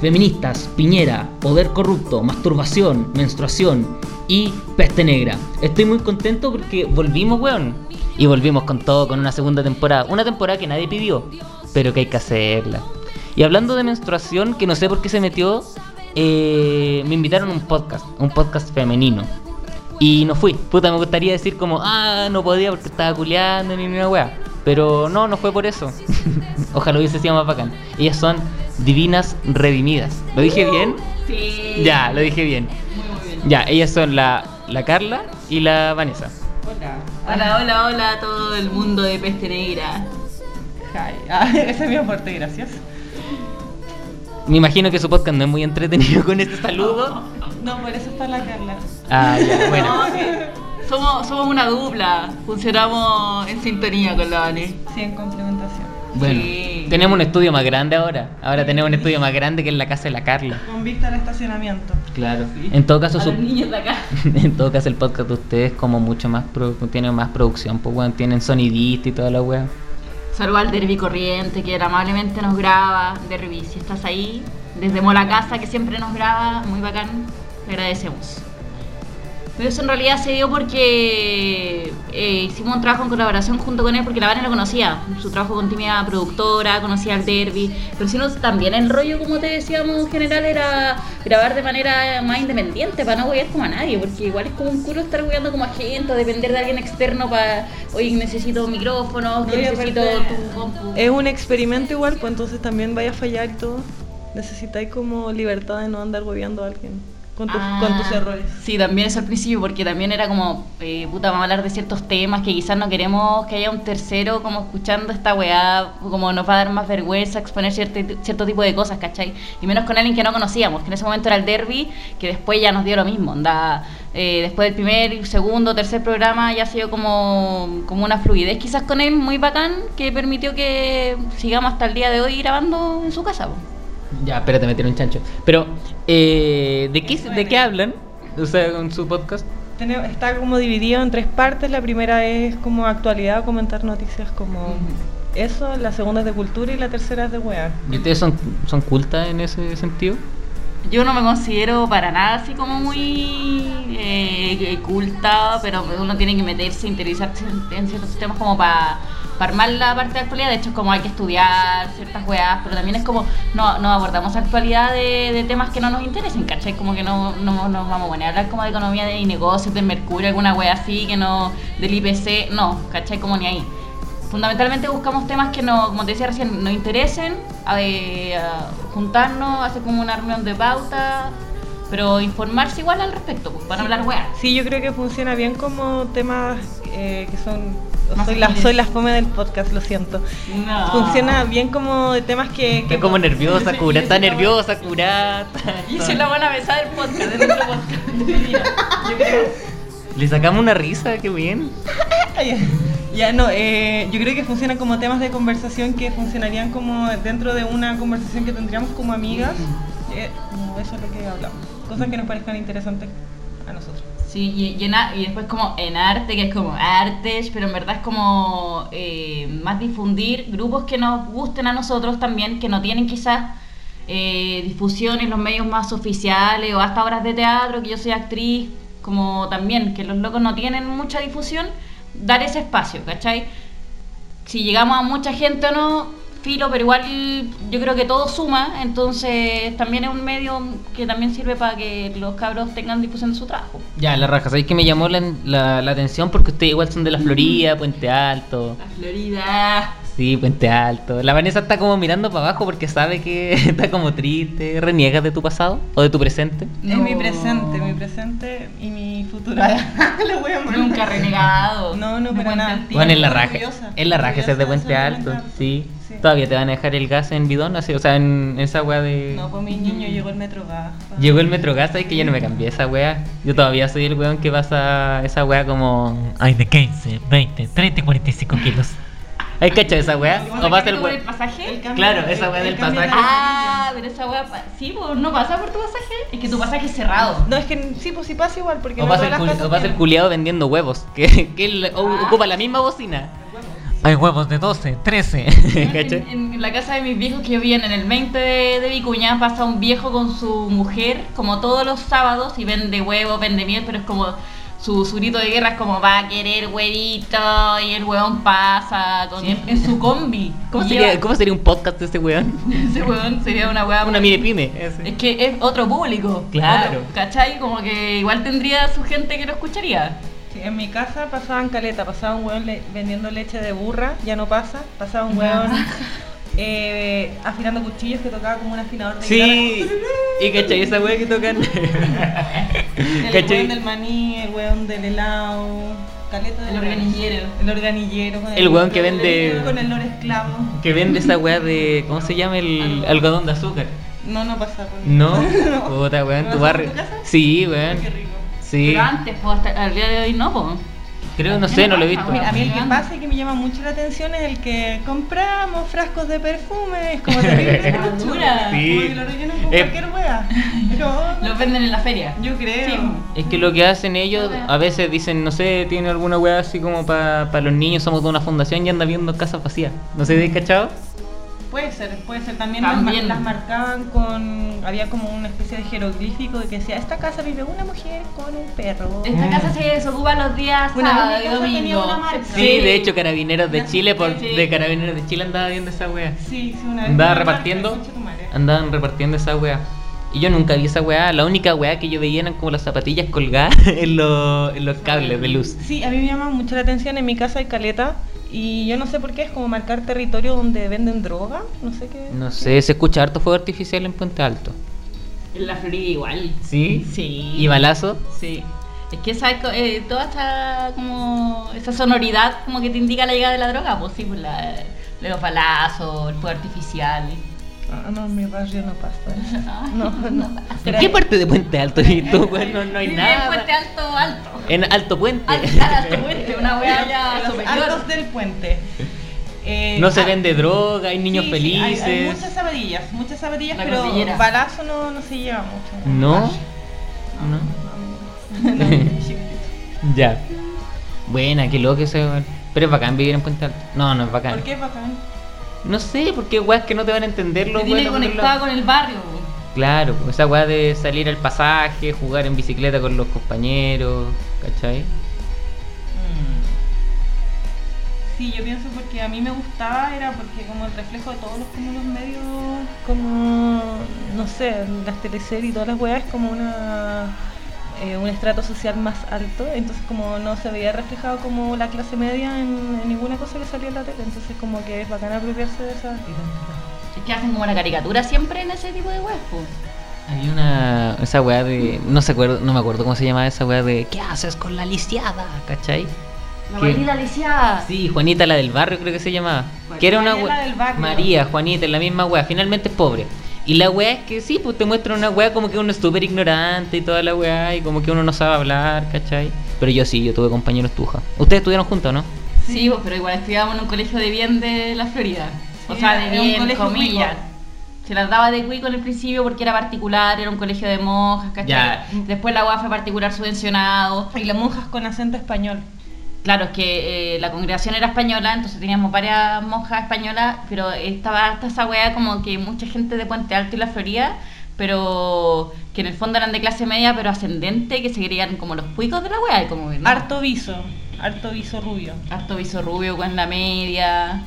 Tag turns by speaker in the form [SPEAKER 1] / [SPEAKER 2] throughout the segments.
[SPEAKER 1] feministas, Piñera, poder corrupto, masturbación, menstruación y peste negra. Estoy muy contento porque volvimos, weón. Y volvimos con todo, con una segunda temporada. Una temporada que nadie pidió, pero que hay que hacerla. Y hablando de menstruación, que no sé por qué se metió, eh, me invitaron a un podcast, un podcast femenino. Y no fui. Puta, me gustaría decir como, ah, no podía porque estaba culeando ni una weá. Pero no, no fue por eso. Ojalá hubiese sido más bacán. Ellas son divinas redimidas. ¿Lo dije bien?
[SPEAKER 2] Sí.
[SPEAKER 1] Ya, lo dije bien.
[SPEAKER 2] Muy, muy bien.
[SPEAKER 1] Ya, ellas son la, la Carla y la Vanessa.
[SPEAKER 3] Hola.
[SPEAKER 2] Hola, hola, hola a todo el mundo de Peste Negra.
[SPEAKER 3] Hi. Ah, ese es mi aporte, gracias.
[SPEAKER 1] Me imagino que su podcast no es muy entretenido con este saludo.
[SPEAKER 3] No, por eso está la Carla.
[SPEAKER 1] Ah, ya, bueno.
[SPEAKER 2] No, sí. somos, somos una dupla. Funcionamos en sintonía con la Vane.
[SPEAKER 3] Sí, en complementación.
[SPEAKER 1] Bueno,
[SPEAKER 2] Sí.
[SPEAKER 1] tenemos un estudio más grande ahora. Ahora tenemos un estudio más grande que es la casa de la Carla.
[SPEAKER 3] Con vista al estacionamiento.
[SPEAKER 1] Claro. En todo caso,
[SPEAKER 2] A
[SPEAKER 1] su-
[SPEAKER 2] los niños de acá.
[SPEAKER 1] en todo caso el podcast de ustedes como mucho más pro- tiene más producción, pues weón, tienen sonidista y toda la weá.
[SPEAKER 2] Saludo al Derby Corriente que amablemente nos graba. Derby, si estás ahí, desde Mola Casa que siempre nos graba, muy bacán, le agradecemos. Pero eso en realidad se dio porque eh, hicimos un trabajo en colaboración junto con él, porque la Vane lo conocía, su trabajo con Timia productora, conocía al Derby, pero si no, también el rollo, como te decíamos en general, era grabar de manera más independiente, para no huear como a nadie, porque igual es como un culo estar hueando como a gente, o depender de alguien externo para, oye, necesito
[SPEAKER 3] No,
[SPEAKER 2] micrófonos, que
[SPEAKER 3] y
[SPEAKER 2] necesito
[SPEAKER 3] aparte-
[SPEAKER 2] tu compu.
[SPEAKER 4] Es un experimento igual, pues entonces también vaya a fallar y todo. Necesitáis como libertad de no andar hueveando a alguien con, tus-
[SPEAKER 2] Ah,
[SPEAKER 4] con tus errores.
[SPEAKER 2] Sí, también eso al principio, porque también era como, eh, puta, vamos a hablar de ciertos temas que quizás no queremos que haya un tercero como escuchando esta weá, como nos va a dar más vergüenza exponer cierto, cierto tipo de cosas, ¿cachai? Y menos con alguien que no conocíamos, que en ese momento era el derby, que después ya nos dio lo mismo, onda, eh, después del primer, segundo, tercer programa ya ha sido como, como una fluidez quizás con él muy bacán, que permitió que sigamos hasta el día de hoy grabando en su casa. po.
[SPEAKER 1] Ya, espérate, me tiré un chancho. Pero, eh, ¿de, qué, ¿de qué hablan? O sea, con su podcast.
[SPEAKER 4] Tene- Está como dividido en tres partes. La primera es como actualidad, comentar noticias como eso. La segunda es de cultura y la tercera es de weá.
[SPEAKER 1] ¿Y ustedes son, son cultas en ese sentido?
[SPEAKER 2] Yo no me considero para nada así como muy eh, culta, pero uno tiene que meterse, interiorizarse en- en ciertos temas como para armar la parte de actualidad. De hecho, es como hay que estudiar ciertas weas, pero también es como no, no abordamos actualidad de, de temas que no nos interesen, ¿cachai? Como que no, no nos vamos a poner a hablar como de economía de negocios, del mercurio, alguna wea así, que no, del IPC, no, ¿cachai? Como ni ahí. Fundamentalmente buscamos temas que no, como te decía recién, nos interesen, a ver, a juntarnos, hacer como una reunión de pauta, pero informarse igual al respecto, pues, para hablar weá.
[SPEAKER 4] Sí, yo creo que funciona bien como temas eh, que son...
[SPEAKER 2] Más
[SPEAKER 4] Soy la,
[SPEAKER 2] afines.
[SPEAKER 4] soy la fome del podcast, lo siento. Funciona bien como de temas que... que
[SPEAKER 1] Está como nerviosa, cura, está nerviosa, curata.
[SPEAKER 2] Y eso es la buena besada del podcast, de nuestro podcast.
[SPEAKER 1] Le sacamos una risa, qué bien.
[SPEAKER 4] Ya no, eh, yo creo que funcionan como temas de conversación que funcionarían como dentro de una conversación que tendríamos como amigas. Eh, como eso es lo que hablamos. Cosas que nos parezcan interesantes a nosotros.
[SPEAKER 2] Sí, y, y en a- y después como en arte, que es como artes, pero en verdad es como eh, más difundir grupos que nos gusten a nosotros también, que no tienen quizás eh, difusión en los medios más oficiales o hasta obras de teatro, que yo soy actriz, como también, que los locos no tienen mucha difusión, dar ese espacio, ¿cachai? si llegamos a mucha gente o no, filo, pero igual yo creo que todo suma, entonces también es un medio que también sirve para que los cabros tengan difusión de su trabajo.
[SPEAKER 1] Ya, la raja, ¿sabéis que me llamó la, la- la atención? Porque ustedes igual son de la Florida, Puente Alto.
[SPEAKER 2] La Florida.
[SPEAKER 1] Sí, Puente Alto. La Vanessa está como mirando para abajo porque sabe que está como triste. ¿Reniegas de tu pasado o de tu presente?
[SPEAKER 4] Es mi presente, mi presente y mi futuro. La wea, man.
[SPEAKER 2] Nunca renegado.
[SPEAKER 4] No, no,
[SPEAKER 2] Me
[SPEAKER 4] para
[SPEAKER 2] cuenta
[SPEAKER 4] nada.
[SPEAKER 2] el tío.
[SPEAKER 1] Bueno, en la
[SPEAKER 4] muy
[SPEAKER 1] raja.
[SPEAKER 4] orgullosa.
[SPEAKER 1] En la raja, ese es de
[SPEAKER 4] Orgullosa
[SPEAKER 1] Puente
[SPEAKER 4] de
[SPEAKER 1] Alto.
[SPEAKER 4] Puente Alto.
[SPEAKER 1] Sí.
[SPEAKER 4] Sí.
[SPEAKER 1] Todavía te van a dejar el gas en bidón, así, o sea, en esa weá de.
[SPEAKER 4] No, pues mi niño llegó el metro baja.
[SPEAKER 1] Llegó el Metrogas, y que yo no me cambié esa wea. Yo todavía soy el weón que pasa esa wea como. Ay, de 15, 20, 30, 45 kilos. ¿Hay cacho esa wea?
[SPEAKER 2] ¿Cómo
[SPEAKER 1] ¿O
[SPEAKER 2] la
[SPEAKER 1] pasa
[SPEAKER 2] gente
[SPEAKER 1] el
[SPEAKER 2] por el
[SPEAKER 1] weón?
[SPEAKER 2] pasaje?
[SPEAKER 1] Claro, esa weá del pasaje.
[SPEAKER 2] Ah, pero esa weá, pa- sí, pues no pasa por tu pasaje. Es que tu pasaje es cerrado.
[SPEAKER 4] No, es que sí, pues sí pasa igual, porque
[SPEAKER 1] O
[SPEAKER 4] no
[SPEAKER 1] pasa
[SPEAKER 4] todas
[SPEAKER 1] el,
[SPEAKER 4] las
[SPEAKER 1] cul-
[SPEAKER 4] casas
[SPEAKER 1] o pasa el
[SPEAKER 4] tienen.
[SPEAKER 1] culiado vendiendo huevos, que, que él o-
[SPEAKER 2] Ah.
[SPEAKER 1] ocupa la misma bocina.
[SPEAKER 5] Hay huevos de 12, 13.
[SPEAKER 4] Ah,
[SPEAKER 1] ¿Cachai?
[SPEAKER 2] En, en la casa de mis viejos que vivían en el 20 de, de Vicuña pasa un viejo con su mujer como todos los sábados y vende huevos, vende miel, pero es como su, su grito de guerra es como va a querer huevito y el huevón pasa con, en su combi.
[SPEAKER 1] ¿Cómo
[SPEAKER 2] Y
[SPEAKER 1] sería,
[SPEAKER 2] lleva-
[SPEAKER 1] ¿Cómo sería un podcast de este weón? Ah,
[SPEAKER 2] Ese huevón sería una hueá
[SPEAKER 1] Una
[SPEAKER 2] muy-
[SPEAKER 1] mini pyme.
[SPEAKER 2] Es que es otro público. Ah,
[SPEAKER 1] Claro.
[SPEAKER 2] ¿Cachai? Como que igual tendría su gente que lo escucharía.
[SPEAKER 4] Sí, en mi casa pasaban caleta, pasaba un hueón le- vendiendo leche de burra, ya no pasa, pasaba un
[SPEAKER 2] No.
[SPEAKER 4] hueón eh, afinando cuchillos que tocaba como un afinador de
[SPEAKER 1] Sí. Y cachai, esa weá que tocan.
[SPEAKER 4] guitarra. El
[SPEAKER 1] ¿Cachai?
[SPEAKER 4] hueón del maní, el hueón del helado, caleta del
[SPEAKER 2] El organillero.
[SPEAKER 4] El organillero. con
[SPEAKER 1] El hueón que
[SPEAKER 4] con el-
[SPEAKER 1] vende-
[SPEAKER 4] Con el loro esclavo.
[SPEAKER 1] Que vende esa weá de. ¿Cómo se llama? El algodón de azúcar.
[SPEAKER 4] No, no pasaba.
[SPEAKER 1] No. Puta weón,
[SPEAKER 4] ¿No
[SPEAKER 1] tu
[SPEAKER 4] pasaba en
[SPEAKER 1] barrio.
[SPEAKER 4] tu casa?
[SPEAKER 1] Sí, weón.
[SPEAKER 4] Qué rico.
[SPEAKER 1] Sí.
[SPEAKER 2] Pero antes, pues, hasta el día de hoy no, pues.
[SPEAKER 1] Creo, no sé, no lo he visto.
[SPEAKER 4] A mí el que
[SPEAKER 2] Llegando.
[SPEAKER 4] pasa y que me llama mucho la atención es el que compramos frascos de perfume, es como terrible
[SPEAKER 2] Basura.
[SPEAKER 4] mucho.
[SPEAKER 1] Sí.
[SPEAKER 4] Como que lo rellenan con
[SPEAKER 1] Eh,
[SPEAKER 4] cualquier wea. Pero,
[SPEAKER 2] Los venden en la feria.
[SPEAKER 4] yo creo.
[SPEAKER 1] Es que lo que hacen ellos, a veces dicen, no sé, tiene alguna weá así como para los niños, somos de una fundación y anda viendo casas vacías. No sé, ¿habéis cachado?
[SPEAKER 4] Puede ser, puede ser. También, las
[SPEAKER 2] También.
[SPEAKER 4] mar- Las, marcaban con. Había como una especie de jeroglífico de que decía: Esta casa vive una mujer con un perro.
[SPEAKER 2] Esta
[SPEAKER 1] Mm.
[SPEAKER 2] casa se desocupa los días
[SPEAKER 4] Una
[SPEAKER 2] sábado y
[SPEAKER 4] única casa tenía
[SPEAKER 2] domingo.
[SPEAKER 4] una marca.
[SPEAKER 1] Sí, de hecho, Carabineros de Chile, por, de Carabineros de Chile andaba viendo esa weá.
[SPEAKER 4] Sí, sí, una vez.
[SPEAKER 1] Andaba
[SPEAKER 4] me marca,
[SPEAKER 1] repartiendo,
[SPEAKER 4] concha tu madre.
[SPEAKER 1] andaban repartiendo esa weá. Y yo nunca vi esa weá, la única weá que yo veía eran como las zapatillas colgadas en, los- en los cables de luz.
[SPEAKER 4] Sí, a mí me llama mucho la atención. En mi casa hay caleta. Y yo no sé por qué es como marcar territorio donde venden droga. No sé qué.
[SPEAKER 1] No sé, se escucha harto fuego artificial en Puente Alto.
[SPEAKER 2] En la Florida igual.
[SPEAKER 1] ¿Sí?
[SPEAKER 2] Sí.
[SPEAKER 1] ¿Y balazo?
[SPEAKER 2] Sí. Es que esa, eh, toda esta, como, esa sonoridad como que te indica la llegada de la droga, pues sí, pues la, los balazos, el fuego artificial.
[SPEAKER 4] Ah, no, en mi barrio no pasa. eso. No, no.
[SPEAKER 1] ¿En qué parte de Puente Alto eres tú, weón? No, no hay
[SPEAKER 2] Vive En
[SPEAKER 1] nada.
[SPEAKER 2] Puente Alto, alto.
[SPEAKER 1] En Alto Puente.
[SPEAKER 2] Alto, alto, puente, una wea ya
[SPEAKER 4] Los
[SPEAKER 2] superior.
[SPEAKER 4] altos del puente. Eh,
[SPEAKER 1] No se
[SPEAKER 4] ah,
[SPEAKER 1] vende droga, hay niños
[SPEAKER 4] sí, sí, hay-
[SPEAKER 1] felices.
[SPEAKER 4] hay, muchas zapatillas, muchas zapatillas,
[SPEAKER 2] La
[SPEAKER 4] pero
[SPEAKER 2] cordillera.
[SPEAKER 4] balazo no, no se lleva mucho.
[SPEAKER 1] ¿No? ¿No?
[SPEAKER 4] No, chiquitito.
[SPEAKER 1] Ya. Buena, qué loco ese weón. Pero es bacán vivir en Puente Alto. No, no es bacán.
[SPEAKER 4] ¿Por qué es bacán?
[SPEAKER 1] No sé, porque weas que no te van a entender los
[SPEAKER 2] Te tiene
[SPEAKER 1] weones, los-
[SPEAKER 2] conectado con el barrio.
[SPEAKER 1] Claro, pues, esa weá de salir al pasaje, jugar en bicicleta con los compañeros, ¿cachai?
[SPEAKER 4] Mm. Sí, yo pienso porque a mí me gustaba, era porque como el reflejo de todos los, como los medios, como, no sé, las teleseries y todas las weas, es como una, eh, un estrato social más alto, entonces como no se veía reflejado como la clase media en, en ninguna cosa que salía en la tele, entonces como que es bacán apropiarse de esa...
[SPEAKER 2] Es que hacen como una caricatura siempre en ese tipo de weas, pues.
[SPEAKER 1] Había una. Esa weá de. No, se acuerdo, no me acuerdo cómo se llamaba esa weá de. ¿Qué haces con la lisiada? ¿cachai?
[SPEAKER 2] La
[SPEAKER 1] ¿Qué?
[SPEAKER 2] maldita lisiada.
[SPEAKER 1] Sí, Juanita la del barrio creo que se llamaba.
[SPEAKER 2] Juanita
[SPEAKER 1] que era una
[SPEAKER 4] la
[SPEAKER 1] wea-
[SPEAKER 4] del barrio.
[SPEAKER 1] María, Juanita, la misma weá, finalmente es pobre. Y la weá es que sí, pues te muestran una weá como que uno es súper ignorante y toda la weá, y como que uno no sabe hablar, ¿cachai? Pero yo sí, yo tuve compañeros tuja. ¿Ustedes estuvieron juntos, no?
[SPEAKER 2] Sí, pues, pero igual estudiábamos en un colegio de bien de la Florida. o
[SPEAKER 4] Sí,
[SPEAKER 2] sea, de
[SPEAKER 4] era un
[SPEAKER 2] bien,
[SPEAKER 4] colegio
[SPEAKER 2] comillas.
[SPEAKER 4] cuico.
[SPEAKER 2] Se las daba de cuico en el principio porque era particular, era un colegio de monjas, ¿cachai?
[SPEAKER 1] Ya.
[SPEAKER 2] Después la UAF fue particular subvencionado.
[SPEAKER 4] Y las monjas con acento español.
[SPEAKER 2] Claro, es que eh, la congregación era española, entonces teníamos varias monjas españolas, pero estaba hasta esa wea como que mucha gente de Puente Alto y la Florida, pero que en el fondo eran de clase media, pero ascendente, que se creían como los cuicos de la wea. y Como, que no.
[SPEAKER 4] Harto viso, harto viso rubio.
[SPEAKER 2] Harto viso rubio con la media.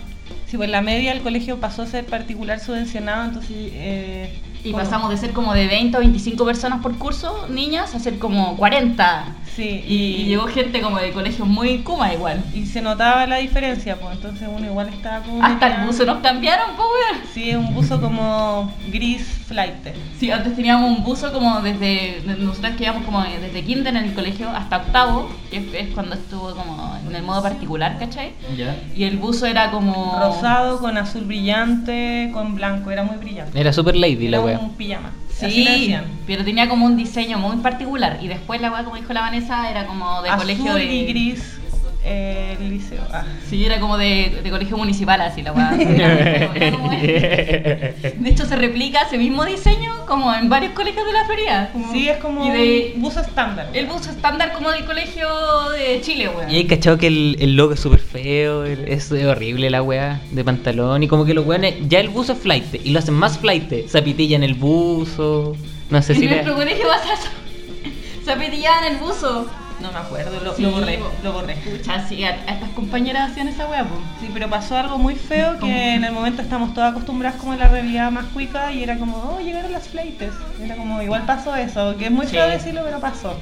[SPEAKER 4] Sí, pues la media del colegio pasó a ser particular subvencionado, entonces... eh,
[SPEAKER 2] Y
[SPEAKER 4] como-
[SPEAKER 2] pasamos de ser como de 20 o 25 personas por curso, niñas, a ser como 40.
[SPEAKER 4] Sí,
[SPEAKER 2] Y, y llegó gente como de colegios muy kuma igual.
[SPEAKER 4] Y se notaba la diferencia, pues entonces uno igual estaba como...
[SPEAKER 2] Hasta el buzo nos cambiaron, pues weón.
[SPEAKER 4] Sí, un buzo como gris flight.
[SPEAKER 2] Sí, antes teníamos un buzo como desde, de- nosotras que íbamos como desde kinder en el colegio hasta octavo, que es, es cuando estuvo como en el modo particular, ¿cachai?
[SPEAKER 1] Ya.
[SPEAKER 2] Y el buzo era como...
[SPEAKER 4] Rosado, con azul brillante, con blanco, era muy brillante.
[SPEAKER 1] Era super lady la
[SPEAKER 4] era
[SPEAKER 1] weá.
[SPEAKER 4] un pijama. Así le
[SPEAKER 2] Sí,
[SPEAKER 4] decían.
[SPEAKER 2] pero tenía como un diseño muy particular. Y después la weá, como dijo la Vanessa, era como de
[SPEAKER 4] azul
[SPEAKER 2] colegio de...
[SPEAKER 4] y gris eh, el liceo. Ah.
[SPEAKER 2] Sí, era como de, de colegio municipal, así la weá. Era como- De hecho, se replica ese mismo diseño como en varios colegios de la Florida. como-
[SPEAKER 4] Sí, es como
[SPEAKER 2] y de-
[SPEAKER 4] un buzo estándar.
[SPEAKER 2] el bus estándar como del colegio de Chile, weón.
[SPEAKER 1] Y ahí cachado que el, el logo es súper feo, el- es horrible la weá de pantalón. Y como que los weones, ya el buzo es flight y lo hacen más flight. Zapitillan el buzo. No sé
[SPEAKER 2] en
[SPEAKER 1] si.
[SPEAKER 2] nuestro
[SPEAKER 1] le-
[SPEAKER 2] colegio vas a... Se apetillaban el buzo.
[SPEAKER 4] No me acuerdo, lo,
[SPEAKER 2] Sí,
[SPEAKER 4] lo borré,
[SPEAKER 2] po.
[SPEAKER 4] lo borré.
[SPEAKER 2] Pucha, sí, a, a estas compañeras hacían esa weá, po.
[SPEAKER 4] Sí, pero pasó algo muy feo que en el momento estamos todas acostumbradas como a la realidad más cuica y era como, oh, llegaron las flaites. Era como, igual pasó eso, que es muy
[SPEAKER 2] Sí.
[SPEAKER 4] feo decirlo, pero pasó.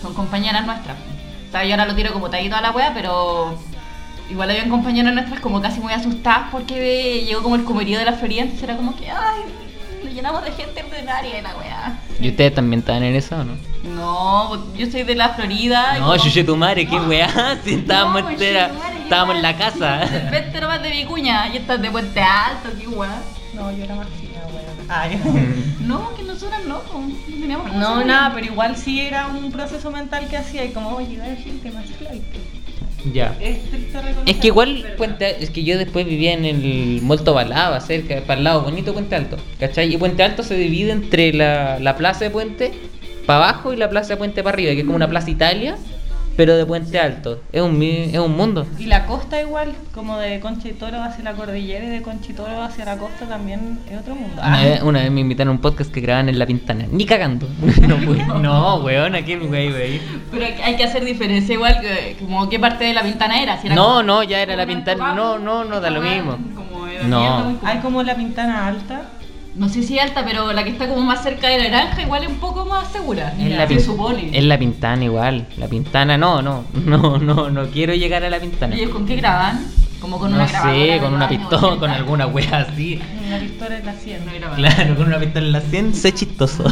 [SPEAKER 2] Son compañeras nuestras. O sea, yo ahora lo tiro como tallito a la wea, pero igual habían compañeras nuestras como casi muy asustadas porque llegó como el comerío de la Florida, entonces era como que, ay, lo llenamos de gente ordinaria y la wea.
[SPEAKER 1] ¿Y ustedes también estaban en eso o no?
[SPEAKER 2] No, yo soy de la Florida. y
[SPEAKER 1] No,
[SPEAKER 2] como-
[SPEAKER 1] yo tu madre, qué weá. Si estábamos
[SPEAKER 2] No, pues,
[SPEAKER 1] entera-
[SPEAKER 2] conchetumare, yo
[SPEAKER 1] estábamos en
[SPEAKER 2] era-
[SPEAKER 1] la casa.
[SPEAKER 2] Vete nomás de Vicuña y estás de Puente Alto, qué wea.
[SPEAKER 4] No, yo era más fina, weón. Ay.
[SPEAKER 2] No, que nosotras no, po, no teníamos como
[SPEAKER 4] No,
[SPEAKER 2] saber.
[SPEAKER 4] nada, pero igual sí era un proceso mental que hacía y como, oh, llegaron gente más flaite.
[SPEAKER 1] ya.
[SPEAKER 4] Es triste reconocer.
[SPEAKER 1] Es que igual Puente, es que yo después vivía en el Molto Balaba, cerca, para el lado bonito Puente Alto, ¿cachai? Y Puente Alto se divide entre la, la plaza de Puente para abajo y la plaza de Puente para arriba, que es como una plaza Italia, pero de Puente Alto. Es un, mi- es un mundo.
[SPEAKER 4] Y la costa igual, como de Concha y Toro hacia la cordillera y de Concha y Toro hacia la costa también es otro mundo.
[SPEAKER 1] Una
[SPEAKER 4] Ah.
[SPEAKER 1] vez, una vez me invitaron a un podcast que graban en La Pintana, ni cagando. No, we- no weón, aquí güey, güey.
[SPEAKER 2] Pero hay- hay que hacer diferencia igual, que, como qué parte de la ventana era. Si era
[SPEAKER 1] No,
[SPEAKER 2] como-
[SPEAKER 1] no, ya era La
[SPEAKER 2] como
[SPEAKER 1] Pintana, no, no, no, da lo mismo.
[SPEAKER 2] Como de
[SPEAKER 1] No.
[SPEAKER 2] mierda, muy
[SPEAKER 4] Hay
[SPEAKER 2] como-
[SPEAKER 4] como la pintana alta.
[SPEAKER 2] No sé si alta, pero la que está como más cerca de la naranja igual es un poco más segura.
[SPEAKER 1] Es la,
[SPEAKER 2] se
[SPEAKER 1] pin-
[SPEAKER 2] supone.
[SPEAKER 1] es la pintana igual, la pintana no, no, no, no, no quiero llegar a la pintana.
[SPEAKER 2] ¿Y ellos con qué graban? Como con
[SPEAKER 1] no
[SPEAKER 2] una
[SPEAKER 1] sé, con una pistola,
[SPEAKER 2] pistola,
[SPEAKER 1] con alguna wea así.
[SPEAKER 4] Una pistola en la sierra.
[SPEAKER 1] Claro, con una pistola en la 100, sé chistoso.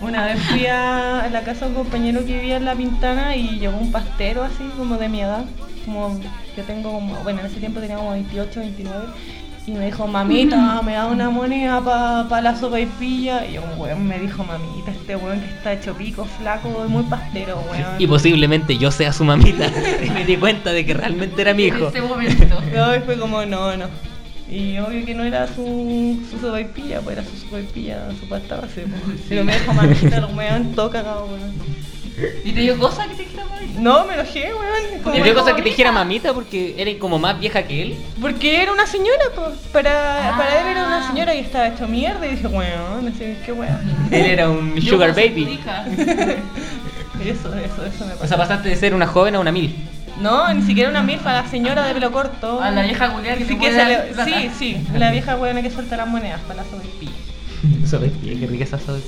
[SPEAKER 4] Una vez fui a la casa de un compañero que vivía en La Pintana y llegó un pastero así, como de mi edad. Como yo tengo como, bueno, en ese tiempo tenía como 28, 29. Y me dijo, mamita, me da una moneda para la sopa y pilla. Y yo, weón, me dijo, mamita, este weón que está hecho pico, flaco, es muy pastero, weón.
[SPEAKER 1] Y posiblemente yo sea su mamita. Y me di cuenta de que realmente era mi
[SPEAKER 2] En
[SPEAKER 1] hijo.
[SPEAKER 2] ese momento.
[SPEAKER 4] No, y fue como, no, no. Y obvio que no era su, su sopaipilla, pues era su sopaipilla, su pasta base. pues. Pero me dijo, mamita, el weón, todo cagado, weón.
[SPEAKER 2] ¿Y te dio cosas que te quitaron ahí?
[SPEAKER 4] No, me enojé, weón.
[SPEAKER 1] Y
[SPEAKER 4] Como-
[SPEAKER 1] yo cosa que te dijera mamita porque era como más vieja que él.
[SPEAKER 4] Porque era una señora, pues. Para,
[SPEAKER 2] Ah.
[SPEAKER 4] para él era una señora y estaba hecho mierda. Y dije, weón, no sé qué weón.
[SPEAKER 1] Él era un
[SPEAKER 2] Yo
[SPEAKER 1] sugar
[SPEAKER 2] soy tu
[SPEAKER 1] baby.
[SPEAKER 2] hija.
[SPEAKER 4] Eso, eso, eso me
[SPEAKER 1] O sea,
[SPEAKER 4] pasa.
[SPEAKER 1] pasaste de ser una joven a una mil.
[SPEAKER 4] No, ni siquiera una milfa, la señora de pelo corto.
[SPEAKER 2] A la vieja culiar que
[SPEAKER 4] Sí,
[SPEAKER 2] te
[SPEAKER 4] que
[SPEAKER 2] puede
[SPEAKER 4] se
[SPEAKER 2] dar
[SPEAKER 4] le-
[SPEAKER 2] plata.
[SPEAKER 4] sí, sí, la vieja weón que suelta las monedas para la sobrepilla.
[SPEAKER 1] Sobre qué rica esa sobre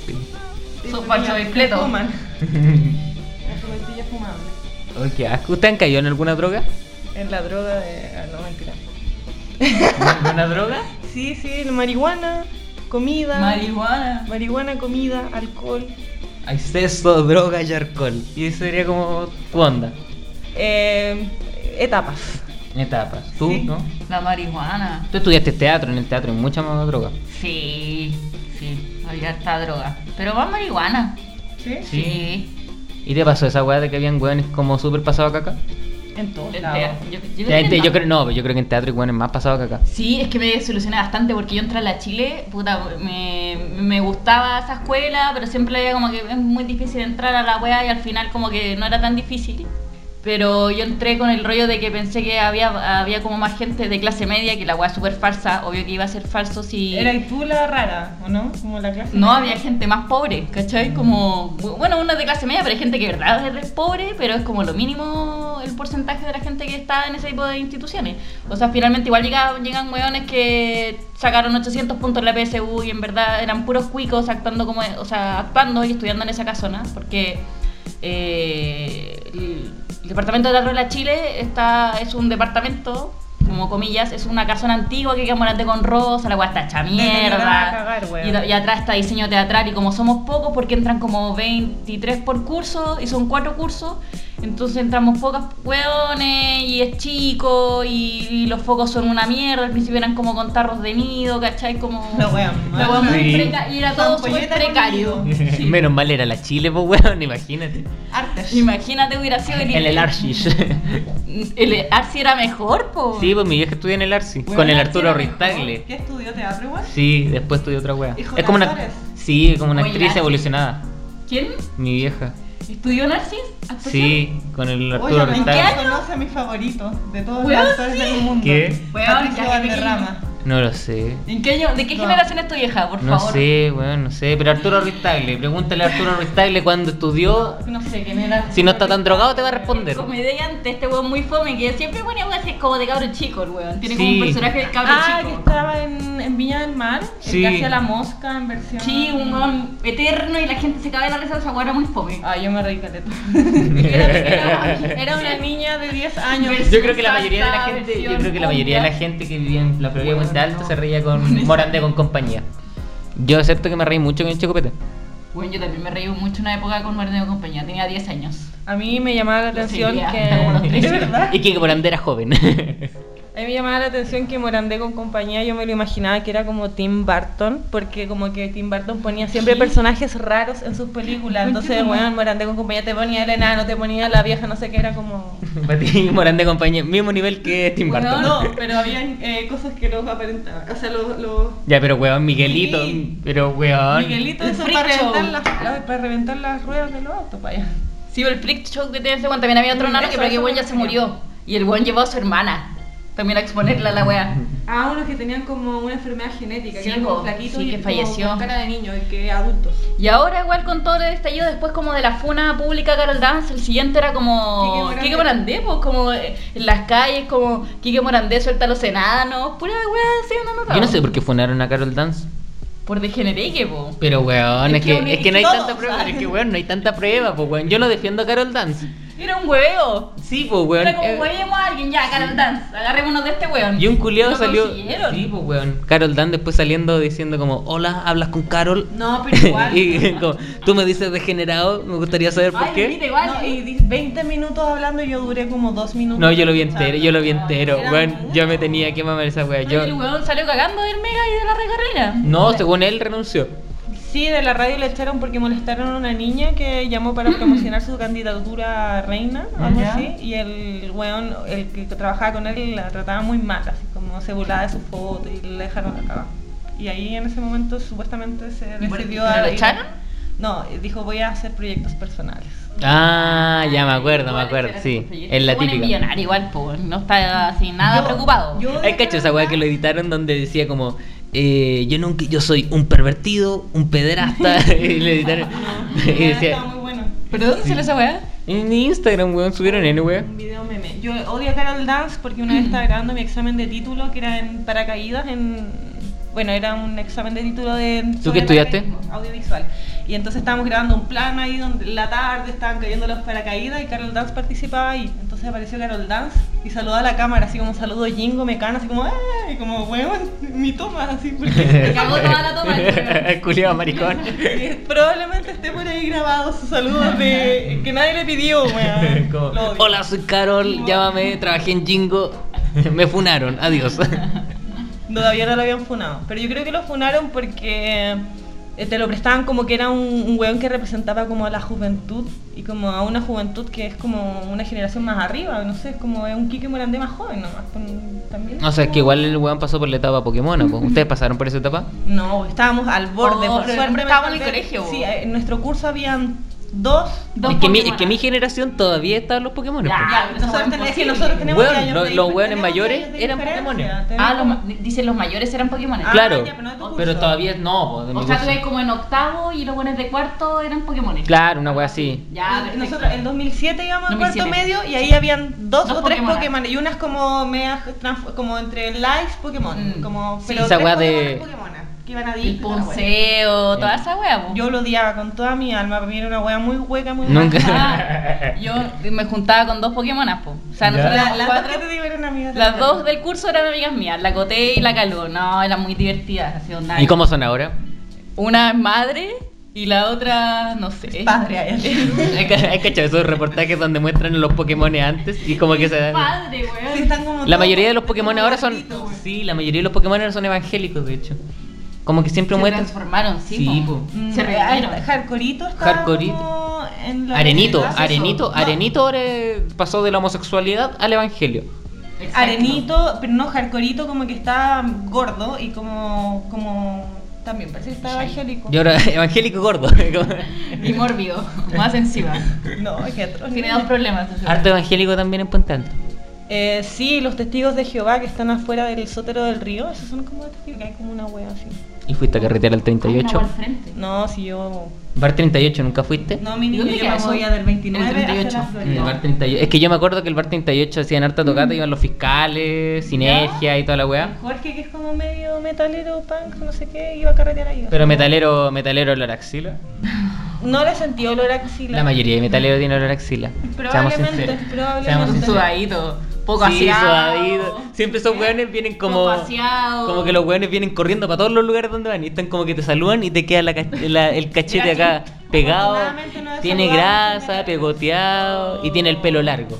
[SPEAKER 2] Son pancho completo.
[SPEAKER 4] Fuman. La sobrepilla fumable.
[SPEAKER 1] Ay, qué asco. ¿Ustedes han caído en alguna droga?
[SPEAKER 4] En la droga de. ah, no, mentira.
[SPEAKER 1] ¿En alguna droga?
[SPEAKER 4] Sí, sí, la marihuana, comida.
[SPEAKER 2] Marihuana.
[SPEAKER 4] marihuana, comida, alcohol.
[SPEAKER 1] Hay sexo, droga y alcohol. Y eso sería como tu onda.
[SPEAKER 4] Eh, etapas.
[SPEAKER 1] Etapas. ¿Tú?
[SPEAKER 4] Sí.
[SPEAKER 1] ¿No?
[SPEAKER 2] La marihuana.
[SPEAKER 1] Tú estudiaste teatro, en el teatro hay mucha más droga.
[SPEAKER 2] Sí, sí, había harta droga. Pero más marihuana.
[SPEAKER 4] ¿Sí?
[SPEAKER 2] Sí.
[SPEAKER 1] ¿Y te pasó esa weá de que habían weones como súper pasado a caca?
[SPEAKER 4] En todos
[SPEAKER 2] Este,
[SPEAKER 4] lados.
[SPEAKER 2] yo, yo
[SPEAKER 1] Yo,
[SPEAKER 2] creo que no.
[SPEAKER 1] yo creo, no, pero yo creo que en teatro hay weones más pasado a caca.
[SPEAKER 2] Sí, es que me desilusioné bastante porque yo entré a la Chile, puta, me, me gustaba esa escuela, pero siempre había como que es muy difícil entrar a la wea y al final como que no era tan difícil. Pero yo entré con el rollo de que pensé que había, había como más gente de clase media, que la wea es súper falsa, obvio que iba a ser falso si...
[SPEAKER 4] Eras tú la rara, ¿o no? Como la clase.
[SPEAKER 2] No, había gente más pobre, ¿cachai? Como, bueno, uno es de clase media, pero hay gente que de verdad es re pobre, pero es como lo mínimo el porcentaje de la gente que está en ese tipo de instituciones. O sea, finalmente igual llega- llegan hueones que sacaron 800 puntos en la PSU y en verdad eran puros cuicos actuando como, o sea, actuando y estudiando en esa casona, porque eh, el, el departamento de la Rueda Chile está, es un departamento, como comillas, es una casona antigua que queda morante con rosa, la guasta hecha
[SPEAKER 4] Deteriorada
[SPEAKER 2] mierda.
[SPEAKER 4] a cagar, weón.
[SPEAKER 2] y da- y atrás está diseño teatral y como somos pocos porque entran como 23 por curso y son cuatro cursos, Entonces entramos pocas hueones y es chico y, y los focos son una mierda. Al principio eran como con tarros de nido, ¿cachai? Como...
[SPEAKER 4] La wea
[SPEAKER 2] La wea
[SPEAKER 4] mala.
[SPEAKER 2] muy
[SPEAKER 1] Sí.
[SPEAKER 2] preca- y era todo súper
[SPEAKER 4] Ampolleta con
[SPEAKER 2] precario.
[SPEAKER 4] nido.
[SPEAKER 1] Menos mal era la Chile, pues, weón, imagínate.
[SPEAKER 4] Artes.
[SPEAKER 2] Imagínate hubiera sido el
[SPEAKER 1] En el Archis. sí,
[SPEAKER 2] El Arsi era mejor, po.
[SPEAKER 1] pues mi vieja estudia en el Archis.
[SPEAKER 4] Weón,
[SPEAKER 1] Con el
[SPEAKER 4] ¿qué
[SPEAKER 1] Arturo
[SPEAKER 4] era
[SPEAKER 1] Ristagle.
[SPEAKER 4] mejor? ¿Qué estudió teatro igual?
[SPEAKER 1] Sí, después estudió otra wea.
[SPEAKER 4] Hijo
[SPEAKER 1] Es como
[SPEAKER 4] de
[SPEAKER 1] una.
[SPEAKER 4] Azores.
[SPEAKER 1] Sí, como una
[SPEAKER 2] Oye,
[SPEAKER 1] actriz
[SPEAKER 2] Archie.
[SPEAKER 1] evolucionada.
[SPEAKER 2] ¿Quién?
[SPEAKER 1] Mi vieja.
[SPEAKER 2] ¿Estudió en Arsi?
[SPEAKER 1] Sí, con el Arturo
[SPEAKER 4] Oye, me
[SPEAKER 1] Ristagle.
[SPEAKER 4] encanta. conoce a mi favorito de todos
[SPEAKER 2] Weón,
[SPEAKER 4] los actores del mundo.
[SPEAKER 1] ¿Qué?
[SPEAKER 2] Weón,
[SPEAKER 4] Patricio
[SPEAKER 2] ya,
[SPEAKER 4] Valderrama.
[SPEAKER 1] No lo sé.
[SPEAKER 2] ¿En qué año? ¿De qué
[SPEAKER 4] No.
[SPEAKER 2] generación es tu vieja, por
[SPEAKER 1] No
[SPEAKER 2] favor?
[SPEAKER 1] sé, weón, no sé. Pero Arturo Ristagle, pregúntale a Arturo Ristagle cuándo estudió.
[SPEAKER 4] No sé quién era.
[SPEAKER 1] Si no está tan drogado, te va a responder.
[SPEAKER 2] Comediante, este weón muy fome, que siempre ponía weón así es como de cabro chico, el weón. Tiene como
[SPEAKER 1] Sí.
[SPEAKER 2] un personaje de cabro
[SPEAKER 4] Ah, que
[SPEAKER 2] chico.
[SPEAKER 4] estaba en, en Viña del Mar.
[SPEAKER 1] Sí.
[SPEAKER 4] El que hacía la mosca en versión.
[SPEAKER 2] Sí, un weón eterno y la gente se caga de la risa de esa weón era muy fome.
[SPEAKER 4] Ah, yo me reí caleta.
[SPEAKER 2] Era, era-
[SPEAKER 4] Era una niña de 10 años.
[SPEAKER 2] Versión
[SPEAKER 1] Yo creo que la mayoría de la
[SPEAKER 2] salsa,
[SPEAKER 1] gente, yo
[SPEAKER 2] versión
[SPEAKER 1] creo que la mayoría de la
[SPEAKER 2] cumbia.
[SPEAKER 1] gente que vivía en la Florida de Puente
[SPEAKER 4] Bueno,
[SPEAKER 1] Alto
[SPEAKER 4] no.
[SPEAKER 1] se reía con Morandé con compañía. Yo acepto que me reí mucho con Chocopete.
[SPEAKER 2] Bueno, yo también me reí mucho en una época con Martín de compañía, tenía 10 años.
[SPEAKER 4] A mí me llamaba la atención
[SPEAKER 2] seguía.
[SPEAKER 4] que.
[SPEAKER 2] Como los tres.
[SPEAKER 4] ¿De verdad?
[SPEAKER 1] Y que Morandé era joven.
[SPEAKER 4] A mí me llamaba la atención que Morandé con compañía yo me lo imaginaba que era como Tim Burton, porque como que Tim Burton ponía siempre personajes raros en sus películas. Entonces, bueno, Morandé con compañía te ponía el enano, te ponía la vieja, no sé qué, era como...
[SPEAKER 1] Para ti, Morandé compañía, mismo nivel que Tim Burton.
[SPEAKER 4] No, pero había eh, cosas que los aparentaban. O sea, los...
[SPEAKER 1] Ya, pero weón, Miguelito.
[SPEAKER 4] Sí.
[SPEAKER 1] Pero weón.
[SPEAKER 4] Miguelito,
[SPEAKER 2] El
[SPEAKER 4] eso
[SPEAKER 2] freak
[SPEAKER 4] para reventar,
[SPEAKER 2] show.
[SPEAKER 4] las, la- para reventar las ruedas de los autos, para allá.
[SPEAKER 2] Sí, o el freak show que tenía ese weón, también había otro
[SPEAKER 4] Mm,
[SPEAKER 2] nano que
[SPEAKER 4] eso,
[SPEAKER 2] pero que
[SPEAKER 4] eso
[SPEAKER 2] weón
[SPEAKER 4] me
[SPEAKER 2] ya se
[SPEAKER 4] refería.
[SPEAKER 2] murió. Y el weón llevó a su hermana también a exponerla a la weá.
[SPEAKER 4] Ah, unos que tenían como una enfermedad genética,
[SPEAKER 2] Sí,
[SPEAKER 4] que eran como
[SPEAKER 2] po,
[SPEAKER 4] flaquitos
[SPEAKER 2] sí,
[SPEAKER 4] y
[SPEAKER 2] que
[SPEAKER 4] como
[SPEAKER 2] falleció.
[SPEAKER 4] con cara de niño, y que adultos.
[SPEAKER 2] Y ahora igual con todo el estallido después como de la funa pública Carol Dance, el siguiente era como
[SPEAKER 4] Quique Morandé.
[SPEAKER 2] Quique Morandé, pues como eh, en las calles, como Quique Morandé suelta a los enanos, pura weá, sí, una nota.
[SPEAKER 1] Yo no sé por qué funaron a Carol Dance.
[SPEAKER 2] Por degenereque, po.
[SPEAKER 1] Pero weón,
[SPEAKER 2] Es
[SPEAKER 1] es
[SPEAKER 2] que
[SPEAKER 1] que,
[SPEAKER 2] uno
[SPEAKER 1] es que no hay
[SPEAKER 2] todos,
[SPEAKER 1] tanta prueba.
[SPEAKER 2] ¿sabes?
[SPEAKER 1] Es que weón, no hay tanta prueba, pues weón. Yo no defiendo a Carol Dance.
[SPEAKER 2] Era un hueveo.
[SPEAKER 1] Sí, pues weón.
[SPEAKER 2] Era como
[SPEAKER 1] eh,
[SPEAKER 2] huevemos a alguien, ya, Carol Dance, agarrémonos de este weón.
[SPEAKER 1] Y un culiado
[SPEAKER 2] Lo
[SPEAKER 1] salió.
[SPEAKER 2] consiguieron.
[SPEAKER 1] Sí, pues weón. Carol Dan después saliendo diciendo como, hola, hablas con Carol.
[SPEAKER 4] No, pero igual.
[SPEAKER 1] y como, tú me dices degenerado, me gustaría saber por
[SPEAKER 2] Ay,
[SPEAKER 1] qué.
[SPEAKER 2] mira, igual.
[SPEAKER 4] No,
[SPEAKER 2] sí.
[SPEAKER 4] y di- 20 minutos hablando y yo duré como 2 minutos.
[SPEAKER 1] No, yo lo vi entero, yo lo vi entero.
[SPEAKER 4] Era
[SPEAKER 1] Weón,
[SPEAKER 4] mucho.
[SPEAKER 1] yo me tenía que mamar esa wea.
[SPEAKER 2] Ay,
[SPEAKER 1] Yo.
[SPEAKER 2] El weón salió cagando del Mega y de la recarrera.
[SPEAKER 1] No, según él renunció.
[SPEAKER 4] Sí, de la radio le echaron porque molestaron a una niña que llamó para promocionar su candidatura a reina,
[SPEAKER 1] Ah,
[SPEAKER 4] o algo
[SPEAKER 3] Ya.
[SPEAKER 4] así. Y el weón, el que trabajaba con él, la trataba muy mal, así como se burlaba de su foto y le dejaron acá. Y ahí en ese momento supuestamente se
[SPEAKER 2] ¿Y por-
[SPEAKER 4] decidió
[SPEAKER 2] pero
[SPEAKER 4] a.
[SPEAKER 2] lo echaron?
[SPEAKER 4] No, dijo voy a hacer proyectos personales.
[SPEAKER 1] Ah, ya me acuerdo, me
[SPEAKER 2] Igual,
[SPEAKER 1] acuerdo,
[SPEAKER 2] ese era
[SPEAKER 1] sí.
[SPEAKER 2] su proyecto.
[SPEAKER 1] Es la
[SPEAKER 2] Ese weón
[SPEAKER 1] típica.
[SPEAKER 2] millonario igual, pues, no está así nada
[SPEAKER 4] Yo-
[SPEAKER 2] preocupado.
[SPEAKER 4] yo de
[SPEAKER 1] Hay cacho esa wea que lo editaron donde decía como, eh, yo nunca, yo soy un pervertido, un pederasta. y le editaron. y
[SPEAKER 4] Ah, Estaba
[SPEAKER 1] decía,
[SPEAKER 4] muy bueno.
[SPEAKER 2] ¿Pero dónde sale esa weá?
[SPEAKER 1] en Instagram, weón, subieron en weón.
[SPEAKER 4] Un video meme. Yo odio a Carol Dance porque una vez
[SPEAKER 1] Mm.
[SPEAKER 4] estaba grabando mi examen de título que era en paracaídas en bueno, era un examen de título de
[SPEAKER 1] ¿Tú qué
[SPEAKER 4] sobre
[SPEAKER 1] estudiaste?
[SPEAKER 4] paracaidismo, Audiovisual. Y entonces estábamos grabando un plan ahí donde la tarde estaban cayendo los paracaídas y Carol Dance participaba ahí. Entonces apareció Carol Dance y saludó a la cámara así como un saludo Jingo Mecano así como ¡ay! como huevón, mi toma así porque
[SPEAKER 2] Se cagó toda la toma. el weón.
[SPEAKER 1] Culeado maricón.
[SPEAKER 4] probablemente esté por ahí grabado sus saludos de que nadie le pidió, weón.
[SPEAKER 1] Como,
[SPEAKER 4] Lo odio.
[SPEAKER 1] Hola, soy Carol, llámame, trabajé en Jingo. Me funaron, adiós.
[SPEAKER 4] No, Todavía no lo habían funado. Pero yo creo que lo funaron porque eh, te lo prestaban como que era un, un weón que representaba como a la juventud y como a una juventud que es como una generación más arriba. No sé, es como es un Kike Morandé más joven nomás. con- También
[SPEAKER 1] O sea, es que
[SPEAKER 4] como-
[SPEAKER 1] igual el weón pasó por la etapa Pokémon. po. ¿Ustedes pasaron por esa etapa?
[SPEAKER 4] No, estábamos al borde.
[SPEAKER 2] Oh,
[SPEAKER 4] por
[SPEAKER 2] pero
[SPEAKER 4] suerte
[SPEAKER 2] estábamos en el
[SPEAKER 4] salvé.
[SPEAKER 2] colegio,
[SPEAKER 4] Sí,
[SPEAKER 2] vos.
[SPEAKER 4] eh, en nuestro curso habían dos.
[SPEAKER 2] Dos
[SPEAKER 1] es, que mi, es
[SPEAKER 2] Pokémon.
[SPEAKER 1] que mi generación todavía estaban los Pokémon.
[SPEAKER 2] Ya,
[SPEAKER 1] po.
[SPEAKER 2] ya, pero esa
[SPEAKER 4] Nosotros
[SPEAKER 2] weá
[SPEAKER 4] tenemos- es que
[SPEAKER 2] imposible.
[SPEAKER 4] nosotros tenemos
[SPEAKER 1] Weón,
[SPEAKER 4] que años
[SPEAKER 1] los-
[SPEAKER 4] de-
[SPEAKER 1] los weones
[SPEAKER 4] tenemos
[SPEAKER 1] mayores
[SPEAKER 4] años de
[SPEAKER 1] eran
[SPEAKER 4] diferencia,
[SPEAKER 1] Pokémones.
[SPEAKER 4] tenemos-
[SPEAKER 2] Ah, los ma- dicen los mayores eran Pokémon.
[SPEAKER 4] Ah,
[SPEAKER 1] claro,
[SPEAKER 4] ya, pero no de tu curso.
[SPEAKER 1] pero todavía no. po, de mi
[SPEAKER 2] o sea,
[SPEAKER 1] curso.
[SPEAKER 2] tú ves como en octavo y los buenos de cuarto eran Pokémon.
[SPEAKER 1] Claro, una wea así.
[SPEAKER 2] Ya,
[SPEAKER 4] Y
[SPEAKER 2] perfecto.
[SPEAKER 4] Nosotros en 2007 íbamos a
[SPEAKER 2] 2007.
[SPEAKER 4] cuarto medio y ahí habían dos,
[SPEAKER 2] Dos
[SPEAKER 4] o tres
[SPEAKER 2] Pokémonas.
[SPEAKER 4] Pokémon. y unas como medias transf- como entre live Pokémon,
[SPEAKER 2] Mm.
[SPEAKER 4] como
[SPEAKER 2] Sí.
[SPEAKER 4] pero
[SPEAKER 1] Esa
[SPEAKER 4] tres
[SPEAKER 1] weá de-
[SPEAKER 4] Pokémonas, Pokémonas, que iban a
[SPEAKER 2] El
[SPEAKER 4] disco, esa weá.
[SPEAKER 2] Ponceo, toda esa weá. po.
[SPEAKER 4] Yo lo odiaba con toda mi alma, para mí era una wea muy hueca, muy
[SPEAKER 1] Nunca.
[SPEAKER 4] baja.
[SPEAKER 2] Ah, yo me juntaba con dos Pokémonas, po. O sea,
[SPEAKER 1] Ya.
[SPEAKER 2] nosotros
[SPEAKER 4] La-
[SPEAKER 2] éramos
[SPEAKER 4] las dos
[SPEAKER 2] cuatro.
[SPEAKER 4] que te digo eran amigas. de
[SPEAKER 2] Las
[SPEAKER 4] la
[SPEAKER 2] dos
[SPEAKER 4] wea.
[SPEAKER 2] del curso eran amigas mías, la Coté y la Caló. No, eran muy divertidas, así onda.
[SPEAKER 1] ¿Y cómo son ahora?
[SPEAKER 2] Una es madre Y la otra, no sé.
[SPEAKER 4] Padre a él.
[SPEAKER 1] Hay ca- hay cachado esos reportajes donde muestran los Pokémon antes y como que se dan.
[SPEAKER 2] Padre, weón.
[SPEAKER 4] Sí, están como
[SPEAKER 1] La
[SPEAKER 4] todos
[SPEAKER 1] mayoría de los Pokémon ahora son.
[SPEAKER 4] gatitos, güey.
[SPEAKER 1] Sí, la mayoría de los Pokémon ahora son evangélicos, de hecho. Como que siempre
[SPEAKER 2] se
[SPEAKER 1] muestran.
[SPEAKER 2] transformaron, sí.
[SPEAKER 1] Sí,
[SPEAKER 2] po.
[SPEAKER 1] po.
[SPEAKER 2] Se
[SPEAKER 4] Mm,
[SPEAKER 2] revelaron.
[SPEAKER 4] ah, Hardcoreito está
[SPEAKER 1] Hardcoreito.
[SPEAKER 4] como en la-
[SPEAKER 1] Arenito,
[SPEAKER 4] en el acceso.
[SPEAKER 1] Arenito,
[SPEAKER 4] No,
[SPEAKER 1] Arenito ahora eh, pasó de la homosexualidad al evangelio.
[SPEAKER 2] Exacto.
[SPEAKER 4] Arenito, pero no, Hardcoreito como que está gordo y como, como también parece que está evangélico.
[SPEAKER 1] Y ahora evangélico gordo. como-
[SPEAKER 2] Y mórbido. Más encima.
[SPEAKER 4] No, es que atroz.
[SPEAKER 2] Tiene dos problemas. ese
[SPEAKER 1] Harto evangélico también en Puente Alto.
[SPEAKER 4] Eh, sí, los testigos de Jehová que están afuera del sótero del río, esos son como testigos que hay como una wea así.
[SPEAKER 1] Y fuiste a carretear al
[SPEAKER 2] weón. Ah, una
[SPEAKER 1] 38.
[SPEAKER 2] al frente.
[SPEAKER 4] No, si yo.
[SPEAKER 1] Bar 38, ¿nunca fuiste?
[SPEAKER 4] No, mi niño,
[SPEAKER 2] ¿Dónde
[SPEAKER 4] yo
[SPEAKER 2] queda
[SPEAKER 4] me
[SPEAKER 2] eso?
[SPEAKER 4] voy a del 29
[SPEAKER 2] El 38.
[SPEAKER 4] hacia la
[SPEAKER 1] En el
[SPEAKER 4] Florida.
[SPEAKER 1] bar 38. Es que yo me acuerdo que el bar 38 hacían harta tocata, iban los fiscales, sinergia y toda la weá.
[SPEAKER 4] Jorge, que es como medio metalero, punk, no sé qué, iba a carretear ahí.
[SPEAKER 1] Pero metalero, metalero olor a axila.
[SPEAKER 4] No le sentí olor a axila.
[SPEAKER 1] La mayoría de metaleros tiene olor a axila. Seamos
[SPEAKER 4] Probablemente,
[SPEAKER 1] sinceros.
[SPEAKER 4] probablemente.
[SPEAKER 1] Seamos sinceros.
[SPEAKER 2] Sudadito. Poco
[SPEAKER 1] Sí,
[SPEAKER 2] aseado.
[SPEAKER 1] sudadito. Siempre esos weones vienen como.
[SPEAKER 2] Poco aseado.
[SPEAKER 1] Como que los weones vienen corriendo para todos los lugares donde van y están como que te saludan y te queda la ca- la- el cachete acá pegado.
[SPEAKER 4] Afortunadamente no es
[SPEAKER 1] Tiene
[SPEAKER 4] saludable,
[SPEAKER 1] grasa,
[SPEAKER 4] tiene-
[SPEAKER 1] pegoteado y tiene el pelo largo.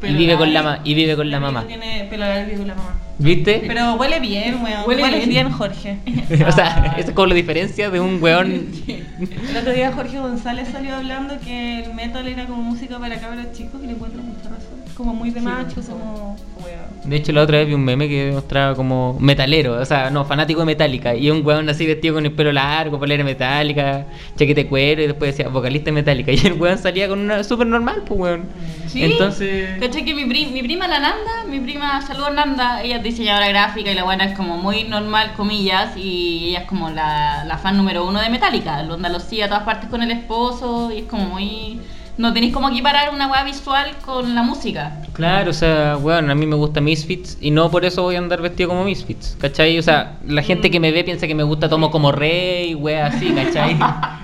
[SPEAKER 2] Pelo
[SPEAKER 1] y vive con la
[SPEAKER 2] largo.
[SPEAKER 1] ma- y vive con la
[SPEAKER 4] Mi
[SPEAKER 1] mamá.
[SPEAKER 4] niño Tiene pelo largo y la mamá.
[SPEAKER 1] ¿Viste?
[SPEAKER 4] Pero huele bien, weón.
[SPEAKER 2] Huele
[SPEAKER 4] Huele,
[SPEAKER 2] bien.
[SPEAKER 4] bien. Jorge.
[SPEAKER 1] o sea, eso es como la diferencia de un weón.
[SPEAKER 4] El otro día Jorge González salió hablando que el metal era como música para cabros chicos y le encuentro mucha razón. Como muy de
[SPEAKER 2] Sí,
[SPEAKER 4] macho,
[SPEAKER 2] sí.
[SPEAKER 4] como. Weón.
[SPEAKER 1] De hecho, la otra vez vi un meme que mostraba como metalero, o sea, no, fanático de Metallica. Y un weón así vestido con el pelo largo, polera metálica, chaqueta de cuero, y después decía vocalista de Metallica. Y el weón salía con una súper normal, pues weón.
[SPEAKER 2] Sí.
[SPEAKER 1] Entonces.
[SPEAKER 2] Caché que mi, pri- mi prima, la Nanda, mi prima, saludos Nanda, ella es diseñadora gráfica y la buena es como muy normal, comillas, y ella es como la, la fan número uno de Metallica, lo anda los sigue a todas partes con el esposo y es como muy... No tenéis como que parar una weá visual con la música.
[SPEAKER 1] Claro, o sea, weón, a mí me gusta Misfits y no por eso voy a andar vestido como Misfits, ¿cachai? O sea, la
[SPEAKER 2] Mm.
[SPEAKER 1] gente que me ve piensa que me gusta Tomo como Rey, wea así, ¿cachai?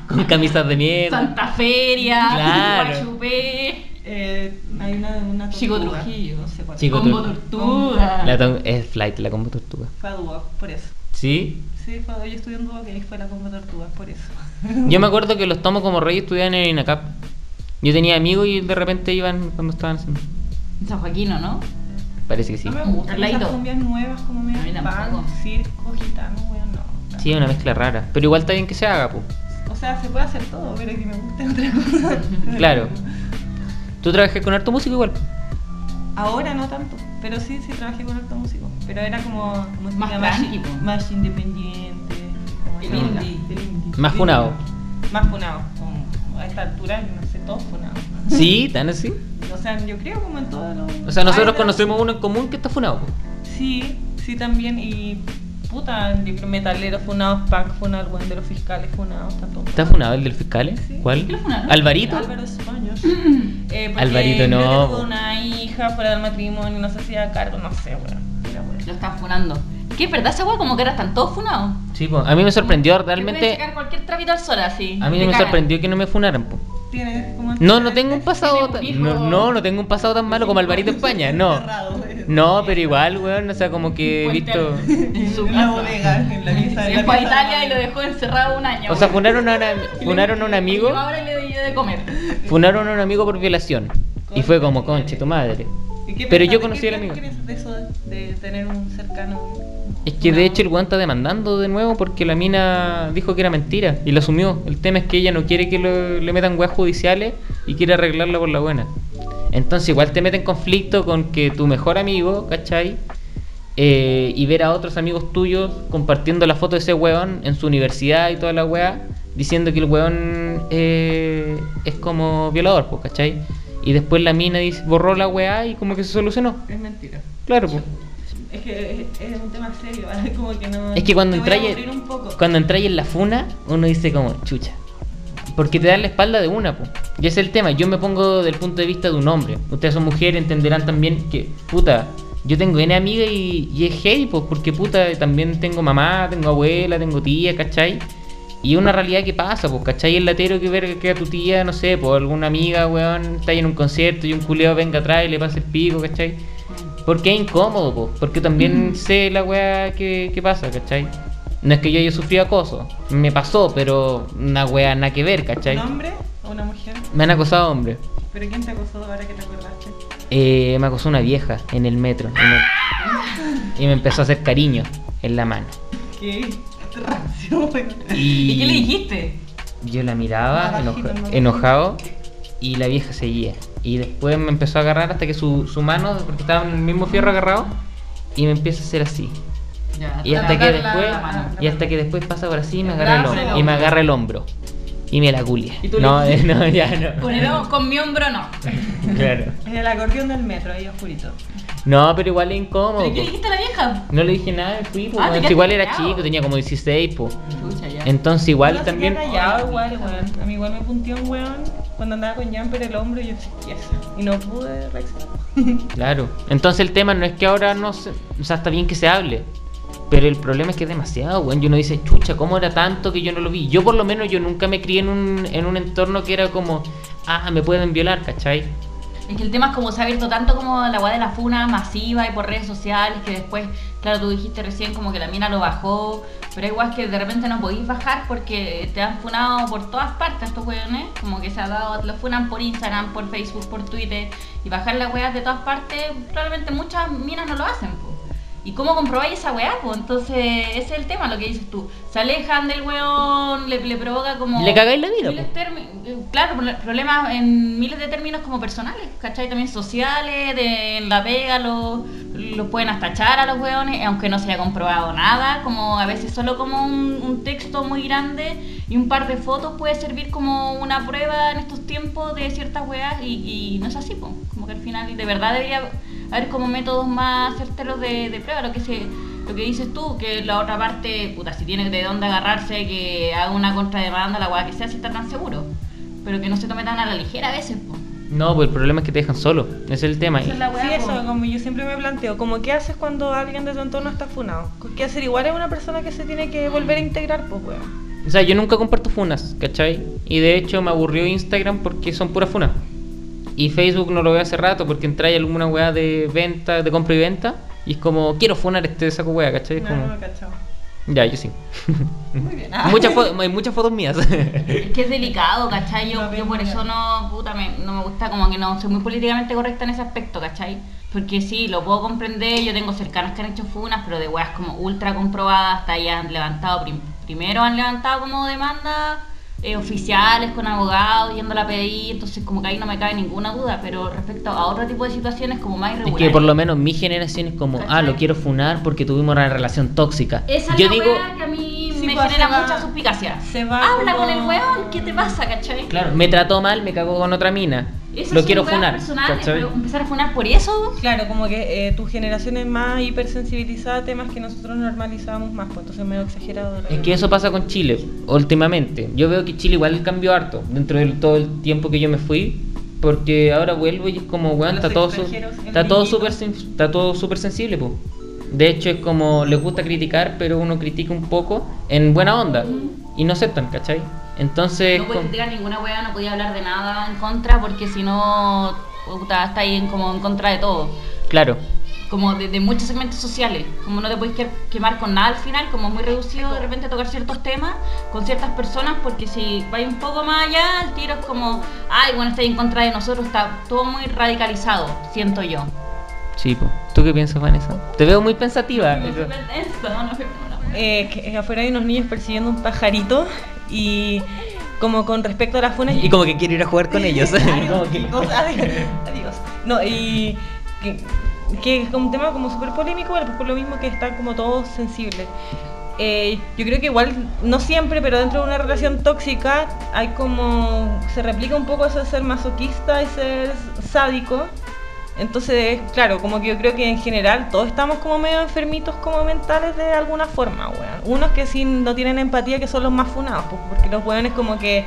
[SPEAKER 1] con camisas de mierda.
[SPEAKER 2] Santa Feria,
[SPEAKER 1] Claro.
[SPEAKER 2] Guachupé,
[SPEAKER 4] Eh, hay una de una.
[SPEAKER 2] Chico
[SPEAKER 4] tortuga,
[SPEAKER 2] Trujillo.
[SPEAKER 4] No sé cuál.
[SPEAKER 1] Chico
[SPEAKER 2] Combo
[SPEAKER 1] Tortuga.
[SPEAKER 2] Tortuga.
[SPEAKER 1] La tom- es Flight, la combo tortuga.
[SPEAKER 4] Fue a Duoc, por eso.
[SPEAKER 1] ¿Sí?
[SPEAKER 4] Sí, fue, yo estudié en Duoc y ahí fue la combo tortugas, por eso.
[SPEAKER 1] Yo me acuerdo que los tomos como rey estudiaban en INACAP. Yo tenía amigos y de repente iban cuando estaban haciendo.
[SPEAKER 2] San Joaquino, ¿no?
[SPEAKER 1] Parece que sí.
[SPEAKER 4] No me gustan
[SPEAKER 2] Arlaito.
[SPEAKER 4] esas cumbias nuevas como medio
[SPEAKER 2] A mí tampoco.
[SPEAKER 4] punk, circo, gitano, weón, no.
[SPEAKER 1] Sí, es una mezcla rara. Pero igual está bien que se haga, pues.
[SPEAKER 4] O sea, se puede hacer todo, pero que me guste otra cosa.
[SPEAKER 1] Claro. Tú trabajas con harto músico igual. po.
[SPEAKER 4] Ahora no tanto, pero sí, sí trabajé con harto músico. Pero era como música
[SPEAKER 2] Más tranqui, po.
[SPEAKER 4] más independiente, como
[SPEAKER 2] El
[SPEAKER 4] esa
[SPEAKER 2] indie.
[SPEAKER 4] onda, el indie.
[SPEAKER 1] Más funado.
[SPEAKER 4] Más funado, como a esta altura, no sé, todos funados.
[SPEAKER 1] Sí, tan así.
[SPEAKER 4] O sea, yo creo como en todos los...
[SPEAKER 1] O sea, nosotros
[SPEAKER 4] Ay, no.
[SPEAKER 1] conocemos uno en común que está funado, po.
[SPEAKER 4] Sí, sí también, y puta, yo creo metaleros funados, punk funado, el weón de los fiscales funados, está todo.
[SPEAKER 1] ¿Está funado el del fiscal? eh?
[SPEAKER 4] Sí.
[SPEAKER 1] ¿Cuál?
[SPEAKER 2] ¿Qué lo funaron?
[SPEAKER 1] ¿Alvarito?
[SPEAKER 4] Álvaro Español. Eh, porque
[SPEAKER 1] Alvarito
[SPEAKER 4] creo que
[SPEAKER 1] no,
[SPEAKER 4] tuvo
[SPEAKER 1] po.
[SPEAKER 4] una hija fuera del matrimonio, no se hacía cargo, no sé, weón. Era weón.
[SPEAKER 2] Lo están funando. ¿Qué verdad esa weá? Como que ahora están todos funados.
[SPEAKER 1] Sí, po. A mí me sorprendió
[SPEAKER 2] Yo voy a
[SPEAKER 1] realmente.
[SPEAKER 2] sacar cualquier trapito al sol así.
[SPEAKER 1] A mí
[SPEAKER 2] Te
[SPEAKER 1] me
[SPEAKER 2] cagan.
[SPEAKER 1] sorprendió que no me funaran, po.
[SPEAKER 4] Tiene como
[SPEAKER 1] No, no tengo un pasado
[SPEAKER 2] Tiene
[SPEAKER 1] tan...
[SPEAKER 2] un hijo.
[SPEAKER 1] No, no, no tengo un pasado tan malo como Alvarito España, no. No, pero igual, weón, o sea, como que he visto...
[SPEAKER 2] En su
[SPEAKER 4] En la
[SPEAKER 2] casa.
[SPEAKER 4] bodega, en la pieza.
[SPEAKER 2] Se
[SPEAKER 4] en la
[SPEAKER 2] fue a
[SPEAKER 4] pieza.
[SPEAKER 2] Italia y lo dejó encerrado un año.
[SPEAKER 1] O sea, funaron a, una- funaron a un amigo,
[SPEAKER 2] Yo ahora le doy yo de comer.
[SPEAKER 1] funaron a un amigo por violación. Y fue como, conche, tu madre.
[SPEAKER 4] ¿Y qué
[SPEAKER 1] Pero yo
[SPEAKER 4] piensas-
[SPEAKER 1] conocí
[SPEAKER 4] qué-
[SPEAKER 1] al amigo.
[SPEAKER 4] ¿Qué piensas de eso de tener un cercano?
[SPEAKER 1] Es que de hecho el weón está demandando de nuevo porque la mina dijo que era mentira y lo asumió. El tema es que ella no quiere que lo- le metan weas judiciales y quiere arreglarla por la buena. Entonces igual te mete en conflicto con que tu mejor amigo, ¿cachai? Eh, y ver a otros amigos tuyos compartiendo la foto de ese weón en su universidad y toda la wea, diciendo que el weón eh, es como violador, pues, ¿cachai? Y después la mina dice, borró la wea y como que se solucionó.
[SPEAKER 4] Es mentira.
[SPEAKER 1] Claro, pues.
[SPEAKER 4] Es que es, es un tema serio, ¿vale? como que no.
[SPEAKER 1] Es que cuando
[SPEAKER 4] te voy a
[SPEAKER 1] entráis
[SPEAKER 4] aburrir un poco.
[SPEAKER 1] cuando entráis en la funa, uno dice como, chucha. Porque te dan la espalda de una, po. Y ese es el tema. Yo me pongo del punto de vista de un hombre. Ustedes son mujeres, entenderán también que, puta, yo tengo N amiga y, y es heavy, pues, porque puta, también tengo mamá, tengo abuela, tengo tía, ¿cachai? Y es una realidad que pasa, pues, ¿cachai? El latero que ver que a tu tía, no sé, pues alguna amiga, weón, está ahí en un concierto y un culeo venga atrás y le pasa el pico, ¿cachai?
[SPEAKER 2] Mm.
[SPEAKER 1] Porque es incómodo, pues, porque también sé la weá que, que pasa, ¿cachai? No es que yo haya sufrido acoso, me pasó, pero una wea nada que ver, ¿cachai?
[SPEAKER 4] ¿Un hombre o una mujer?
[SPEAKER 1] Me han acosado hombres.
[SPEAKER 4] ¿Pero quién te acosó ahora que te acordaste?
[SPEAKER 1] Eh, me acosó una vieja en el metro. en el- Y me empezó a hacer cariño en la mano.
[SPEAKER 4] ¿Qué? Qué racio, güey.
[SPEAKER 1] Y,
[SPEAKER 2] ¿Y qué le dijiste?
[SPEAKER 1] Yo la miraba
[SPEAKER 4] Más bajito,
[SPEAKER 1] enoja-
[SPEAKER 4] más bajito.
[SPEAKER 1] enojado y la vieja seguía. Y después me empezó a agarrar hasta que su, su mano, porque estaba en el mismo fierro agarrado, y me empieza a hacer así. Y hasta que
[SPEAKER 2] Agarrar la-
[SPEAKER 1] después,
[SPEAKER 2] la mano.
[SPEAKER 1] y hasta que después pasa por así y me agarra el
[SPEAKER 2] brazo,
[SPEAKER 1] hombro.
[SPEAKER 2] el
[SPEAKER 1] Y me
[SPEAKER 2] hombro.
[SPEAKER 1] agarra el hombro. Y me la culia.
[SPEAKER 4] ¿Y tú le
[SPEAKER 1] No, eh, no, ya
[SPEAKER 2] Con,
[SPEAKER 1] no.
[SPEAKER 2] el ojo- con mi hombro no.
[SPEAKER 1] Claro.
[SPEAKER 4] En el acordeón del metro, ahí oscurito.
[SPEAKER 1] No, pero igual es incómodo.
[SPEAKER 2] ¿Pero qué
[SPEAKER 1] po.
[SPEAKER 2] le dijiste a la vieja?
[SPEAKER 1] No le dije nada, fui, po,
[SPEAKER 2] Ah, te
[SPEAKER 1] weón.
[SPEAKER 2] quedaste
[SPEAKER 1] igual era
[SPEAKER 2] callado.
[SPEAKER 1] chico, tenía como 16, po.
[SPEAKER 2] Chucha, ya.
[SPEAKER 1] Entonces igual
[SPEAKER 4] Yo no
[SPEAKER 1] también...
[SPEAKER 4] salía callado igual, weón. A mí igual me puntió un weón cuando andaba con Jan por el hombro y yo yes. Y no pude reaccionar.
[SPEAKER 1] Claro. Entonces el tema no es que ahora no se... O sea, está bien que se hable. Pero el problema es que es demasiado, weón. Y uno dice, chucha, ¿cómo era tanto que yo no lo vi? Yo por lo menos yo nunca me crié en un, en un entorno que era como... Ah, me pueden violar, ¿cachai?
[SPEAKER 2] Es que el tema es como se ha abierto tanto como la weá de la funa masiva y por redes sociales que después, claro, tú dijiste recién como que la mina lo bajó, pero igual que de repente no podéis bajar porque te han funado por todas partes estos weones, como que se ha dado, lo funan por Instagram, por Facebook, por Twitter, y bajar las weas de todas partes, probablemente muchas minas no lo hacen, po. ¿Y cómo comprobáis esa weá? po? entonces, ese es el tema, lo que dices tú. Se alejan del weón, le, le provoca como.
[SPEAKER 1] Le cagáis la vida,
[SPEAKER 2] Miles
[SPEAKER 1] po.
[SPEAKER 2] Termi- Claro, pro- problemas en miles de términos como personales, ¿cachai? También sociales, de en la pega, los los pueden hasta echar a los hueones, eh, aunque no se haya comprobado nada, como a veces solo como un, un texto muy grande y un par de fotos puede servir como una prueba en estos tiempos de ciertas weas y, y no es así, po. como que al final de verdad debería haber como métodos más certeros de, de prueba, lo que se... Lo que dices tú, que la otra parte, puta, si tiene de dónde agarrarse, que haga una contrademanda, la weá que sea, si está tan seguro. Pero que no se tome tan a la ligera a veces, po.
[SPEAKER 1] No, pues el problema es que te dejan solo. Ese es el tema.
[SPEAKER 2] Esa es la weá,
[SPEAKER 4] Sí,
[SPEAKER 2] po.
[SPEAKER 4] eso, como yo siempre me planteo, como qué haces cuando alguien de tu entorno está funado. ¿Qué hacer? Igual es una persona que se tiene que volver a integrar, pues weón.
[SPEAKER 1] O sea, yo nunca comparto funas, ¿cachai? Y de hecho me aburrió Instagram porque son puras funas. Y Facebook no lo veo hace rato porque entra ahí alguna weá de venta, de compra y venta. Y es como, quiero funar este saco weá, ¿cachai? Es
[SPEAKER 4] No,
[SPEAKER 1] como,
[SPEAKER 4] no lo cachaba.
[SPEAKER 1] ya, yo sí. muchas, fo- hay muchas fotos mías.
[SPEAKER 2] Es que es delicado, ¿cachai? Yo,
[SPEAKER 4] No,
[SPEAKER 2] yo por
[SPEAKER 4] mira.
[SPEAKER 2] eso no, puta, me- no me gusta, como que no soy muy políticamente correcta en ese aspecto, ¿cachai? Porque sí, lo puedo comprender, yo tengo cercanos que han hecho funas, pero de weas como ultra comprobadas, hasta ahí han levantado, prim- primero han levantado como demandas eh, oficiales con abogados, yéndola a pedir, entonces como que ahí no me cabe ninguna duda, pero respecto a otro tipo de situaciones como más
[SPEAKER 1] es
[SPEAKER 2] irregulares.
[SPEAKER 1] que por lo menos mi generación es como, ah, lo quiero funar porque tuvimos una relación tóxica.
[SPEAKER 2] Esa es
[SPEAKER 1] yo
[SPEAKER 2] la
[SPEAKER 1] digo,
[SPEAKER 2] wea que a mí
[SPEAKER 4] Sí,
[SPEAKER 2] me
[SPEAKER 4] pues,
[SPEAKER 2] genera
[SPEAKER 4] se va-
[SPEAKER 2] mucha suspicacia.
[SPEAKER 4] se va
[SPEAKER 2] Habla
[SPEAKER 4] como-
[SPEAKER 2] con el weón, ¿qué te pasa, cachai?
[SPEAKER 1] claro, me trató mal, me cagó con otra mina.
[SPEAKER 2] Esas
[SPEAKER 1] Lo
[SPEAKER 2] son
[SPEAKER 1] quiero
[SPEAKER 2] weas
[SPEAKER 1] funar.
[SPEAKER 2] personales,
[SPEAKER 1] ¿cachai?
[SPEAKER 2] pero empezar a funar por eso.
[SPEAKER 4] Claro, como que eh, tu generación es más hipersensibilizada a temas que nosotros normalizábamos más, pues entonces medio exagerado.
[SPEAKER 1] Es que eso pasa con Chile últimamente. Yo veo que Chile igual cambió harto dentro de todo el tiempo que yo me fui. Porque ahora vuelvo y es como, weón,
[SPEAKER 4] Los
[SPEAKER 1] está todo, su-
[SPEAKER 4] extranjeros, el
[SPEAKER 1] está todo
[SPEAKER 4] niñito.
[SPEAKER 1] súper sen- está todo súper sensible, po. De hecho, es como, les gusta criticar, pero uno critica un poco en buena onda. Y no aceptan, ¿cachai? Entonces,
[SPEAKER 2] No podía
[SPEAKER 1] como-
[SPEAKER 2] criticar ninguna wea, no podía hablar de nada en contra porque si no, puta, está ahí en, como en contra de todo.
[SPEAKER 1] claro.
[SPEAKER 2] Como de, de muchos segmentos sociales. Como no te puedes que- quemar con nada al final, como es muy reducido de repente tocar ciertos temas con ciertas personas porque si vais un poco más allá, el tiro es como, ay, bueno, está ahí en contra de nosotros, está todo muy radicalizado, siento yo.
[SPEAKER 1] Sí, po. ¿Tú qué piensas, Vanessa? Te veo muy pensativa.
[SPEAKER 2] No fui intensa, no fui- no, no.
[SPEAKER 4] Eh, que eh, afuera hay unos niños persiguiendo un pajarito y como con respecto a las funas...
[SPEAKER 1] Y como que quiero ir a jugar con ellos. Como
[SPEAKER 4] Adiós,
[SPEAKER 1] que-
[SPEAKER 4] chicos, adiós, adiós. No, y que, que es como un tema como súper polémico, igual, pues, por lo mismo que están como todos sensibles. Eh, yo creo que igual, no siempre, pero dentro de una relación tóxica hay como, se replica un poco eso de ser masoquista y ser sádico. Entonces, claro, como que yo creo que en general todos estamos como medio enfermitos como mentales de alguna forma, weón. Unos que sí no tienen empatía, que son los más funados, pues, porque los weones como que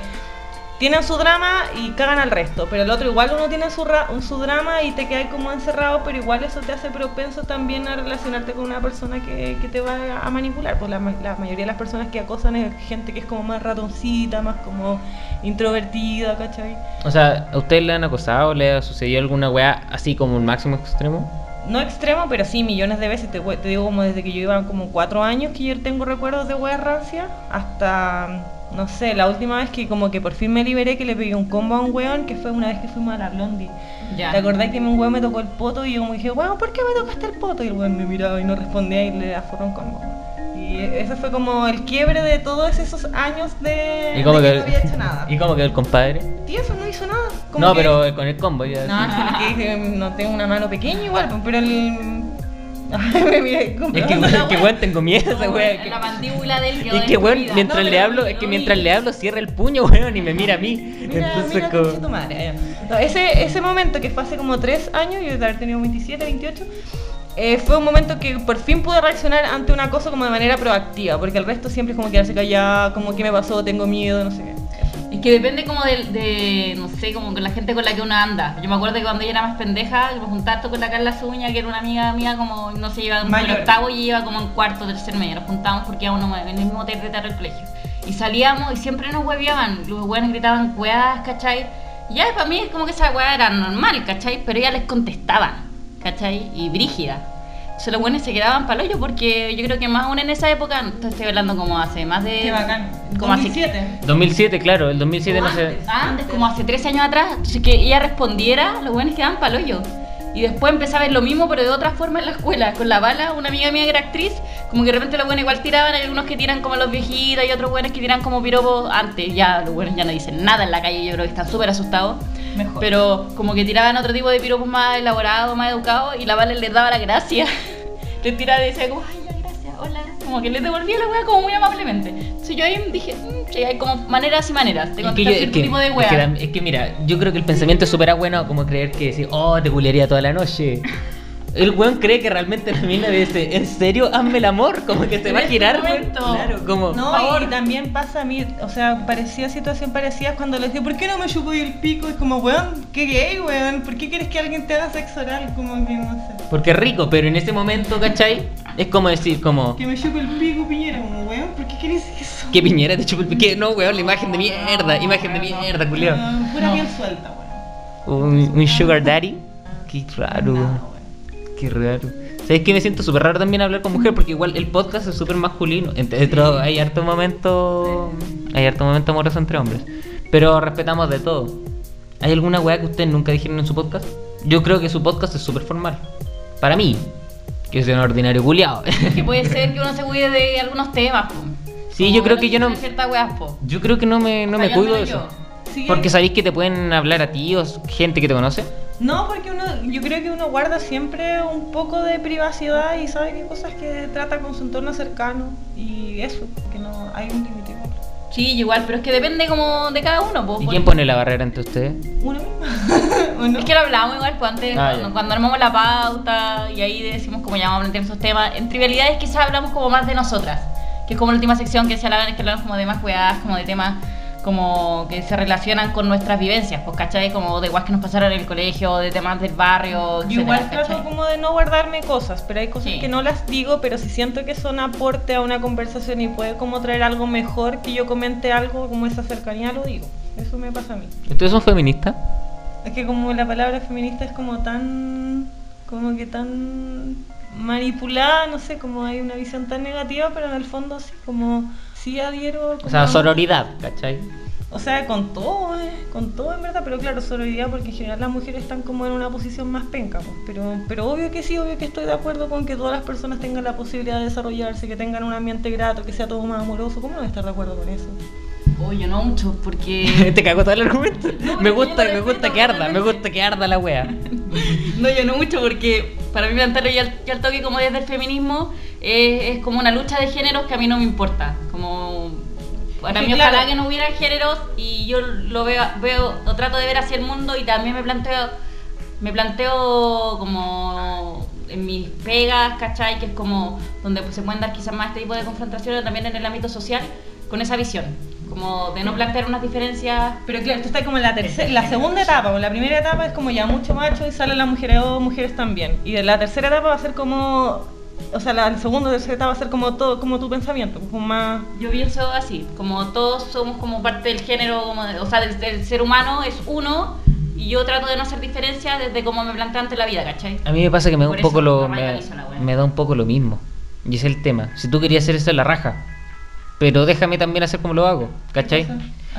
[SPEAKER 4] tienen su drama y cagan al resto, pero el otro igual uno tiene su, ra- su drama y te quedas como encerrado, pero igual eso te hace propenso también a relacionarte con una persona que, que te va a manipular. Pues la, ma- la mayoría de las personas que acosan es gente que es como más ratoncita, más como introvertida, ¿cachai?
[SPEAKER 1] O sea, ¿a ustedes le han acosado? ¿Le ha sucedido alguna weá así como un máximo extremo?
[SPEAKER 4] no extremo, pero sí millones de veces. Te, we- te digo como desde que yo iba como cuatro años que yo tengo recuerdos de weas rancias hasta, no sé, la última vez que como que por fin me liberé que le pegué un combo a un weón que fue una vez que fuimos a la Blondie.
[SPEAKER 2] Ya.
[SPEAKER 4] ¿Te acordás que un weón me tocó el poto y yo como dije, weón, ¿por qué me tocaste el poto? Y el weón me miraba y no respondía y le aforró un combo. Y ese fue como el quiebre de todos esos años de,
[SPEAKER 1] ¿Y cómo
[SPEAKER 4] de
[SPEAKER 1] que
[SPEAKER 4] que no había hecho nada.
[SPEAKER 1] ¿Y cómo quedó el compadre?
[SPEAKER 4] Tío, eso no hizo nada. Como
[SPEAKER 1] No,
[SPEAKER 4] que-
[SPEAKER 1] pero con el combo. ya-
[SPEAKER 4] no, es que dije, no tengo una mano pequeña igual, pues, pero el. Ay, me miré como-
[SPEAKER 1] Es que,
[SPEAKER 4] la
[SPEAKER 1] weón, que
[SPEAKER 4] wea.
[SPEAKER 1] weón, tengo miedo esa weón.
[SPEAKER 2] La mandíbula del
[SPEAKER 1] Es que weón, mientras le hablo, es que mientras le hablo cierra el puño, weón, y me mira a mí.
[SPEAKER 4] Mira,
[SPEAKER 1] Entonces
[SPEAKER 4] mira,
[SPEAKER 1] como-
[SPEAKER 4] concha tu madre. No, ese, ese momento que fue hace como 3 años, yo de haber tenido 27, 28, eh, fue un momento que por fin pude reaccionar ante una cosa como de manera proactiva, porque el resto siempre es como quedarse callada, como que me pasó, tengo miedo, no sé qué.
[SPEAKER 2] Es que depende como del- de, no sé, como con la gente con la que uno anda. Yo me acuerdo que cuando yo era más pendeja, yo me juntaba harto con la Carla Zuña, que era una amiga mía, como, no sé, iba como en
[SPEAKER 4] Mayor.
[SPEAKER 2] octavo y iba como en cuarto, tercer medio. Nos juntábamos porque íbamos en el mismo hotel de tarde al colegio. Y salíamos y siempre nos hueveaban. Los hueones gritaban hueadas, ¿cachai? Y ya para mí es como que esa hueá era normal, ¿cachai? Pero ella les contestaba, ¿cachai? Y brígida. Entonces los buenos se quedaban pa'l hoyo porque yo creo que más aún en esa época, entonces estoy hablando como hace más de...
[SPEAKER 4] Qué bacán.
[SPEAKER 2] Como hace
[SPEAKER 4] 2007.
[SPEAKER 1] 2007, claro, el 2007
[SPEAKER 2] como
[SPEAKER 1] no se...
[SPEAKER 2] antes, antes, Ah, como hace 13 años atrás, entonces que ella respondiera, los buenos quedaban pa'l hoyo. Y después empecé a ver lo mismo, pero de otra forma en la escuela. Con la bala, una amiga mía que era actriz, como que de repente los buenos igual tiraban, hay algunos que tiran como a los viejitos y otros buenos que tiran como piropos antes. Ya los buenos ya no dicen nada en la calle, yo creo que están súper asustados.
[SPEAKER 4] Mejor.
[SPEAKER 2] Pero como que tiraban otro tipo de piropos más elaborados, más educados, y la bala les daba la gracia. les tiraba y decía como, ay, ya, gracias, hola. Como que les devolvía la wea como muy amablemente. Entonces yo ahí dije, mm, sí, hay como maneras y maneras de
[SPEAKER 1] Es que,
[SPEAKER 2] contestar
[SPEAKER 1] yo-
[SPEAKER 2] cierto
[SPEAKER 1] es que-
[SPEAKER 2] tipo de
[SPEAKER 1] es
[SPEAKER 2] wea.
[SPEAKER 1] que tam- es que mira, yo creo que el pensamiento es súper bueno como creer que decir, oh, te culearía toda la noche. El weón cree que realmente la mina dice, ¿en serio? Hazme el amor, como que se
[SPEAKER 2] En
[SPEAKER 1] va a
[SPEAKER 2] este
[SPEAKER 1] girar, weón.
[SPEAKER 2] momento.
[SPEAKER 1] Claro, como.
[SPEAKER 4] No,
[SPEAKER 2] favor.
[SPEAKER 4] y también pasa a mí, o sea, parecía situación parecida cuando le dije, ¿por qué no me chupo el pico? Es como, weón, qué gay, weón, ¿por qué quieres que alguien te haga sexo oral? Como que no sé.
[SPEAKER 1] Porque es rico, pero en ese momento, ¿cachai? Es como decir, como.
[SPEAKER 4] Que me chupe el pico, piñera, como, weón, ¿por qué quieres eso?
[SPEAKER 1] Que piñera te chupa el pique. No, weón, la imagen de mierda, imagen de mierda, culiao.
[SPEAKER 4] Ah, Pura
[SPEAKER 2] No.
[SPEAKER 4] piel suelta, weón.
[SPEAKER 1] Un, un sugar daddy. Qué raro, weón.
[SPEAKER 4] No, weón.
[SPEAKER 1] Qué raro. ¿Sabes que me siento súper raro también hablar con mujer? Porque igual el podcast es súper masculino. Entre otro, hay harto momento. Hay harto momento amoroso entre hombres. Pero respetamos de todo. ¿Hay alguna weá que ustedes nunca dijeron en su podcast? Yo creo que su podcast es súper formal. Para mí, que soy un ordinario culiao.
[SPEAKER 2] Que puede ser que uno se cuide de algunos temas. po.
[SPEAKER 1] Sí,
[SPEAKER 2] Como
[SPEAKER 1] yo creo
[SPEAKER 2] de
[SPEAKER 1] que yo no-
[SPEAKER 2] Ciertas weas, po.
[SPEAKER 1] Yo creo que no me, no me
[SPEAKER 2] Fallando
[SPEAKER 1] cuido de
[SPEAKER 2] yo.
[SPEAKER 1] eso.
[SPEAKER 4] Sí.
[SPEAKER 1] Porque sabéis que te pueden hablar a ti o s- gente que te conoce.
[SPEAKER 4] No, porque uno, yo creo que uno guarda siempre un poco de privacidad y sabe que hay cosas que trata con su entorno cercano y eso, que no hay un límite. igual.
[SPEAKER 2] Sí, igual, pero es que depende como de cada uno. Po,
[SPEAKER 1] ¿Y
[SPEAKER 2] porque-
[SPEAKER 1] quién pone la barrera entre ustedes?
[SPEAKER 4] Uno mismo. ¿O no?
[SPEAKER 2] Es que lo hablábamos igual pues, antes,
[SPEAKER 1] Ah,
[SPEAKER 2] cuando,
[SPEAKER 1] ya.
[SPEAKER 2] cuando armamos la pauta y ahí decimos cómo llamamos a plantear esos temas. En trivialidades quizás hablamos como más de nosotras, que es como la última sección que se habla, que hablamos como de más weadas, como de temas como que se relacionan con nuestras vivencias, pues cachai, como de guas que nos pasaron en el colegio, de temas del barrio,
[SPEAKER 4] Yo
[SPEAKER 2] etcétera,
[SPEAKER 4] igual
[SPEAKER 2] ¿cachai?
[SPEAKER 4] trato como de no guardarme cosas, pero hay cosas
[SPEAKER 2] Sí.
[SPEAKER 4] que no las digo, pero si siento que son aporte a una conversación y puede como traer algo mejor que yo comente algo, como esa cercanía lo digo. Eso me pasa a mí.
[SPEAKER 1] ¿Ustedes son feministas?
[SPEAKER 4] Es que como la palabra feminista es como tan, como que tan manipulada, no sé, como hay una visión tan negativa, pero en el fondo sí, como sí adhiero.
[SPEAKER 1] O sea,
[SPEAKER 4] como-
[SPEAKER 1] sororidad, ¿cachai?
[SPEAKER 4] o sea, con todo, eh, con todo en verdad, pero claro, sororidad porque en general las mujeres están como en una posición más penca, pues, pero, pero obvio que sí, obvio que estoy de acuerdo con que todas las personas tengan la posibilidad de desarrollarse, que tengan un ambiente grato, que sea todo más amoroso, ¿cómo no voy a estar de acuerdo con eso?
[SPEAKER 2] Oh, yo no mucho, porque...
[SPEAKER 1] Te cagó todo el argumento.
[SPEAKER 2] pero
[SPEAKER 1] me
[SPEAKER 2] yo
[SPEAKER 1] gusta,
[SPEAKER 2] lo
[SPEAKER 1] me gusta
[SPEAKER 2] respeto
[SPEAKER 1] que arda, me
[SPEAKER 2] totalmente.
[SPEAKER 1] gusta que arda la wea.
[SPEAKER 2] No, yo no mucho porque para mí plantearlo ya al, ya al toque como desde el feminismo eh, es, es como una lucha de géneros que a mí no me importa. Como para
[SPEAKER 4] Sí,
[SPEAKER 2] mí
[SPEAKER 4] claro.
[SPEAKER 2] ojalá que no hubiera géneros y yo lo veo, veo, lo trato de ver hacia el mundo y también me planteo, me planteo como en mis pegas, ¿cachai? Que es como donde pues, se pueden dar quizás más este tipo de confrontaciones también en el ámbito social con esa visión, como de no plantear unas diferencias
[SPEAKER 4] Pero claro, esto está como en la tercera, la segunda etapa, o la primera etapa es como ya mucho macho y salen las mujeres o mujeres también. Y de la tercera etapa va a ser como, o sea, la segunda o tercera etapa va a ser como todo, como tu pensamiento, pues, como más...
[SPEAKER 2] Yo pienso así, como todos somos como parte del género, como de- o sea, del, del ser humano es uno Y yo trato de no hacer diferencia desde cómo me planteo ante la vida, ¿cachai?
[SPEAKER 1] A mí me pasa que me da
[SPEAKER 2] Por
[SPEAKER 1] un poco
[SPEAKER 2] eso
[SPEAKER 1] lo
[SPEAKER 2] no
[SPEAKER 1] me,
[SPEAKER 2] radicalizo la wea.
[SPEAKER 1] me da un poco lo mismo. Y ese es el tema. Si tú querías hacer eso en la raja, pero déjame también hacer como lo hago, ¿cachai?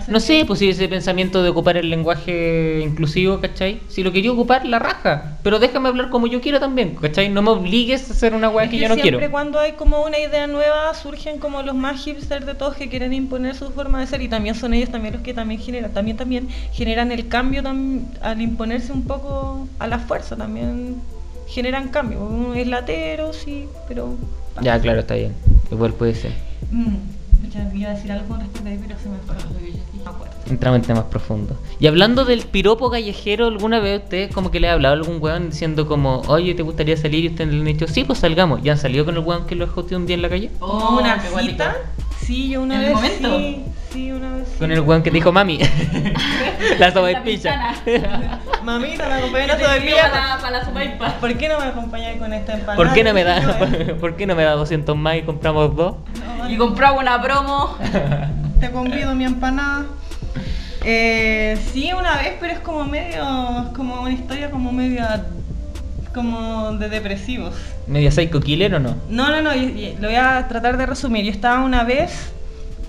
[SPEAKER 1] No sé, pues si ese pensamiento de ocupar el lenguaje inclusivo, ¿cachai? Si lo quería ocupar, la raja. Pero déjame hablar como yo quiero también, ¿cachai? No me obligues a hacer una weá
[SPEAKER 4] Es
[SPEAKER 1] que,
[SPEAKER 4] que
[SPEAKER 1] yo no
[SPEAKER 4] siempre
[SPEAKER 1] quiero.
[SPEAKER 4] cuando hay como una idea nueva surgen como los más hipsters de todos que quieren imponer su forma de ser y también son ellos también los que también generan también también generan el cambio tam- al imponerse un poco a la fuerza también generan cambio pues, uno es latero sí pero
[SPEAKER 1] Ya, claro, está bien. Igual puede ser.
[SPEAKER 4] Mm, ya iba a decir algo con respecto a ahí, pero se me fue No me acuerdo.
[SPEAKER 1] Entramos en temas profundos. Y hablando del piropo callejero, ¿alguna vez ustedes como que le ha hablado a algún weón diciendo como, oye, ¿te gustaría salir? Y ustedes le han dicho, sí, pues salgamos. ¿Ya han salido con el weón que lo joteó un día en la calle?
[SPEAKER 4] ¿Como una cita? Sí, yo
[SPEAKER 2] Oh,
[SPEAKER 4] una
[SPEAKER 2] ¿En el
[SPEAKER 4] vez
[SPEAKER 2] momento?
[SPEAKER 4] sí, sí, una vez sí.
[SPEAKER 1] Con el weón que te dijo, mami, la sopa de
[SPEAKER 2] La
[SPEAKER 1] picha.
[SPEAKER 2] pintana.
[SPEAKER 4] Mamita, me acompañé
[SPEAKER 2] Yo
[SPEAKER 4] a
[SPEAKER 2] te
[SPEAKER 4] todo el
[SPEAKER 2] escribo para la- para la sopa y pa.
[SPEAKER 4] ¿Por qué no me acompañáis con esta empanada?
[SPEAKER 1] ¿Por qué no me da,
[SPEAKER 4] No,
[SPEAKER 1] ¿por qué no me da 200 más y compramos dos?
[SPEAKER 4] vale.
[SPEAKER 2] Y compraba una promo.
[SPEAKER 4] Te convido mi empanada. Eh, sí, una vez, pero es como medio. es como una historia como media. como de depresivos.
[SPEAKER 1] ¿Media psycho killer o no?
[SPEAKER 4] No, no, no, y- y lo voy a tratar de resumir. Yo estaba una vez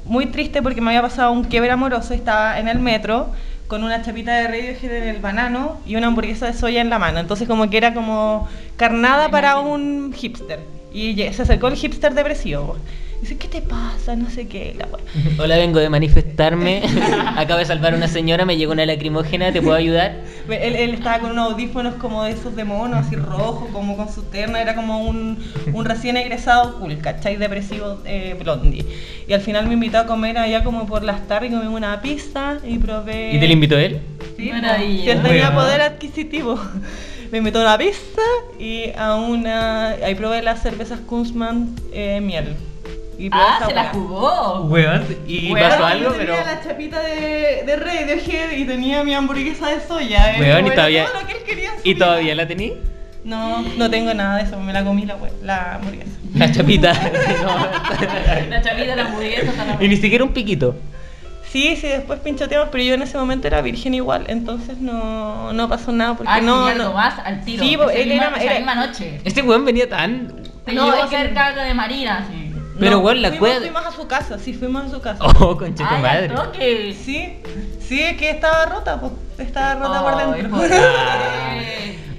[SPEAKER 4] muy triste porque me había pasado un quiebre amoroso. Estaba en el metro con una chapita de Radiohead en el banano y una hamburguesa de soya en la mano. Entonces como que era como carnada para un hipster. Y ye- se acercó el hipster depresivo. Dice, ¿qué te pasa? No sé qué. La wea.
[SPEAKER 1] Hola, vengo de manifestarme. Acabo de salvar a una señora, me llegó una lacrimógena, ¿te puedo ayudar?
[SPEAKER 4] Él, él estaba con unos audífonos como de esos de mono, así rojo, como con su terna, era como un, un recién egresado cool, ¿cachai? Depresivo eh, blondie. Y al final me invitó a comer allá como por las tardes, comí una pizza y probé...
[SPEAKER 1] ¿Y te lo invitó él?
[SPEAKER 4] Sí,
[SPEAKER 2] Maravilla.
[SPEAKER 4] si él tenía
[SPEAKER 1] Bueno.
[SPEAKER 4] poder adquisitivo. Me invitó a una pizza y a una... Ahí probé las cervezas Kunzman eh, miel. Y probé
[SPEAKER 2] Ah,
[SPEAKER 4] esa
[SPEAKER 2] se la
[SPEAKER 4] hueá.
[SPEAKER 2] jugó.
[SPEAKER 1] Weón, ¿y
[SPEAKER 2] Weón,
[SPEAKER 1] pasó
[SPEAKER 4] Claro,
[SPEAKER 1] algo?
[SPEAKER 4] yo
[SPEAKER 1] Pero...
[SPEAKER 4] tenía la chapita de, de Radiohead y tenía mi hamburguesa de soya. eh,
[SPEAKER 1] Weón, y
[SPEAKER 4] era
[SPEAKER 1] todavía-
[SPEAKER 4] todo lo que él quería en su
[SPEAKER 1] ¿Y
[SPEAKER 4] vida.
[SPEAKER 1] todavía la tení?
[SPEAKER 4] No, no tengo nada de eso, me la comí la, hue- la hamburguesa.
[SPEAKER 1] La chapita. No.
[SPEAKER 2] La chavita, la hamburguesa, hasta la-
[SPEAKER 1] Y ni siquiera un piquito.
[SPEAKER 4] Sí, sí, después pinchoteamos, pero yo en ese momento era virgen igual, entonces no, no pasó nada porque
[SPEAKER 2] Ah,
[SPEAKER 4] no,
[SPEAKER 2] tenía
[SPEAKER 4] no.
[SPEAKER 2] algo más al tiro.
[SPEAKER 4] Sí, pues,
[SPEAKER 2] Esa
[SPEAKER 4] él era-
[SPEAKER 2] misma- esa
[SPEAKER 4] era-
[SPEAKER 2] misma noche.
[SPEAKER 1] Este weón venía tan.
[SPEAKER 2] Te
[SPEAKER 4] No,
[SPEAKER 2] llevó
[SPEAKER 4] es que-
[SPEAKER 2] cerca de Marina, sí.
[SPEAKER 1] Pero,
[SPEAKER 4] No,
[SPEAKER 1] weón, la
[SPEAKER 4] fuimos,
[SPEAKER 1] cueva-
[SPEAKER 4] fuimos a su casa, sí, fuimos a su casa.
[SPEAKER 1] Oh, concha tu
[SPEAKER 2] Ay,
[SPEAKER 1] madre.
[SPEAKER 2] al toque.
[SPEAKER 4] Sí, sí, es que estaba rota, pues, estaba rota por
[SPEAKER 2] Ay, Eh,
[SPEAKER 4] dentro.
[SPEAKER 2] pobre.
[SPEAKER 4] Ah.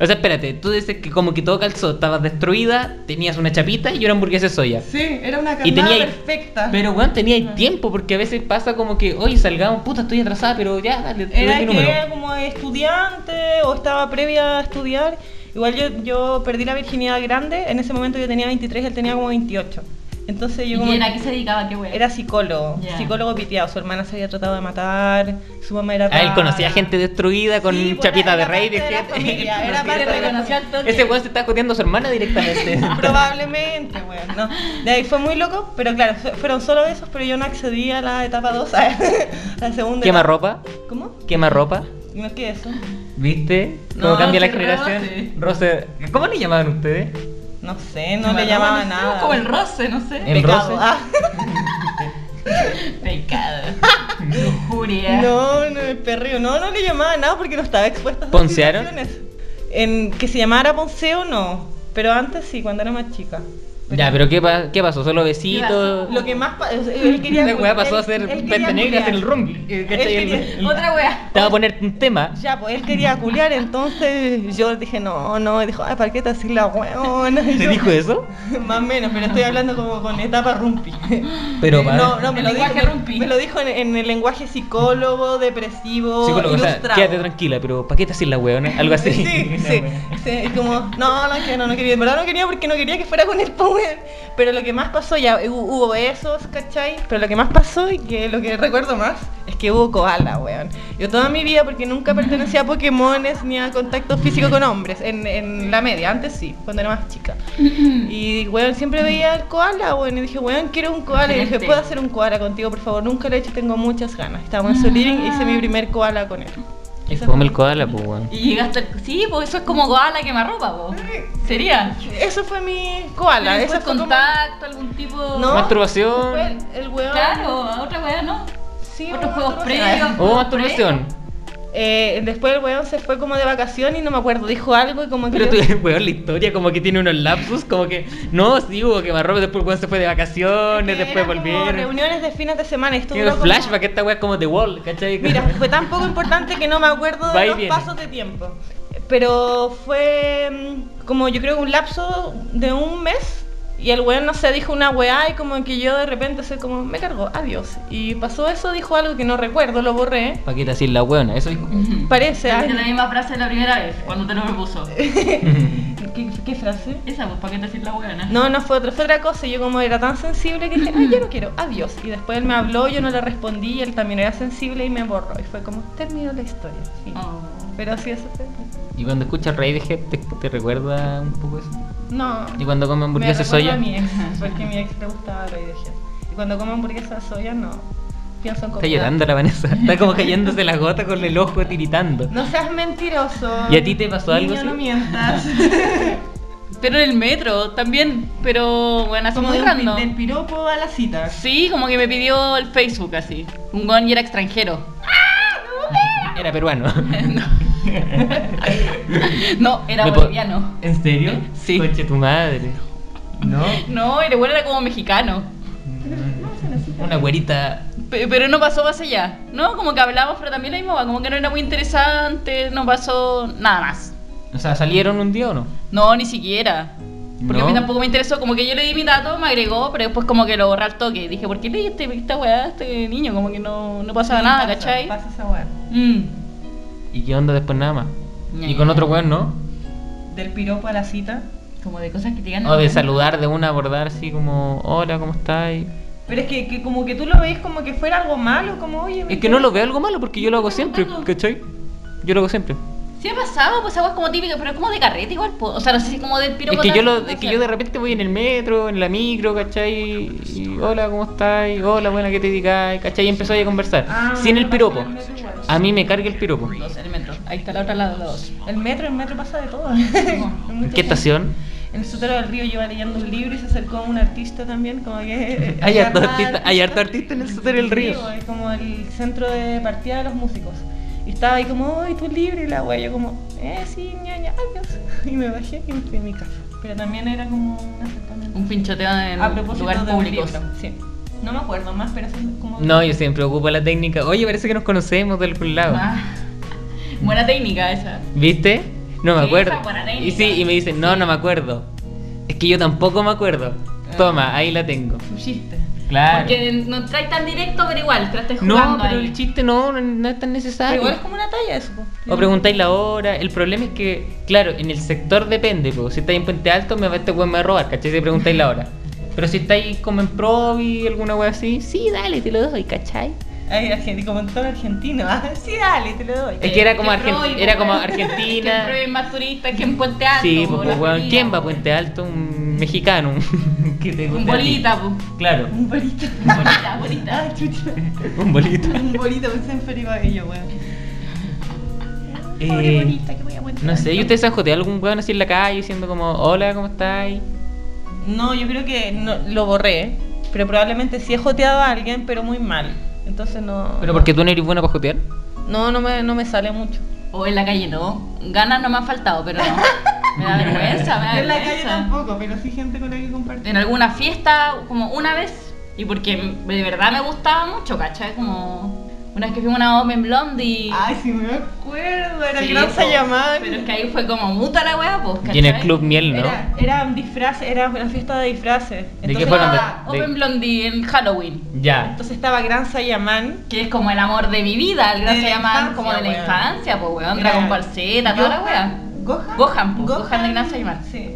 [SPEAKER 1] O sea, espérate, tú dices que como que todo calzó, estabas destruida, tenías una chapita y una hamburguesa de soya.
[SPEAKER 4] Sí, era una
[SPEAKER 1] Y
[SPEAKER 4] carnada
[SPEAKER 1] tenía
[SPEAKER 4] perfecta.
[SPEAKER 1] Pero weón, tenías tiempo, porque a veces pasa como que, oye, salgamos, puta, estoy atrasada, pero ya, dale, te doy
[SPEAKER 4] Era
[SPEAKER 1] mi
[SPEAKER 4] que
[SPEAKER 1] número.
[SPEAKER 4] era como estudiante o estaba previa a estudiar. Igual yo, yo perdí la virginidad grande, en ese momento yo tenía 23, él tenía como 28. Entonces yo como...
[SPEAKER 2] ¿Y él a qué se dedicaba? ¿Qué wea?
[SPEAKER 4] Era psicólogo,
[SPEAKER 2] Ya.
[SPEAKER 4] psicólogo piteado. Su hermana se había tratado de matar, su mamá era.
[SPEAKER 1] A Ah, él conocía
[SPEAKER 4] rara.
[SPEAKER 1] gente destruida con
[SPEAKER 4] Sí, pues,
[SPEAKER 1] chapita de
[SPEAKER 4] era parte
[SPEAKER 1] rey.
[SPEAKER 4] de la familia, era
[SPEAKER 2] Te
[SPEAKER 4] parte de la
[SPEAKER 2] reconoció al toque.
[SPEAKER 1] Ese weón se está coteando a su hermana directamente.
[SPEAKER 4] Probablemente, weón. ¿no? De ahí fue muy loco, pero claro, fue- fueron solo esos, pero yo no accedí a la etapa 2, a la segunda.
[SPEAKER 1] Quema
[SPEAKER 4] etapa.
[SPEAKER 1] ropa,
[SPEAKER 4] ¿Cómo?
[SPEAKER 1] quema ropa.
[SPEAKER 4] No, ¿qué es eso?
[SPEAKER 1] ¿Viste? ¿Cómo
[SPEAKER 2] No,
[SPEAKER 1] cambia la
[SPEAKER 2] qué
[SPEAKER 1] generación? Roce. ¿Cómo le llamaban ustedes?
[SPEAKER 4] No sé, no le llamaba
[SPEAKER 2] no sé,
[SPEAKER 4] nada.
[SPEAKER 2] Como el roce, no sé.
[SPEAKER 1] Eh. ¿En
[SPEAKER 4] Pecado.
[SPEAKER 1] roce?
[SPEAKER 4] Ah,
[SPEAKER 2] Eh. Pecado. Lujuria.
[SPEAKER 4] no, no, el perreo. No, no le llamaba nada porque no estaba expuesta a esas
[SPEAKER 1] ¿Poncearon?
[SPEAKER 4] situaciones. En que se llamara Ponceo, no. Pero antes sí, cuando era más chica.
[SPEAKER 1] Ya, pero ¿qué, pa- qué pasó? ¿Solo besitos?
[SPEAKER 2] pasó?
[SPEAKER 4] Lo que más pa- o sea, él quería
[SPEAKER 1] Esa weá pasó a ser
[SPEAKER 4] él- él quería
[SPEAKER 1] peste negra, a ser el
[SPEAKER 4] culiar.
[SPEAKER 1] rumble. eh, ¿cachai? El-
[SPEAKER 4] Él quería-
[SPEAKER 1] el-
[SPEAKER 2] Otra wea.
[SPEAKER 1] Te va a poner un tema.
[SPEAKER 4] Ya, pues él quería culiar, entonces yo dije, no, no, y dijo, ay, ¿para qué te haces la weona? Y
[SPEAKER 1] ¿Te
[SPEAKER 4] yo,
[SPEAKER 1] dijo eso?
[SPEAKER 4] Más o menos, pero estoy hablando como con etapa rumpi.
[SPEAKER 1] Pero para-
[SPEAKER 4] no, no, me
[SPEAKER 2] El
[SPEAKER 4] lo, dijo,
[SPEAKER 2] lenguaje rumpi.
[SPEAKER 4] me lo dijo en, en el lenguaje psicólogo, depresivo,
[SPEAKER 1] Psicólogo, o sea,
[SPEAKER 4] ilustrado.
[SPEAKER 1] quédate tranquila, pero ¿para qué te haces la weona? Algo así.
[SPEAKER 4] Sí, sí, sí, es como, no, no, que no, no quería, en verdad no quería porque no quería que fuera con el power, pero lo que más pasó, ya hu- hubo besos, ¿cachai? Pero lo que más pasó y que lo que recuerdo más es que hubo koala, weón. Yo toda mi vida, porque nunca pertenecía a Pokémones ni a contacto físico con hombres, en, en la media, antes sí, cuando era más chica. Y, weón, siempre veía al koala, weón, y dije, weón, quiero un koala, y dije,
[SPEAKER 2] Excelente.
[SPEAKER 4] ¿puedo hacer un koala contigo, por favor? Nunca lo he hecho, tengo muchas ganas. Estábamos en su living, hice mi primer koala con él.
[SPEAKER 1] Y fome el koala, pues weón.
[SPEAKER 2] Y llegaste al... Sí, pues eso es como Goala que me arropa, po. Sería.
[SPEAKER 4] Eso fue mi koala.
[SPEAKER 2] Después
[SPEAKER 4] Eso fue como-
[SPEAKER 2] contacto, algún tipo...
[SPEAKER 4] No. Fue
[SPEAKER 1] Masturbación.
[SPEAKER 4] el, el weón.
[SPEAKER 2] Claro, a otra wea no.
[SPEAKER 4] Sí,
[SPEAKER 2] Otros
[SPEAKER 4] no,
[SPEAKER 2] juegos
[SPEAKER 4] otro-
[SPEAKER 2] previos.
[SPEAKER 1] O Oh, masturbación.
[SPEAKER 4] Eh, eh, después el weón se fue como de vacaciones y no me acuerdo, dijo algo y como que...
[SPEAKER 1] Pero
[SPEAKER 4] yo-
[SPEAKER 1] tú, weón, la historia como que tiene unos lapsus, como que, no, sí, hubo que Marruecos después weón, se fue de vacaciones,
[SPEAKER 4] que
[SPEAKER 1] después
[SPEAKER 4] eran como
[SPEAKER 1] volvieron.
[SPEAKER 4] reuniones de fines de semana. y esto
[SPEAKER 1] Tiene
[SPEAKER 4] duró
[SPEAKER 1] un
[SPEAKER 4] como-
[SPEAKER 1] flashback, esta weá es como The Wall, ¿cachai?
[SPEAKER 4] Mira, fue tan poco importante que no me acuerdo
[SPEAKER 1] Va y
[SPEAKER 4] de los
[SPEAKER 1] viene.
[SPEAKER 4] pasos de tiempo. Pero fue mm, como yo creo un lapso de un mes y el weón no sé, dijo una weá y como que yo de repente sé como, me cargó, adiós. Y pasó eso, dijo algo que no recuerdo, lo borré.
[SPEAKER 1] Paquita sin la weona, eso dijo.
[SPEAKER 4] Parece,
[SPEAKER 2] Dice la
[SPEAKER 4] ay.
[SPEAKER 2] misma frase la primera vez, cuando te lo propuso.
[SPEAKER 4] ¿Qué, qué frase?
[SPEAKER 2] Esa, pues, ¿para qué decir la buena?
[SPEAKER 4] No, no fue otra, fue otra cosa. y Yo como era tan sensible que dije, ay, yo no quiero, adiós. Y después él me habló, yo no le respondí, y él también era sensible y me borró. Y fue como, terminó la historia. fin.
[SPEAKER 2] Oh.
[SPEAKER 4] Pero sí, eso fue.
[SPEAKER 1] Y cuando escuchas Radiohead, ¿te, te recuerda un poco eso?
[SPEAKER 4] No.
[SPEAKER 1] Y cuando come
[SPEAKER 4] Me
[SPEAKER 1] hamburguesa
[SPEAKER 4] recuerda
[SPEAKER 1] soya.
[SPEAKER 4] a mi ex, porque a mi ex le gustaba Radiohead. Y cuando como hamburguesa soya, no. Pienso en
[SPEAKER 1] Está
[SPEAKER 4] comida.
[SPEAKER 1] llorando la Vanessa, está como cayéndose la gota con el ojo tiritando.
[SPEAKER 4] No seas mentiroso.
[SPEAKER 1] ¿Y a ti te pasó algo
[SPEAKER 4] Niño,
[SPEAKER 1] así?
[SPEAKER 4] no mientas.
[SPEAKER 2] Pero en el metro también, pero bueno, así
[SPEAKER 4] Como
[SPEAKER 2] muy
[SPEAKER 4] de un-
[SPEAKER 2] random.
[SPEAKER 4] del piropo a la cita.
[SPEAKER 2] Sí, como que me pidió el Facebook así. Un gon y era extranjero.
[SPEAKER 1] Era peruano.
[SPEAKER 2] No, era
[SPEAKER 1] Me po-
[SPEAKER 2] boliviano.
[SPEAKER 1] ¿En serio?
[SPEAKER 2] Sí.
[SPEAKER 1] Coche tu madre. No.
[SPEAKER 2] No, el bueno era como mexicano.
[SPEAKER 1] Una güerita.
[SPEAKER 2] Pe- Pero no pasó más allá, ¿no? Como que hablamos, pero también la misma, va, como que no era muy interesante, no pasó nada más.
[SPEAKER 1] O sea, ¿salieron un día o no?
[SPEAKER 2] No, ni siquiera. Porque
[SPEAKER 1] No.
[SPEAKER 2] a mí tampoco me interesó, como que yo le di mi dato, me agregó, pero después como que lo borré al toque. Dije, ¿por qué leí este, esta weá a este niño? Como que no, no pasaba nada,
[SPEAKER 4] Pasa,
[SPEAKER 2] ¿cachai?
[SPEAKER 4] Pasa esa weá.
[SPEAKER 2] Mm.
[SPEAKER 1] ¿Y qué onda después nada más?
[SPEAKER 2] Ya,
[SPEAKER 1] Y con
[SPEAKER 2] ya.
[SPEAKER 1] otro weón, ¿no?
[SPEAKER 4] Del piropo a la cita.
[SPEAKER 2] Como de cosas que te ganan.
[SPEAKER 1] O de saludar de una, abordar así como, hola, ¿cómo estáis?
[SPEAKER 4] Pero es que, que como que tú lo veis como que fuera algo malo, como oye. me
[SPEAKER 1] Es que no
[SPEAKER 4] quiero-
[SPEAKER 1] lo veo algo malo porque yo lo hago siempre, ¿cachai? Yo lo hago siempre.
[SPEAKER 2] Sí ha pasado, pues agua es como típica, pero es como de carrete igual, po. o sea, no sé si como de
[SPEAKER 1] Es
[SPEAKER 2] piropo.
[SPEAKER 1] que, yo
[SPEAKER 2] tal,
[SPEAKER 1] lo,
[SPEAKER 2] no
[SPEAKER 1] es
[SPEAKER 2] sé.
[SPEAKER 1] que yo de repente voy en el metro, en la micro, ¿cachai? Y, hola, ¿cómo estáis? Hola, buena, ¿qué te dedicáis? ¿Cachai? Y empezó ahí a conversar.
[SPEAKER 4] Ah,
[SPEAKER 1] Sin
[SPEAKER 4] me
[SPEAKER 1] el
[SPEAKER 4] pasa
[SPEAKER 1] piropo.
[SPEAKER 4] en el metro igual.
[SPEAKER 1] A mí me carga el piropo.
[SPEAKER 2] Dos el metro. Ahí está la otra lado, la dos.
[SPEAKER 4] El metro, el metro pasa de todo. Hay
[SPEAKER 1] ¿En
[SPEAKER 4] mucha
[SPEAKER 1] qué estación?
[SPEAKER 4] gente. En el sotero del río yo iba leyendo un libro y se acercó un artista también, como que...
[SPEAKER 1] Hay harto artista, hay harto artista en el Sotero del Río.
[SPEAKER 4] Sí, pues, Es como el centro de partida de los músicos. Y estaba ahí como, ¡ay, tu libro! Y la wea, yo como, ¡eh, sí, ñaña, adiós! Y me bajé y me fui a mi casa. Pero también era como un acercamiento.
[SPEAKER 2] Un pinchoteo en
[SPEAKER 4] A propósito
[SPEAKER 2] lugares
[SPEAKER 4] de un
[SPEAKER 2] públicos.
[SPEAKER 4] libro, sí. No me acuerdo más, pero eso es como...
[SPEAKER 1] No, yo siempre ocupo la técnica. Oye, parece que nos conocemos de algún lado.
[SPEAKER 2] Ah. Buena técnica esa.
[SPEAKER 1] ¿Viste? No me
[SPEAKER 2] Sí,
[SPEAKER 1] acuerdo.
[SPEAKER 2] esa buena técnica.
[SPEAKER 1] Y sí, y me dicen, no, no me acuerdo. Es que yo tampoco me acuerdo. Toma, ahí la tengo.
[SPEAKER 4] Un chiste.
[SPEAKER 1] Claro.
[SPEAKER 2] Porque no trae tan directo, pero igual, traste jugando.
[SPEAKER 1] No, pero
[SPEAKER 2] ahí.
[SPEAKER 1] el chiste no, no- no es tan
[SPEAKER 4] Pero
[SPEAKER 1] necesario.
[SPEAKER 4] igual es como una talla eso. po.
[SPEAKER 1] O preguntáis la hora. El problema es que, claro, en el sector depende. Porque si estáis en Puente Alto, me va este weón me va a robar, ¿cachai? Si preguntáis la hora. Pero si estáis como en Provi, alguna wea así, sí, dale, te lo doy, ¿cachai?
[SPEAKER 4] Ay, argentino, como en todo argentino. ¿ah? Sí, dale, te lo doy.
[SPEAKER 1] Es que era como,
[SPEAKER 2] Que
[SPEAKER 1] Argen-
[SPEAKER 2] Freud,
[SPEAKER 1] era como
[SPEAKER 2] weón.
[SPEAKER 1] Argentina.
[SPEAKER 2] Que Freud es más turista que en Puente Alto.
[SPEAKER 1] Sí,
[SPEAKER 2] po,
[SPEAKER 1] pues,
[SPEAKER 2] la
[SPEAKER 1] pues, weón,
[SPEAKER 2] Florida,
[SPEAKER 1] ¿quién va a
[SPEAKER 2] po.
[SPEAKER 1] Puente Alto? Un mexicano. que te
[SPEAKER 2] Un
[SPEAKER 1] guste a ti.
[SPEAKER 2] bolita, po.
[SPEAKER 1] Claro,
[SPEAKER 4] Un bolito.
[SPEAKER 2] Bolita, bolita.
[SPEAKER 4] Ah, chucha.
[SPEAKER 1] un bolito.
[SPEAKER 4] Un bolito, pensé en Peribaguillo, weón.
[SPEAKER 1] Eh,
[SPEAKER 4] Pobre bolita, que voy a aguantar.
[SPEAKER 1] No sé, ¿y ustedes han joteado algún weón así en la calle diciendo como, hola, ¿cómo estáis?
[SPEAKER 4] No, yo creo que no, lo borré. Pero probablemente sí he joteado a alguien, pero muy mal. Entonces no.
[SPEAKER 1] Pero porque tú no eres buena para jotear.
[SPEAKER 4] No, no me, no me sale mucho.
[SPEAKER 2] O en la calle, no. Ganas no me han faltado, pero no. Me da vergüenza, me da vergüenza.
[SPEAKER 4] pero sí gente con la que compartir.
[SPEAKER 2] en alguna fiesta, como una vez, y porque de verdad me gustaba mucho, ¿cachai? Como una vez que fuimos a una Open Blonde y...
[SPEAKER 4] Ay, sí me acuerdo. Era
[SPEAKER 2] Sí,
[SPEAKER 4] el gran
[SPEAKER 2] po.
[SPEAKER 4] Sayamán.
[SPEAKER 2] Pero es que ahí fue como muta la wea, pues, ¿cachai?
[SPEAKER 1] Y en el Club Miel, ¿no?
[SPEAKER 4] Era, era un disfraz, era una fiesta de disfraces.
[SPEAKER 1] ¿De qué
[SPEAKER 4] Entonces,
[SPEAKER 1] fueron?
[SPEAKER 2] Ah,
[SPEAKER 1] De-
[SPEAKER 2] Open Blondie en Halloween,
[SPEAKER 1] Ya.
[SPEAKER 4] entonces estaba Gran Sayamán.
[SPEAKER 2] que es como el amor de mi vida, el gran
[SPEAKER 4] De la
[SPEAKER 2] se llama
[SPEAKER 4] infancia,
[SPEAKER 2] como de la
[SPEAKER 4] weón.
[SPEAKER 2] infancia, pues, weón,
[SPEAKER 4] Era-
[SPEAKER 2] Dragon Ball Z, toda la wea.
[SPEAKER 4] Gohan.
[SPEAKER 2] Gohan, po, Gohan de Gran Saiyaman.
[SPEAKER 4] Sí.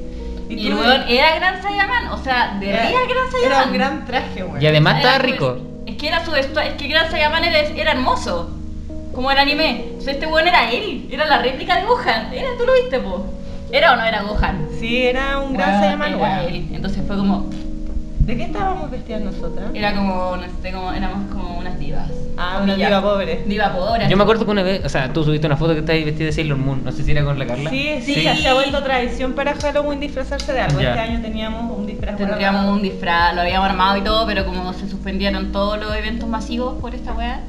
[SPEAKER 2] Y
[SPEAKER 4] tú-
[SPEAKER 2] el weón era Gran Saiyaman, o sea, de
[SPEAKER 4] era-
[SPEAKER 2] real Gran Saiyaman.
[SPEAKER 4] Era un gran traje, weón.
[SPEAKER 1] Y además
[SPEAKER 2] Era
[SPEAKER 1] estaba
[SPEAKER 2] cool.
[SPEAKER 1] rico.
[SPEAKER 2] Es que era su vestuario, es que Gran Saiyaman era, era hermoso, como el anime. O sea, este weón era él, era la réplica de Gohan. Era, tú lo viste, po. ¿Era o no era Gohan?
[SPEAKER 4] Sí, era un gran
[SPEAKER 2] Weón,
[SPEAKER 4] Sayamán,
[SPEAKER 2] era
[SPEAKER 4] weón.
[SPEAKER 2] él. Entonces fue como,
[SPEAKER 4] ¿De qué estábamos vestidas nosotras?
[SPEAKER 2] era como, no sé, como, éramos como unas divas.
[SPEAKER 4] Ah, una
[SPEAKER 2] Comillas.
[SPEAKER 4] diva pobre.
[SPEAKER 2] Diva pobre.
[SPEAKER 1] Yo me acuerdo que una vez, o sea, tú subiste una foto que estabas vestida de Sailor Moon, no sé si era con la Carla.
[SPEAKER 4] Sí, sí,
[SPEAKER 2] Sí.
[SPEAKER 4] ya se ha vuelto tradición para Halloween disfrazarse de algo.
[SPEAKER 1] Ya.
[SPEAKER 4] Este año teníamos un disfraz.
[SPEAKER 2] Tendríamos un disfraz, lo habíamos armado y todo, pero como se suspendieron todos los eventos masivos por esta weá,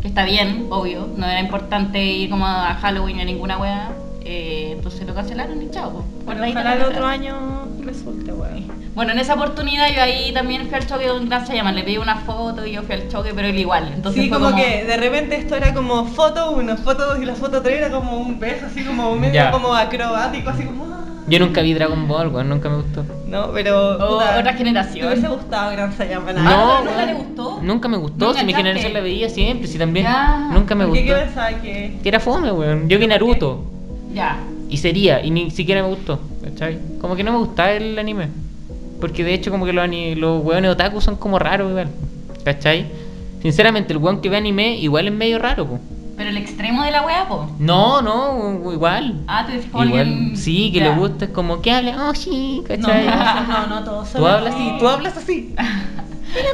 [SPEAKER 2] que está bien, obvio, no era importante ir como a Halloween ni a ninguna wea, eh, entonces lo cancelaron y chao. po. Por
[SPEAKER 4] Bueno,
[SPEAKER 2] ahí
[SPEAKER 4] ojalá el
[SPEAKER 2] también
[SPEAKER 4] otro
[SPEAKER 2] era.
[SPEAKER 4] año resulte, weón.
[SPEAKER 2] Bueno, en esa oportunidad yo ahí también fui al choque de un gran Sayaman, le pedí una foto y yo fui al choque, pero él igual, entonces
[SPEAKER 4] Sí,
[SPEAKER 2] fue
[SPEAKER 4] como, que de repente esto era como foto 1, foto 2 y la foto 3 era como un beso, así como medio
[SPEAKER 1] Ya.
[SPEAKER 4] como acrobático, así como... ah.
[SPEAKER 1] Yo nunca vi Dragon Ball, weón, nunca me gustó.
[SPEAKER 4] No, pero...
[SPEAKER 2] Oh,
[SPEAKER 4] puta,
[SPEAKER 2] otra
[SPEAKER 4] ¿Te hubiese
[SPEAKER 2] generación.
[SPEAKER 4] gustado Gran Sayaman?
[SPEAKER 1] No,
[SPEAKER 4] Ah,
[SPEAKER 2] ¿nunca
[SPEAKER 4] weón.
[SPEAKER 2] le gustó?
[SPEAKER 1] Nunca me gustó,
[SPEAKER 2] No
[SPEAKER 1] si mi
[SPEAKER 2] enganchaste.
[SPEAKER 1] generación la veía siempre, si también.
[SPEAKER 2] Ya.
[SPEAKER 1] Nunca me
[SPEAKER 4] ¿Por qué?
[SPEAKER 1] gustó.
[SPEAKER 4] ¿Qué pensaba que...?
[SPEAKER 1] Que era fome, weón. Yo vi Naruto.
[SPEAKER 2] Ya.
[SPEAKER 1] Y sería, y ni siquiera me gustó, ¿cachai? Como que no me gustaba el anime. Porque de hecho como que los, ani- los weones otaku son como raros igual, ¿cachai? Sinceramente, el weón que ve anime igual es medio raro, po.
[SPEAKER 2] Pero el extremo de la wea, po.
[SPEAKER 1] No, no, igual.
[SPEAKER 2] Ah, te dijo
[SPEAKER 1] Igual,
[SPEAKER 2] alguien.
[SPEAKER 1] sí, que
[SPEAKER 2] Ya.
[SPEAKER 1] le gusta, es como que habla, oh sí,
[SPEAKER 4] No,
[SPEAKER 1] ¿cachai?
[SPEAKER 4] no, no, no, todos son
[SPEAKER 1] Tú hablas
[SPEAKER 4] así.
[SPEAKER 1] así, tú hablas así.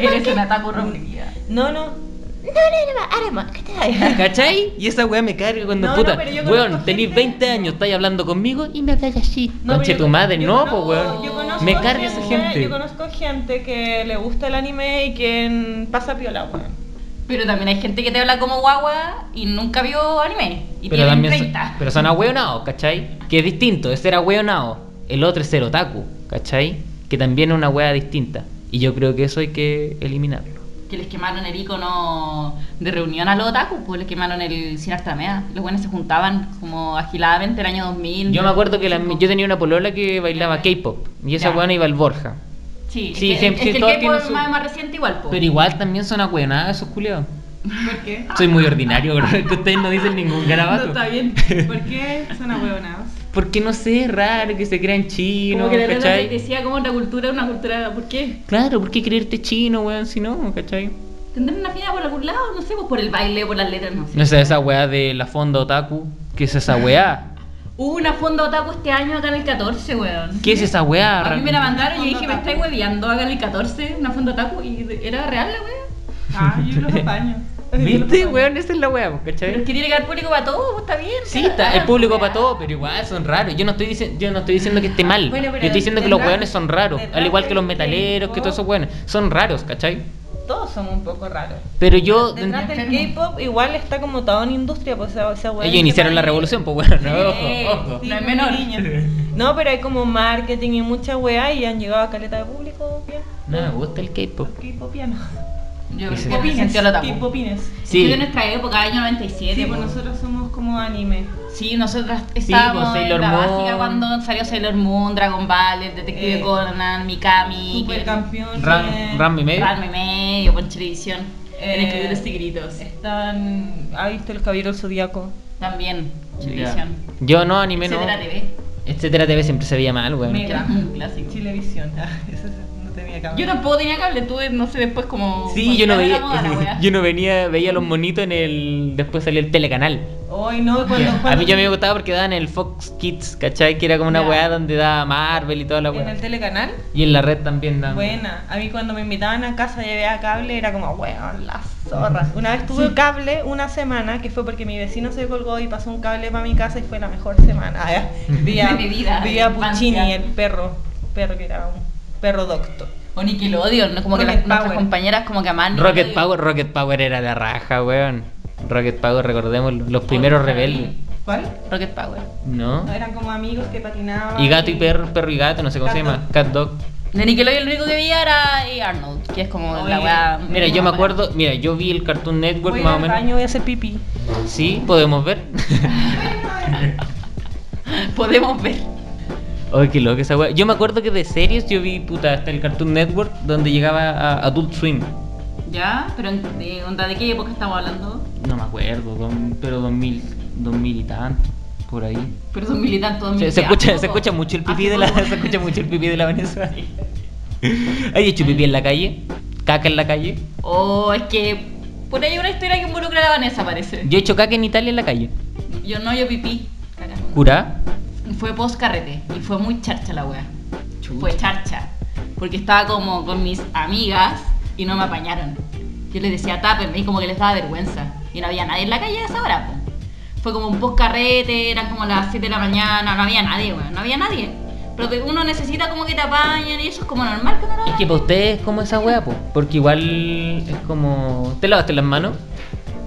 [SPEAKER 2] Eres un ataco rompida.
[SPEAKER 4] No, no. No, no, no, Arema, ¿qué te da?
[SPEAKER 1] ¿Cachai? Y esa weá me carga cuando
[SPEAKER 4] No, no,
[SPEAKER 1] puta.
[SPEAKER 4] pero yo
[SPEAKER 1] weón,
[SPEAKER 4] conozco
[SPEAKER 1] tenés
[SPEAKER 4] gente-
[SPEAKER 1] 20 años, estáis hablando conmigo y me hablas así.
[SPEAKER 4] No,
[SPEAKER 1] Conche
[SPEAKER 4] pero yo-
[SPEAKER 1] tu madre,
[SPEAKER 4] yo
[SPEAKER 1] no, po,
[SPEAKER 4] conozco-
[SPEAKER 1] weón.
[SPEAKER 4] yo conozco
[SPEAKER 1] Me carga esa gente.
[SPEAKER 4] Yo conozco gente que le gusta el anime y quien pasa piola, weón.
[SPEAKER 2] Pero también hay gente que te habla como guagua y nunca vio anime. Y
[SPEAKER 1] Pero
[SPEAKER 2] tienen
[SPEAKER 1] también son-
[SPEAKER 2] 30.
[SPEAKER 1] pero son ahueonados, ¿cachai? Que es distinto, ese era ahueonado, el otro es el otaku, ¿cachai? Que también es una hueá distinta. Y yo creo que eso hay que eliminarlo.
[SPEAKER 2] Que les quemaron el icono de reunión a los otaku, pues les quemaron el cine Artamea. Los buenos se juntaban como agiladamente el año 2000.
[SPEAKER 1] Yo me acuerdo que la- yo tenía una polola que bailaba K-pop y esa
[SPEAKER 2] Ya.
[SPEAKER 1] hueá iba al Borja.
[SPEAKER 2] Sí,
[SPEAKER 1] Sí,
[SPEAKER 2] es que,
[SPEAKER 1] siempre-
[SPEAKER 2] es que el
[SPEAKER 1] todos
[SPEAKER 2] K-pop
[SPEAKER 1] tienen
[SPEAKER 2] es
[SPEAKER 1] su-
[SPEAKER 2] más, más reciente igual, pues.
[SPEAKER 1] Pero igual también son ahueonados esos culiados.
[SPEAKER 4] ¿Por qué?
[SPEAKER 1] Soy muy ordinario, bro, es que ustedes no dicen ningún
[SPEAKER 4] No,
[SPEAKER 1] garabato.
[SPEAKER 4] está bien. ¿Por qué son ahueonados?
[SPEAKER 1] Porque no sé, es raro que se crean chinos,
[SPEAKER 2] como que de repente
[SPEAKER 1] ¿cachai?
[SPEAKER 2] decía como una cultura, una cultura, ¿por qué?
[SPEAKER 1] Claro, ¿por qué creerte chino, weón? Si no, ¿cachai?
[SPEAKER 2] ¿Tendrán una fila por algún lado? No sé, pues por el baile, por las letras, no sé.
[SPEAKER 1] No sé, esa weá de la fonda otaku, ¿qué es esa weá?
[SPEAKER 2] Hubo una fonda otaku este año acá en el 14, weón.
[SPEAKER 1] ¿Qué es esa weá?
[SPEAKER 2] A mí me la mandaron y yo
[SPEAKER 4] Fonda
[SPEAKER 2] dije, me
[SPEAKER 4] otaku.
[SPEAKER 2] estáis hueveando acá en el 14, una fonda otaku, y era real la wea.
[SPEAKER 4] Ah, yo los apaño.
[SPEAKER 1] ¿Viste, weón? Esa es la weá, pues,
[SPEAKER 2] Pero es
[SPEAKER 1] ¿cachai?
[SPEAKER 2] que tiene que haber público para todo, pues, está bien.
[SPEAKER 1] Sí,
[SPEAKER 2] que
[SPEAKER 1] está,
[SPEAKER 2] hagan,
[SPEAKER 1] el público
[SPEAKER 2] weá.
[SPEAKER 1] para todo, pero igual son raros. Yo no estoy, diciendo yo no estoy diciendo que esté mal.
[SPEAKER 4] Bueno,
[SPEAKER 1] yo
[SPEAKER 4] pero
[SPEAKER 1] estoy diciendo que los
[SPEAKER 4] detrás-
[SPEAKER 1] weones son raros.
[SPEAKER 4] detrás
[SPEAKER 1] Al igual que los
[SPEAKER 4] del
[SPEAKER 1] metaleros, que todos esos
[SPEAKER 4] K-pop.
[SPEAKER 1] weones. Son raros, ¿cachai?
[SPEAKER 4] Todos somos un poco raros.
[SPEAKER 1] Pero yo.
[SPEAKER 4] Detrás del K-pop igual está como toda una industria, pues esa, esa weá
[SPEAKER 1] Ellos
[SPEAKER 4] que
[SPEAKER 1] iniciaron la
[SPEAKER 4] para-
[SPEAKER 1] revolución, pues bueno, no,
[SPEAKER 2] Sí,
[SPEAKER 1] ojo, ojo.
[SPEAKER 2] sí, no es menor.
[SPEAKER 4] No, pero hay como marketing y mucha weá y han llegado a caleta de público bien.
[SPEAKER 1] No me gusta el K-pop.
[SPEAKER 4] Los K-popianos.
[SPEAKER 2] Yo
[SPEAKER 1] Sí, sí.
[SPEAKER 2] creo que sentí al otaku.
[SPEAKER 4] K-popines.
[SPEAKER 2] Sí.
[SPEAKER 1] Sí,
[SPEAKER 2] de nuestra época, año 97.
[SPEAKER 4] Sí,
[SPEAKER 2] po.
[SPEAKER 4] pues nosotros somos como anime.
[SPEAKER 2] Sí, nosotras estábamos
[SPEAKER 1] pues, Sailor
[SPEAKER 2] en la
[SPEAKER 1] Moon.
[SPEAKER 2] básica cuando salió Sailor Moon, Dragon Ball, el Detective
[SPEAKER 4] Eh,
[SPEAKER 2] Conan, Mikami,
[SPEAKER 4] Supercampeón.
[SPEAKER 1] Ram, Ram y medio.
[SPEAKER 2] Ranma y medio, Ponchilevisión,
[SPEAKER 4] Eh,
[SPEAKER 2] en Escrituras y Gritos.
[SPEAKER 4] Están. ¿Ha visto el Caballero del Zodíaco?
[SPEAKER 2] También,
[SPEAKER 1] Ya.
[SPEAKER 2] Ponchilevisión.
[SPEAKER 1] Yo no, anime no.
[SPEAKER 2] Etcétera TV,
[SPEAKER 1] Etcétera TV siempre se veía mal, weón.
[SPEAKER 2] que era un clásico.
[SPEAKER 4] Chilevisión. Ah, eso es- no tenía cámara.
[SPEAKER 2] Yo tampoco tenía cable, tuve, no sé, después como...
[SPEAKER 1] Sí,
[SPEAKER 4] Pues
[SPEAKER 1] yo no
[SPEAKER 2] cuando
[SPEAKER 1] veía,
[SPEAKER 2] era moda la wea.
[SPEAKER 1] yo no venía, veía los monitos en el, después salía el telecanal.
[SPEAKER 4] Hoy no, cuando.
[SPEAKER 1] A
[SPEAKER 4] cuando-
[SPEAKER 1] mí ya me gustaba porque daban el Fox Kids, ¿cachai? Que era como una
[SPEAKER 4] Ya.
[SPEAKER 1] weá donde daba Marvel y toda la
[SPEAKER 4] En
[SPEAKER 1] weá.
[SPEAKER 4] el telecanal.
[SPEAKER 1] Y en la red también daban.
[SPEAKER 4] Buena. A mí cuando me invitaban a casa y había cable era como, weón, la zorra. Una vez tuve cable una semana, que fue porque mi vecino se colgó y pasó un cable para mi casa y fue la mejor semana. Ah, ya. Vi a,
[SPEAKER 2] De mi vida,
[SPEAKER 4] vi a
[SPEAKER 2] de
[SPEAKER 4] Puccini,
[SPEAKER 2] infancia.
[SPEAKER 4] el perro. Perro que era un perro doctor.
[SPEAKER 2] O Nickelodeon, ¿no? como que
[SPEAKER 4] Rocket
[SPEAKER 2] las, nuestras
[SPEAKER 4] Power.
[SPEAKER 2] compañeras como que amaban
[SPEAKER 1] Rocket
[SPEAKER 2] Nickelodeon.
[SPEAKER 1] Power, Rocket Power era la raja, weón. Rocket Power, recordemos los primeros rebeldes,
[SPEAKER 4] ¿Cuál?
[SPEAKER 2] Rocket Power.
[SPEAKER 1] ¿no?
[SPEAKER 4] No, eran como amigos que patinaban.
[SPEAKER 1] Y gato y perro, perro y gato, no sé cómo se
[SPEAKER 4] Cat
[SPEAKER 1] llama, Cat Dog.
[SPEAKER 2] De Nickelodeon lo único que vi era eh, Arnold, que es como la
[SPEAKER 4] Oye,
[SPEAKER 2] weá...
[SPEAKER 1] Mira, yo me acuerdo, mira, yo vi el Cartoon Network
[SPEAKER 4] Voy
[SPEAKER 1] más o
[SPEAKER 4] al
[SPEAKER 1] menos.
[SPEAKER 4] baño, voy a hacer pipí.
[SPEAKER 1] Sí, podemos ver.
[SPEAKER 2] Podemos ver.
[SPEAKER 1] Ay, qué loco esa weá. Yo me acuerdo que de series yo vi, puta, hasta el Cartoon Network donde llegaba a Adult Swim.
[SPEAKER 2] ¿Ya? ¿Pero en- de, onda, de qué época estamos hablando?
[SPEAKER 1] No me acuerdo, don- pero 2000, 2000 y tanto, por ahí.
[SPEAKER 2] Pero son militantes
[SPEAKER 1] Se,
[SPEAKER 2] todos
[SPEAKER 1] se
[SPEAKER 2] militantes,
[SPEAKER 1] escucha, se
[SPEAKER 2] poco.
[SPEAKER 1] escucha mucho el pipí
[SPEAKER 2] Hace
[SPEAKER 1] de la,
[SPEAKER 2] poco.
[SPEAKER 1] se escucha mucho el pipí de la Venezuela. ¿Hay hecho pipí en la calle? ¿Caca en la calle?
[SPEAKER 2] Oh, es que por ahí hay una historia que involucra a la Vanessa, parece.
[SPEAKER 1] Yo he hecho caca en Italia en la calle.
[SPEAKER 2] Yo no, yo pipí. Carajo.
[SPEAKER 1] ¿Cura?
[SPEAKER 2] Fue post carrete y fue muy charcha la wea. Fue charcha. Porque estaba como con mis amigas y no me apañaron. Yo les decía tápenme y como que les daba vergüenza. Y no había nadie en la calle a esa hora. po. Fue como un post carrete, eran como las 7 de la mañana, no había nadie, weón, no había nadie. Pero que uno necesita como que te apañen y eso es como normal que no lo
[SPEAKER 1] Es que
[SPEAKER 2] hagan.
[SPEAKER 1] para ustedes es como esa wea, po, porque igual es como... ¿Te lavaste las manos?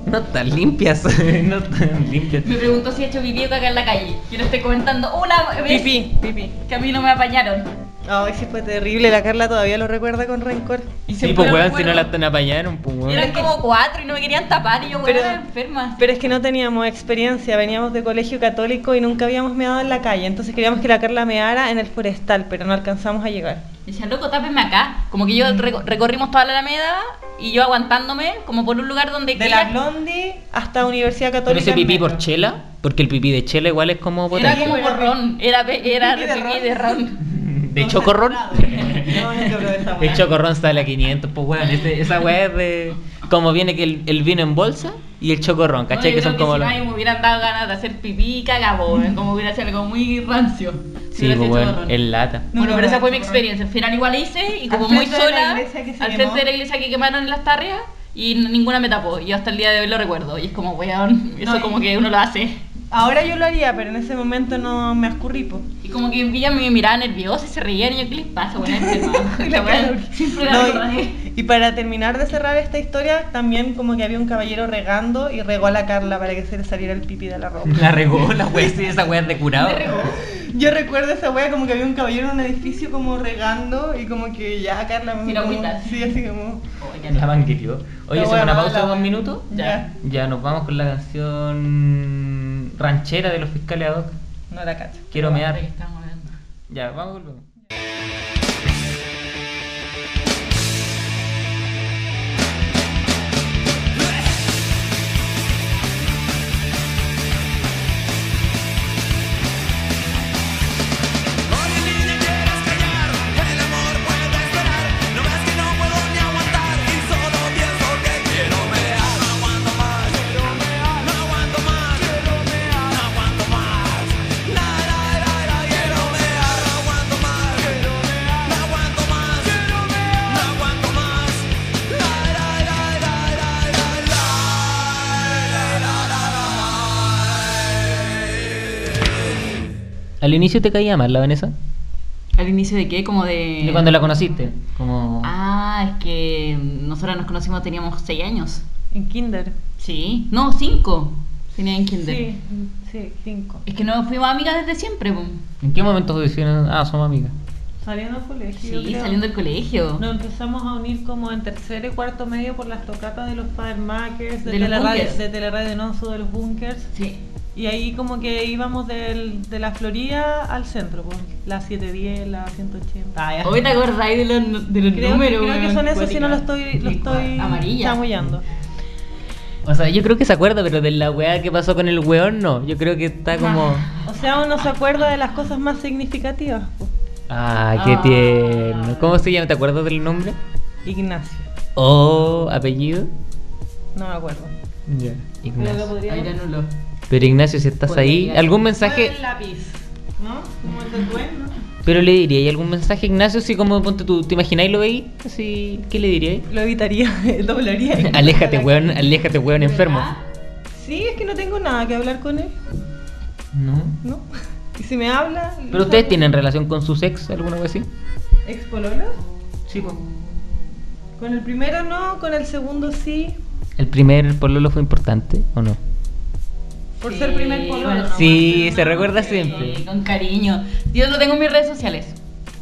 [SPEAKER 1] No están limpias. no están limpias.
[SPEAKER 2] Me preguntó si he hecho pipí o caca en la calle. Yo le estoy comentando una vez
[SPEAKER 4] Pipí, pipí.
[SPEAKER 2] que a mí no me apañaron.
[SPEAKER 4] Ay, sí fue terrible. La Carla todavía lo recuerda con rencor.
[SPEAKER 2] Y
[SPEAKER 1] Sí,
[SPEAKER 2] siempre
[SPEAKER 1] pues
[SPEAKER 2] me
[SPEAKER 1] weón, si no
[SPEAKER 2] acuerdo.
[SPEAKER 1] la están apañaron, pues weón.
[SPEAKER 2] Eran como cuatro y no me querían tapar y yo, weón,
[SPEAKER 4] Pero-
[SPEAKER 2] era enferma.
[SPEAKER 4] Pero es que no teníamos experiencia, veníamos de colegio católico y nunca habíamos meado en la calle, entonces queríamos que la Carla meara en el forestal, pero no alcanzamos a llegar.
[SPEAKER 2] Decía, loco, tápenme acá. Como que yo
[SPEAKER 1] Mm.
[SPEAKER 2] reco- recorrimos toda la Alameda y yo aguantándome, como por un lugar donde.
[SPEAKER 4] De la Blondie hasta Universidad
[SPEAKER 1] Pero
[SPEAKER 4] Católica.
[SPEAKER 1] ese
[SPEAKER 4] en
[SPEAKER 1] pipí
[SPEAKER 4] metro.
[SPEAKER 1] por chela, porque el pipí de chela igual es como
[SPEAKER 2] Era
[SPEAKER 1] potente.
[SPEAKER 2] como de ron. Era, pe- era
[SPEAKER 4] Pipí de
[SPEAKER 2] pipí
[SPEAKER 4] ron.
[SPEAKER 2] de ron.
[SPEAKER 1] De chocorrón.
[SPEAKER 4] No, nunca probé esa
[SPEAKER 1] El
[SPEAKER 4] hueá.
[SPEAKER 1] chocorrón sale a 500, pues weón. Ese- esa weá es de. Como viene que el, el vino en bolsa y el chocorrón,
[SPEAKER 2] No,
[SPEAKER 1] ¿cachai?
[SPEAKER 2] yo
[SPEAKER 1] que son
[SPEAKER 2] creo
[SPEAKER 1] como
[SPEAKER 2] si
[SPEAKER 1] los.
[SPEAKER 2] no, a mí me hubieran dado ganas de hacer pipí, cagabo, ¿eh? como hubiera sido algo muy rancio. Si
[SPEAKER 1] Sí,
[SPEAKER 2] hubiese
[SPEAKER 1] pues
[SPEAKER 2] hecho
[SPEAKER 1] weón,
[SPEAKER 2] ron.
[SPEAKER 1] en lata.
[SPEAKER 4] No,
[SPEAKER 2] bueno,
[SPEAKER 4] no,
[SPEAKER 2] pero esa
[SPEAKER 4] no,
[SPEAKER 2] fue mi
[SPEAKER 4] no.
[SPEAKER 2] experiencia. Al final igual la hice y
[SPEAKER 4] Al
[SPEAKER 2] como muy
[SPEAKER 4] frente de la
[SPEAKER 2] sola,
[SPEAKER 4] iglesia que se
[SPEAKER 2] al
[SPEAKER 4] quemó.
[SPEAKER 2] frente de la iglesia que quemaron en las tarrias y n- ninguna me tapó. Y Yo hasta el día de hoy lo recuerdo. Y es como, weón, eso
[SPEAKER 4] No, y-
[SPEAKER 2] como que uno lo hace.
[SPEAKER 4] Ahora yo lo haría, pero en ese momento no me ascurrí, po.
[SPEAKER 2] Y como que en Villa me miraba nerviosa y se reían y yo, ¿qué les pasa? Bueno, enferma. La weá siempre la
[SPEAKER 4] No,
[SPEAKER 2] recordé.
[SPEAKER 4] y, y para terminar de cerrar esta historia, también como que había un caballero regando y regó a la Carla para que se le saliera el pipí de la ropa.
[SPEAKER 1] La regó, la weá, sí, esa weá es de curado.
[SPEAKER 4] Yo recuerdo esa wea como que había un caballero en un edificio como regando y como que ya Carla me
[SPEAKER 2] Tira
[SPEAKER 4] como-
[SPEAKER 2] agüita.
[SPEAKER 4] Sí, así como.
[SPEAKER 2] oh,
[SPEAKER 1] La mangueteó. Oye,
[SPEAKER 4] La
[SPEAKER 1] hacemos
[SPEAKER 4] weá
[SPEAKER 1] una
[SPEAKER 4] mala,
[SPEAKER 1] pausa de un
[SPEAKER 4] weón.
[SPEAKER 1] minuto.
[SPEAKER 4] Ya.
[SPEAKER 1] Ya nos vamos con la canción ranchera de los fiscales ad hoc.
[SPEAKER 4] No la cacho.
[SPEAKER 1] Quiero mear.
[SPEAKER 2] Ahí estamos hablando.
[SPEAKER 1] Ya, vamos volvemos.
[SPEAKER 6] Oye, niña, quieres callar, el amor puede esperar No ves que no puedo ni aguantar y solo pienso que quiero mear No aguanto más, quiero mear No aguanto más, quiero mear No aguanto más La, la, la, la, quiero mear No aguanto más, quiero mear No aguanto más, quiero mear No aguanto más La, la, la, la, la, la, la
[SPEAKER 1] ¿Al inicio te caía mal la Vanessa?
[SPEAKER 2] ¿Al inicio de qué? Como de.
[SPEAKER 1] ¿Y cuando la conociste? Como...
[SPEAKER 2] Ah, es que nosotros nos conocimos, teníamos 6 años.
[SPEAKER 4] En Kinder.
[SPEAKER 2] Sí. No, 5. Tenía en kinder.
[SPEAKER 4] Sí, sí, cinco.
[SPEAKER 2] Es que no fuimos amigas desde siempre. po.
[SPEAKER 1] ¿En qué momento decidieron? Ah, somos amigas.
[SPEAKER 4] Saliendo del colegio.
[SPEAKER 2] Sí,
[SPEAKER 4] yo creo.
[SPEAKER 2] saliendo del colegio.
[SPEAKER 4] Nos empezamos a unir como en tercero y cuarto medio por las tocatas de los Father Makers, de,
[SPEAKER 2] De los
[SPEAKER 4] Teleradio-
[SPEAKER 2] bunkers.
[SPEAKER 4] de Teleradio Nonso, de los Bunkers.
[SPEAKER 2] Sí.
[SPEAKER 4] Y ahí como que íbamos del- de la Florida al centro, pues, la 710, la 180. Ah, ya.
[SPEAKER 2] Hoy te acordáis de los, de los
[SPEAKER 4] Creo,
[SPEAKER 2] números.
[SPEAKER 4] creo que
[SPEAKER 2] weón,
[SPEAKER 4] son esos si no lo estoy, lo
[SPEAKER 2] Sí,
[SPEAKER 4] estoy
[SPEAKER 2] Amarilla.
[SPEAKER 4] chamullando.
[SPEAKER 1] O sea, yo creo que se acuerda, pero de la weá que pasó con el weón, no. Yo creo que está como...
[SPEAKER 4] O sea, uno se acuerda de las cosas más significativas. pues. po.
[SPEAKER 1] Ah, qué
[SPEAKER 2] Ah.
[SPEAKER 1] tierno. ¿Cómo se llama? ¿Te acuerdas del nombre?
[SPEAKER 4] Ignacio,
[SPEAKER 1] ¿O apellido?
[SPEAKER 4] no me acuerdo.
[SPEAKER 1] Ya.
[SPEAKER 4] Creo que
[SPEAKER 1] Ignacio.
[SPEAKER 4] podría-
[SPEAKER 2] Ahí la anuló.
[SPEAKER 1] Pero Ignacio, si estás ahí,
[SPEAKER 2] Podría-
[SPEAKER 1] ¿algún mensaje?
[SPEAKER 4] lápiz, ¿no? Como el tatuaje, ¿no?
[SPEAKER 1] Pero le diría, ¿y algún mensaje, Ignacio? Si como ponte tú, ¿te imagináis lo veí? Así, ¿qué le diríais?
[SPEAKER 4] Lo evitaría, doblaría.
[SPEAKER 1] aléjate, weón, aléjate, weón, enfermo.
[SPEAKER 4] Sí, es que no tengo nada que hablar con él,
[SPEAKER 1] No.
[SPEAKER 4] ¿no? Y si me habla...
[SPEAKER 1] ¿Pero ustedes tienen relación con sus ex, alguna cosa así?
[SPEAKER 4] ¿Ex pololo?
[SPEAKER 1] Sí, pues.
[SPEAKER 4] Con el primero no, con el segundo sí.
[SPEAKER 1] ¿El primer pololo fue importante o no?
[SPEAKER 4] Por
[SPEAKER 2] Sí,
[SPEAKER 4] ser primer pololo.
[SPEAKER 2] bueno,
[SPEAKER 1] Sí, se recuerda
[SPEAKER 2] Sí,
[SPEAKER 1] siempre.
[SPEAKER 2] con cariño. Yo lo tengo en mis redes sociales. Y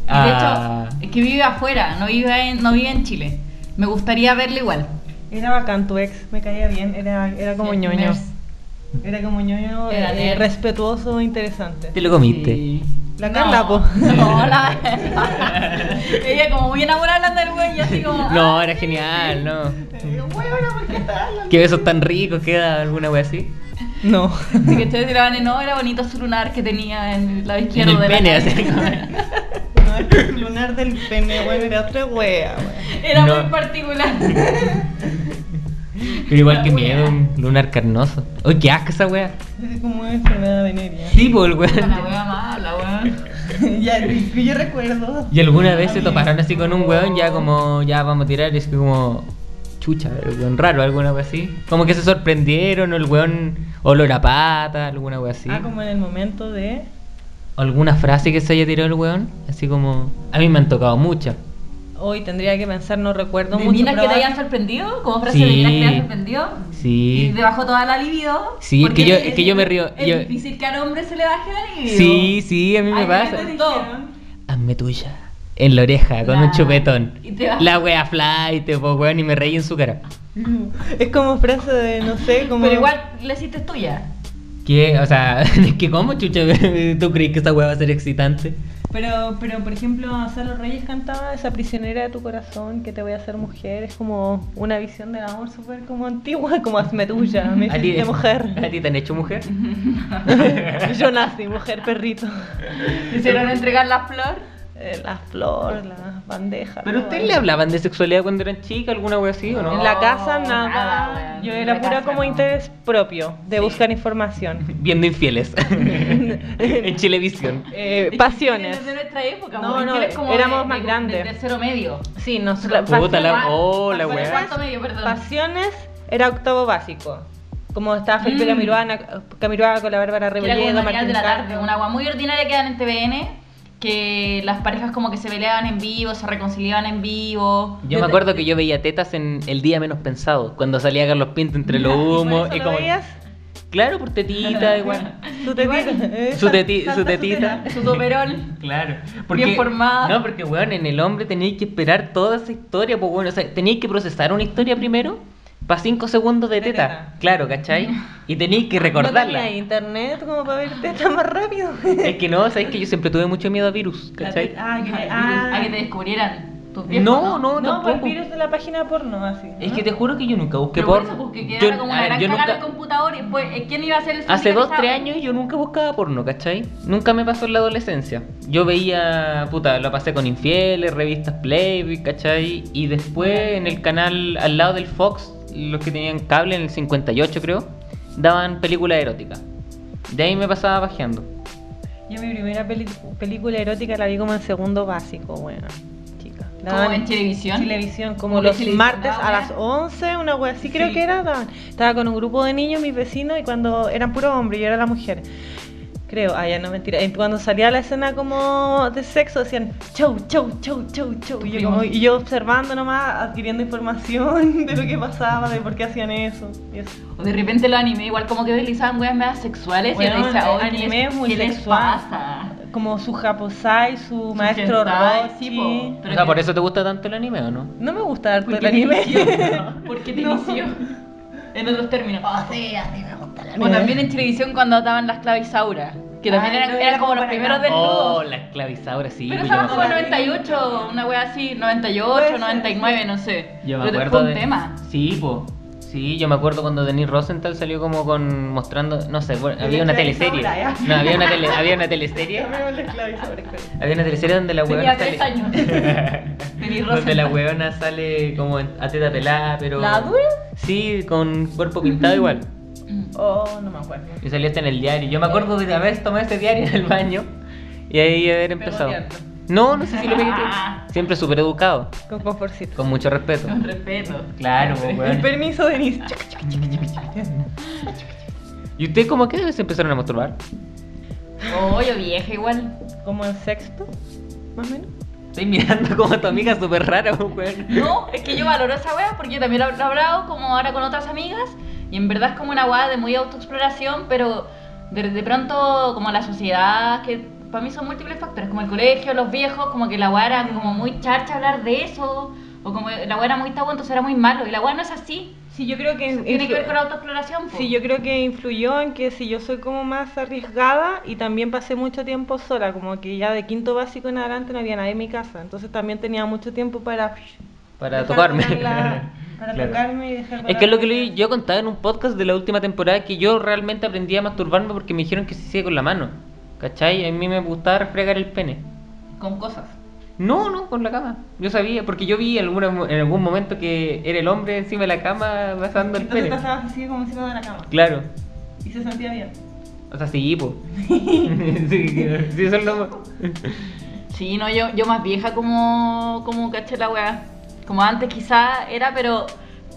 [SPEAKER 1] Ah.
[SPEAKER 2] De hecho, es que vive afuera, no vive, en, no vive en Chile. Me gustaría verlo igual.
[SPEAKER 4] Era bacán tu ex, me caía bien, era, era como
[SPEAKER 2] Sí,
[SPEAKER 4] ñoño.
[SPEAKER 2] Mers.
[SPEAKER 4] Era como ñoño,
[SPEAKER 2] Era
[SPEAKER 4] eh,
[SPEAKER 2] nerd.
[SPEAKER 4] respetuoso, interesante.
[SPEAKER 1] Te lo comiste.
[SPEAKER 2] Sí.
[SPEAKER 4] La Carla, po.
[SPEAKER 2] No, la- Ella como muy enamorada hablando del güey y así como.
[SPEAKER 1] No,
[SPEAKER 2] ah,
[SPEAKER 1] era genial, no.
[SPEAKER 4] Bueno, ¿por qué
[SPEAKER 1] Qué besos tan ricos queda alguna wea así.
[SPEAKER 4] No.
[SPEAKER 2] sí, que ustedes dirán, no, era bonito su lunar que tenía en el lado
[SPEAKER 1] En
[SPEAKER 2] izquierdo
[SPEAKER 1] el
[SPEAKER 2] de la
[SPEAKER 1] pene,
[SPEAKER 2] cara.
[SPEAKER 1] así.
[SPEAKER 4] No, es que el lunar del pene, bueno, era otra wea, wea.
[SPEAKER 2] Era
[SPEAKER 1] No.
[SPEAKER 2] muy particular.
[SPEAKER 1] Pero igual que miedo, un lunar carnoso. Uy, qué asco esa wea.
[SPEAKER 4] Es como una enfermedad venérea.
[SPEAKER 1] Sí, pues el
[SPEAKER 2] la
[SPEAKER 1] weón.
[SPEAKER 2] wea mala, weón.
[SPEAKER 4] ya, que yo recuerdo.
[SPEAKER 1] Y alguna vez se toparon así con un weón, ya como, ya vamos a tirar, y es que como, chucha, el weón raro, alguna wea así. Como que se sorprendieron, o el weón olor a pata, alguna wea así.
[SPEAKER 4] Ah, como en el momento de.
[SPEAKER 1] ¿Alguna frase que se haya tirado el weón? Así como, a mí me han tocado muchas.
[SPEAKER 4] Hoy tendría que pensar, no recuerdo
[SPEAKER 2] ¿De
[SPEAKER 4] mucho.
[SPEAKER 2] minas que te
[SPEAKER 4] proba-
[SPEAKER 2] hayan sorprendido? ¿Como frase de
[SPEAKER 1] Sí.
[SPEAKER 2] minas que te hayan sorprendido? Y
[SPEAKER 1] Sí.
[SPEAKER 2] te bajó toda la libido.
[SPEAKER 1] Sí, es
[SPEAKER 2] porque
[SPEAKER 1] que yo- es que yo me río,
[SPEAKER 2] Es
[SPEAKER 1] yo-
[SPEAKER 2] difícil que al hombre se le baje la libido.
[SPEAKER 1] Sí, sí, a mí me
[SPEAKER 2] Ay,
[SPEAKER 1] pasa.
[SPEAKER 2] me
[SPEAKER 1] Hazme tuya. En la oreja, con un
[SPEAKER 2] Nah.
[SPEAKER 1] chupetón.
[SPEAKER 2] Y te vas.
[SPEAKER 1] La wea fly, te po, weón, y me reí en su cara.
[SPEAKER 4] Es como frase de, no sé, como...
[SPEAKER 2] Pero igual la hiciste tuya.
[SPEAKER 1] ¿Qué? O sea, es que ¿cómo, chucha? ¿Tú crees que esta wea va a ser excitante?
[SPEAKER 4] Pero, pero, por ejemplo, Gonzalo Reyes cantaba esa prisionera de tu corazón que te voy a hacer mujer. Es como una visión del amor súper como antigua, como hazme tuya, me
[SPEAKER 1] ¿A ti-
[SPEAKER 4] hiciste
[SPEAKER 1] ¿A
[SPEAKER 4] mujer.
[SPEAKER 1] ti te han hecho mujer?
[SPEAKER 4] Yo nací mujer, perrito.
[SPEAKER 2] Te hicieron entregar la flor.
[SPEAKER 4] Eh, Las flores, las bandejas.
[SPEAKER 1] ¿Pero
[SPEAKER 4] la
[SPEAKER 1] ustedes le
[SPEAKER 4] vaina.
[SPEAKER 1] hablaban de sexualidad cuando eran chicas, alguna wea así o no?
[SPEAKER 4] En la casa
[SPEAKER 2] No,
[SPEAKER 4] nada.
[SPEAKER 2] nada, weón.
[SPEAKER 4] Yo
[SPEAKER 2] En
[SPEAKER 4] era
[SPEAKER 2] la
[SPEAKER 4] pura
[SPEAKER 2] casa,
[SPEAKER 4] como
[SPEAKER 2] no.
[SPEAKER 4] interés propio de buscar información.
[SPEAKER 1] Viendo infieles. en Chilevisión.
[SPEAKER 4] Eh,
[SPEAKER 2] Es que
[SPEAKER 4] pasiones.
[SPEAKER 2] eres de nuestra época,
[SPEAKER 4] No,
[SPEAKER 2] mujer,
[SPEAKER 4] no,
[SPEAKER 2] que eres como
[SPEAKER 4] éramos
[SPEAKER 2] de-
[SPEAKER 4] más
[SPEAKER 2] de-
[SPEAKER 4] grandes.
[SPEAKER 2] de tercero medio.
[SPEAKER 4] Sí, nos
[SPEAKER 1] Puta la. Oh, la
[SPEAKER 2] Pasiones,
[SPEAKER 1] wea.
[SPEAKER 2] ¿Cuánto medio, perdón?
[SPEAKER 4] Pasiones era octavo básico. Como estaba Felipe
[SPEAKER 2] Mm.
[SPEAKER 4] Camiruana, Camiruaga con la Bárbara
[SPEAKER 2] Que Era como
[SPEAKER 4] Rebolledo,
[SPEAKER 2] una matinal
[SPEAKER 4] Martín
[SPEAKER 2] de la tarde,
[SPEAKER 4] Carlos.
[SPEAKER 2] una agua muy ordinaria que dan en TVN, que las parejas como que se peleaban en vivo, se reconciliaban en vivo.
[SPEAKER 1] Yo me acuerdo que yo veía tetas en el día menos pensado, cuando salía Carlos Pinto entre los humos
[SPEAKER 4] ¿Por
[SPEAKER 1] y
[SPEAKER 4] eso
[SPEAKER 1] como.
[SPEAKER 4] lo veías?
[SPEAKER 1] Claro, por tetita, igual.
[SPEAKER 4] Su tetita. eh,
[SPEAKER 1] Su,
[SPEAKER 4] sal-
[SPEAKER 1] teti-
[SPEAKER 4] salta
[SPEAKER 1] su tetita.
[SPEAKER 2] Su toperón.
[SPEAKER 1] Claro.
[SPEAKER 2] Bien formada.
[SPEAKER 1] No, porque, weón, en el hombre teníais que esperar toda esa historia, pues, bueno, o sea, teníais que procesar una historia primero para 5 segundos de
[SPEAKER 4] De
[SPEAKER 1] teta.
[SPEAKER 4] teta.
[SPEAKER 1] Claro, ¿cachai? Y teníais que
[SPEAKER 4] No
[SPEAKER 1] recordarla.
[SPEAKER 4] tenía internet como para ver teta más rápido.
[SPEAKER 1] es que no, sabes que yo siempre tuve mucho miedo a virus, ¿cachai?
[SPEAKER 4] Ah, que- ah.
[SPEAKER 2] A que te descubrieran tus viejos.
[SPEAKER 1] No, no,
[SPEAKER 4] No, por el
[SPEAKER 1] tampoco.
[SPEAKER 4] virus de la página porno, así.
[SPEAKER 1] Es que te juro que yo nunca busqué
[SPEAKER 2] Pero por
[SPEAKER 1] porno.
[SPEAKER 2] eso, porque
[SPEAKER 1] Yo-
[SPEAKER 2] quedara como
[SPEAKER 1] a
[SPEAKER 2] una
[SPEAKER 1] ver,
[SPEAKER 2] gran
[SPEAKER 1] yo
[SPEAKER 2] cagada en
[SPEAKER 1] nunca-
[SPEAKER 2] el computador y después, eh, ¿quién iba a hacer el
[SPEAKER 1] Hace dos, tres
[SPEAKER 2] sindicalizado?
[SPEAKER 1] años yo nunca buscaba porno, ¿cachai? Nunca me pasó en la adolescencia. Yo veía, puta, lo pasé con infieles, revistas Playboy, ¿cachai? Y después en el canal al lado del Fox, los que tenían cable en el 58 creo, daban películas eróticas. De ahí me pasaba bajeando.
[SPEAKER 4] Yo mi primera peli- película erótica la vi como en segundo básico, bueno, chica. La
[SPEAKER 2] Como
[SPEAKER 4] daban
[SPEAKER 2] en televisión.
[SPEAKER 4] Televisión, como
[SPEAKER 2] Como
[SPEAKER 4] los
[SPEAKER 2] televisión,
[SPEAKER 4] martes
[SPEAKER 2] ah,
[SPEAKER 4] a las
[SPEAKER 2] bueno.
[SPEAKER 4] 11, una wea así creo
[SPEAKER 2] Sí.
[SPEAKER 4] que era. daban. Estaba con un grupo de niños, mis vecinos, y cuando eran puro hombre, yo era la mujer. Creo, ah, ya no mentira. Y cuando salía la escena como de sexo, decían chau, chau, chau, chau, chau. Y yo,
[SPEAKER 2] primo.
[SPEAKER 4] como- y yo observando nomás, adquiriendo información de lo que pasaba, de por qué hacían eso. y eso.
[SPEAKER 2] O de repente lo animé, igual como que deslizaban weas más sexuales
[SPEAKER 4] Bueno,
[SPEAKER 2] y decía,
[SPEAKER 4] el
[SPEAKER 2] "Oye, ¿qué
[SPEAKER 4] anime
[SPEAKER 2] les-
[SPEAKER 4] es muy
[SPEAKER 2] ¿qué les
[SPEAKER 4] sexual".
[SPEAKER 2] pasa?
[SPEAKER 4] Como su Japosai, su maestro
[SPEAKER 2] hentai,
[SPEAKER 4] Roshi.
[SPEAKER 2] sí, po. Pero
[SPEAKER 1] o sea,
[SPEAKER 2] que-
[SPEAKER 1] por eso te gusta tanto el anime, ¿o no?
[SPEAKER 4] No me gusta harto el
[SPEAKER 2] te
[SPEAKER 4] anime.
[SPEAKER 2] inició? ¿Por qué te inició? En otros términos.
[SPEAKER 4] Oh,
[SPEAKER 2] O también en televisión cuando daban las claves Aura, que también
[SPEAKER 4] Ah,
[SPEAKER 2] eran,
[SPEAKER 4] no,
[SPEAKER 2] eran
[SPEAKER 4] era
[SPEAKER 2] como
[SPEAKER 4] como
[SPEAKER 2] los
[SPEAKER 4] para
[SPEAKER 2] primeros
[SPEAKER 4] acá.
[SPEAKER 1] Oh,
[SPEAKER 2] desnudos.
[SPEAKER 1] la esclavizadora, sí.
[SPEAKER 2] Pero
[SPEAKER 1] pues yo
[SPEAKER 2] estaban como en
[SPEAKER 1] me acuerdo.
[SPEAKER 2] 98, una wea así, 98,
[SPEAKER 4] Puede ser,
[SPEAKER 2] 99, no sé.
[SPEAKER 1] Yo me
[SPEAKER 2] Pero
[SPEAKER 1] acuerdo
[SPEAKER 2] fue un
[SPEAKER 1] de-
[SPEAKER 2] tema.
[SPEAKER 1] Sí, po. Sí, yo me acuerdo cuando Denis Rosenthal salió como con mostrando, no sé, bueno, había una teleserie.
[SPEAKER 4] esclavizadora,
[SPEAKER 1] No, había una tele, había una teleserie. Había una teleserie donde la
[SPEAKER 2] Tenía
[SPEAKER 1] huevona
[SPEAKER 2] tres
[SPEAKER 1] sale.
[SPEAKER 2] años. Denis
[SPEAKER 1] Donde la
[SPEAKER 2] Rosenthal.
[SPEAKER 1] huevona sale como a teta pelada, pero
[SPEAKER 4] ¿La dura?
[SPEAKER 1] Sí, con cuerpo pintado igual.
[SPEAKER 4] Oh, no me acuerdo.
[SPEAKER 1] Y salió hasta en el diario. Yo me acuerdo de haber tomado ese diario en el baño y ahí haber empezado.
[SPEAKER 4] Pegoteando.
[SPEAKER 1] No, no sé si lo pegué. Siempre súper educado,
[SPEAKER 4] Con conforcito.
[SPEAKER 1] con mucho respeto.
[SPEAKER 2] Con respeto.
[SPEAKER 1] Claro, po,
[SPEAKER 4] El
[SPEAKER 1] weón.
[SPEAKER 4] permiso de Denise.
[SPEAKER 1] ¿Y usted cómo que se empezaron a masturbar?
[SPEAKER 2] Oh, yo vieja igual.
[SPEAKER 4] Como en sexto, más o menos.
[SPEAKER 1] Estoy mirando como a tu amiga súper rara, weón.
[SPEAKER 2] No, es que yo valoro esa wea porque yo también lo he hablado como ahora con otras amigas y en verdad es como una wea de muy autoexploración, pero de, de pronto como la sociedad, que para mí son múltiples factores, como el colegio, los viejos, como que la wea era como muy charcha hablar de eso, o como la wea era muy tabú, entonces era muy malo, y la wea no es así.
[SPEAKER 4] Sí, yo creo que.
[SPEAKER 2] Tiene que ver con la
[SPEAKER 4] influ-
[SPEAKER 2] autoexploración. pues, po.
[SPEAKER 4] Sí, yo creo que influyó en que si yo soy como más arriesgada y también pasé mucho tiempo sola, como que ya de quinto básico en adelante no había nadie en mi casa, entonces también tenía mucho tiempo para
[SPEAKER 1] Para
[SPEAKER 4] dejar
[SPEAKER 1] tocarme.
[SPEAKER 4] volar la- para
[SPEAKER 1] Claro.
[SPEAKER 4] tocarme y dejar
[SPEAKER 1] Es que es lo que
[SPEAKER 4] le
[SPEAKER 1] le- yo contaba en un podcast de la última temporada que yo realmente aprendí a masturbarme porque me dijeron que se hacía con la mano. ¿Cachai? A mí me gustaba refregar el pene.
[SPEAKER 2] Con cosas.
[SPEAKER 1] No, no, con la cama. Yo sabía, porque yo vi alguna- en algún momento que era el hombre encima de la cama pasando el
[SPEAKER 4] Entonces
[SPEAKER 1] pene.
[SPEAKER 4] pasabas así como encima de la cama
[SPEAKER 1] Claro.
[SPEAKER 4] y se sentía bien.
[SPEAKER 1] O sea, sí, po. sí, sí, eso es lo-
[SPEAKER 2] Sí, no, yo, yo más vieja como, como caché la weá. Como antes quizás era, pero,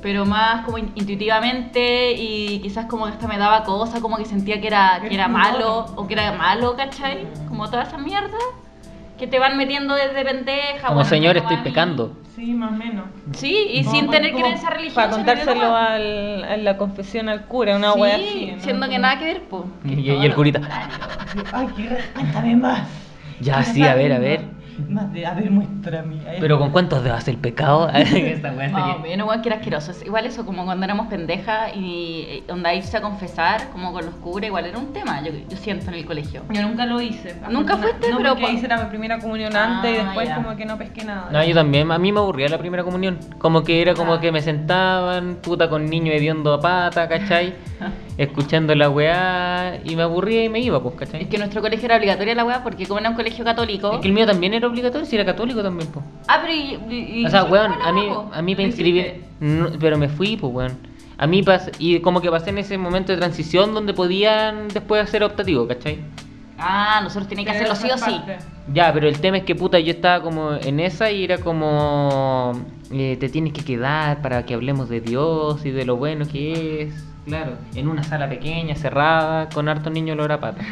[SPEAKER 2] pero más como in- intuitivamente y quizás como que hasta me daba cosa, como que sentía que era, que era malo o que era malo, ¿cachai? Como toda esa mierda. que te van metiendo desde pendeja.
[SPEAKER 1] Como
[SPEAKER 2] bueno,
[SPEAKER 1] señor,
[SPEAKER 2] no
[SPEAKER 1] estoy
[SPEAKER 2] van-
[SPEAKER 1] pecando.
[SPEAKER 4] Sí, más o menos.
[SPEAKER 2] Sí, y
[SPEAKER 4] Como
[SPEAKER 2] sin
[SPEAKER 4] para-
[SPEAKER 2] tener
[SPEAKER 4] como
[SPEAKER 2] creencia religiosa.
[SPEAKER 4] Para
[SPEAKER 2] ni
[SPEAKER 4] contárselo
[SPEAKER 2] nada.
[SPEAKER 4] al, a la confesión al cura, una
[SPEAKER 2] sí,
[SPEAKER 4] wea así. ¿no?
[SPEAKER 2] siendo que nada que ver, po.
[SPEAKER 1] Y, y- y el curita.
[SPEAKER 4] Ay, qué re- cuéntame más.
[SPEAKER 1] Ya, sí, a ver, a ver.
[SPEAKER 4] Más de, a ver, muéstrame. Ay,
[SPEAKER 1] Pero ¿con cuántos dedos hace el pecado? Esta weá
[SPEAKER 2] Más o
[SPEAKER 1] que-
[SPEAKER 2] menos, igual que era asqueroso. Es Igual eso, como cuando éramos pendejas y eh, onda irse a confesar, como con los curas, igual era un tema, yo, yo siento, en el colegio.
[SPEAKER 4] Yo nunca lo hice.
[SPEAKER 2] Nunca fuiste,
[SPEAKER 4] no,
[SPEAKER 2] pero
[SPEAKER 4] porque
[SPEAKER 2] cuan-
[SPEAKER 4] hice la primera comunión antes y
[SPEAKER 2] Ah,
[SPEAKER 4] después
[SPEAKER 2] ya.
[SPEAKER 4] como que no pesqué nada.
[SPEAKER 1] No, yo también, a mí me aburría la primera comunión. Como que era como que me sentaban, puta con niño hediondo a pata, ¿cachai? Escuchando la weá y me aburría y me iba, pues, ¿cachai?
[SPEAKER 2] Es que nuestro colegio era obligatoria la weá, porque como era un colegio católico.
[SPEAKER 1] Es que el mío también era obligatorio, si era católico también, pues.
[SPEAKER 2] Ah, pero. y- y- y-
[SPEAKER 1] O sea,
[SPEAKER 2] sí,
[SPEAKER 1] weón,
[SPEAKER 2] bueno, pues,
[SPEAKER 1] a mí,
[SPEAKER 2] po.
[SPEAKER 1] a mí me
[SPEAKER 2] Lo
[SPEAKER 1] inscribí,
[SPEAKER 2] hiciste.
[SPEAKER 1] no, pero me fui, pues, weón. A mí pas y como que pasé en ese momento de transición donde podían después hacer optativo, ¿cachai?
[SPEAKER 2] Ah, nosotros tienen que hacerlo sí o sí.
[SPEAKER 1] Ya, pero el tema es que puta, yo estaba como en esa y era como eh, te tienes que quedar para que hablemos de Dios y de lo bueno que es, claro, en una sala pequeña, cerrada, con harto niño olor a pata.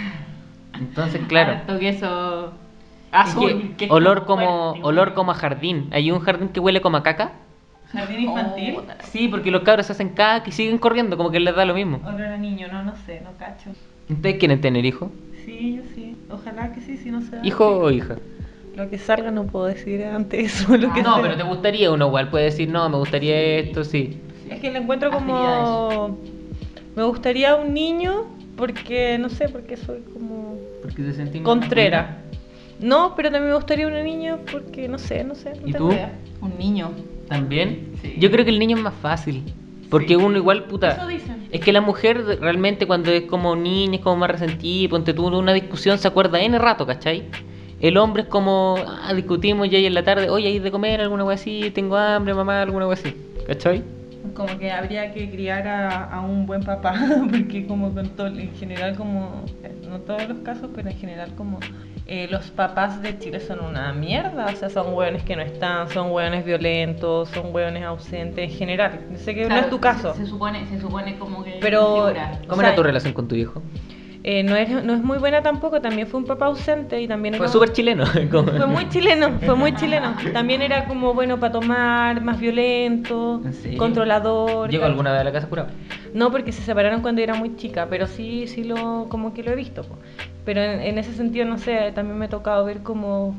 [SPEAKER 1] Entonces, claro.
[SPEAKER 2] Harto queso
[SPEAKER 1] es
[SPEAKER 2] azul.
[SPEAKER 1] que
[SPEAKER 2] es
[SPEAKER 1] olor como
[SPEAKER 2] fuerte.
[SPEAKER 1] olor como a jardín. Hay un jardín que huele como a caca.
[SPEAKER 4] Jardín infantil.
[SPEAKER 2] Oh,
[SPEAKER 1] Sí, porque los cabros hacen caca y siguen corriendo, como que les da lo mismo.
[SPEAKER 4] Olor a niño, no, no sé, no cacho.
[SPEAKER 1] ¿Ustedes quieren tener hijo?
[SPEAKER 4] Sí, yo sí. Ojalá que sí, si no se da.
[SPEAKER 1] ¿Hijo o hija?
[SPEAKER 4] Lo que salga no puedo decir antes eso. Lo que
[SPEAKER 1] Ah. No,
[SPEAKER 4] sea.
[SPEAKER 1] pero te gustaría uno igual, puede decir, no, me gustaría esto, sí.
[SPEAKER 4] Es que lo encuentro como...
[SPEAKER 2] Afinidades.
[SPEAKER 4] Me gustaría un niño porque, no sé, porque soy como...
[SPEAKER 1] Porque te sentís más
[SPEAKER 4] Contrera. No, pero también me gustaría una niña porque, no sé, no sé. No
[SPEAKER 1] ¿Y
[SPEAKER 4] tengo
[SPEAKER 1] tú?
[SPEAKER 4] idea.
[SPEAKER 2] Un niño.
[SPEAKER 1] ¿También?
[SPEAKER 2] Sí.
[SPEAKER 1] Yo creo que el niño es más fácil. Porque uno igual, puta.
[SPEAKER 4] Eso dicen.
[SPEAKER 1] Es que la mujer de- realmente cuando es como niña, es como más resentida, ponte tú una discusión, se acuerda en el rato, ¿cachai? El hombre es como, ah, discutimos ya ahí en la tarde, oye, hay de comer, alguna cosa así, tengo hambre, mamá, alguna cosa así, ¿cachai?
[SPEAKER 4] Como que habría que criar a, a un buen papá, porque como con todo, en general como, eh, no todos los casos, pero en general como eh, los papás de Chile son una mierda, o sea, son hueones que no están, son hueones violentos, son hueones ausentes en general. Yo sé que no
[SPEAKER 2] Claro,
[SPEAKER 4] es tu caso,
[SPEAKER 2] Se, se supone, se supone como que.
[SPEAKER 4] Pero-
[SPEAKER 2] figura.
[SPEAKER 1] ¿Cómo
[SPEAKER 4] O sea,
[SPEAKER 1] era tu relación con tu hijo?
[SPEAKER 4] Eh, no, es, no es muy buena tampoco, también fue un papá ausente y también
[SPEAKER 1] Fue
[SPEAKER 4] era-
[SPEAKER 1] súper chileno. como-
[SPEAKER 4] Fue muy chileno, fue muy chileno. También era como bueno para tomar, más violento,
[SPEAKER 1] ¿En serio?
[SPEAKER 4] controlador.
[SPEAKER 1] ¿Llegó
[SPEAKER 4] ¿cachai?
[SPEAKER 1] alguna vez a la casa curado?
[SPEAKER 4] No, porque se separaron cuando era muy chica, pero sí, sí lo, como que lo he visto. po. Pero en, en ese sentido, no sé, también me ha tocado ver como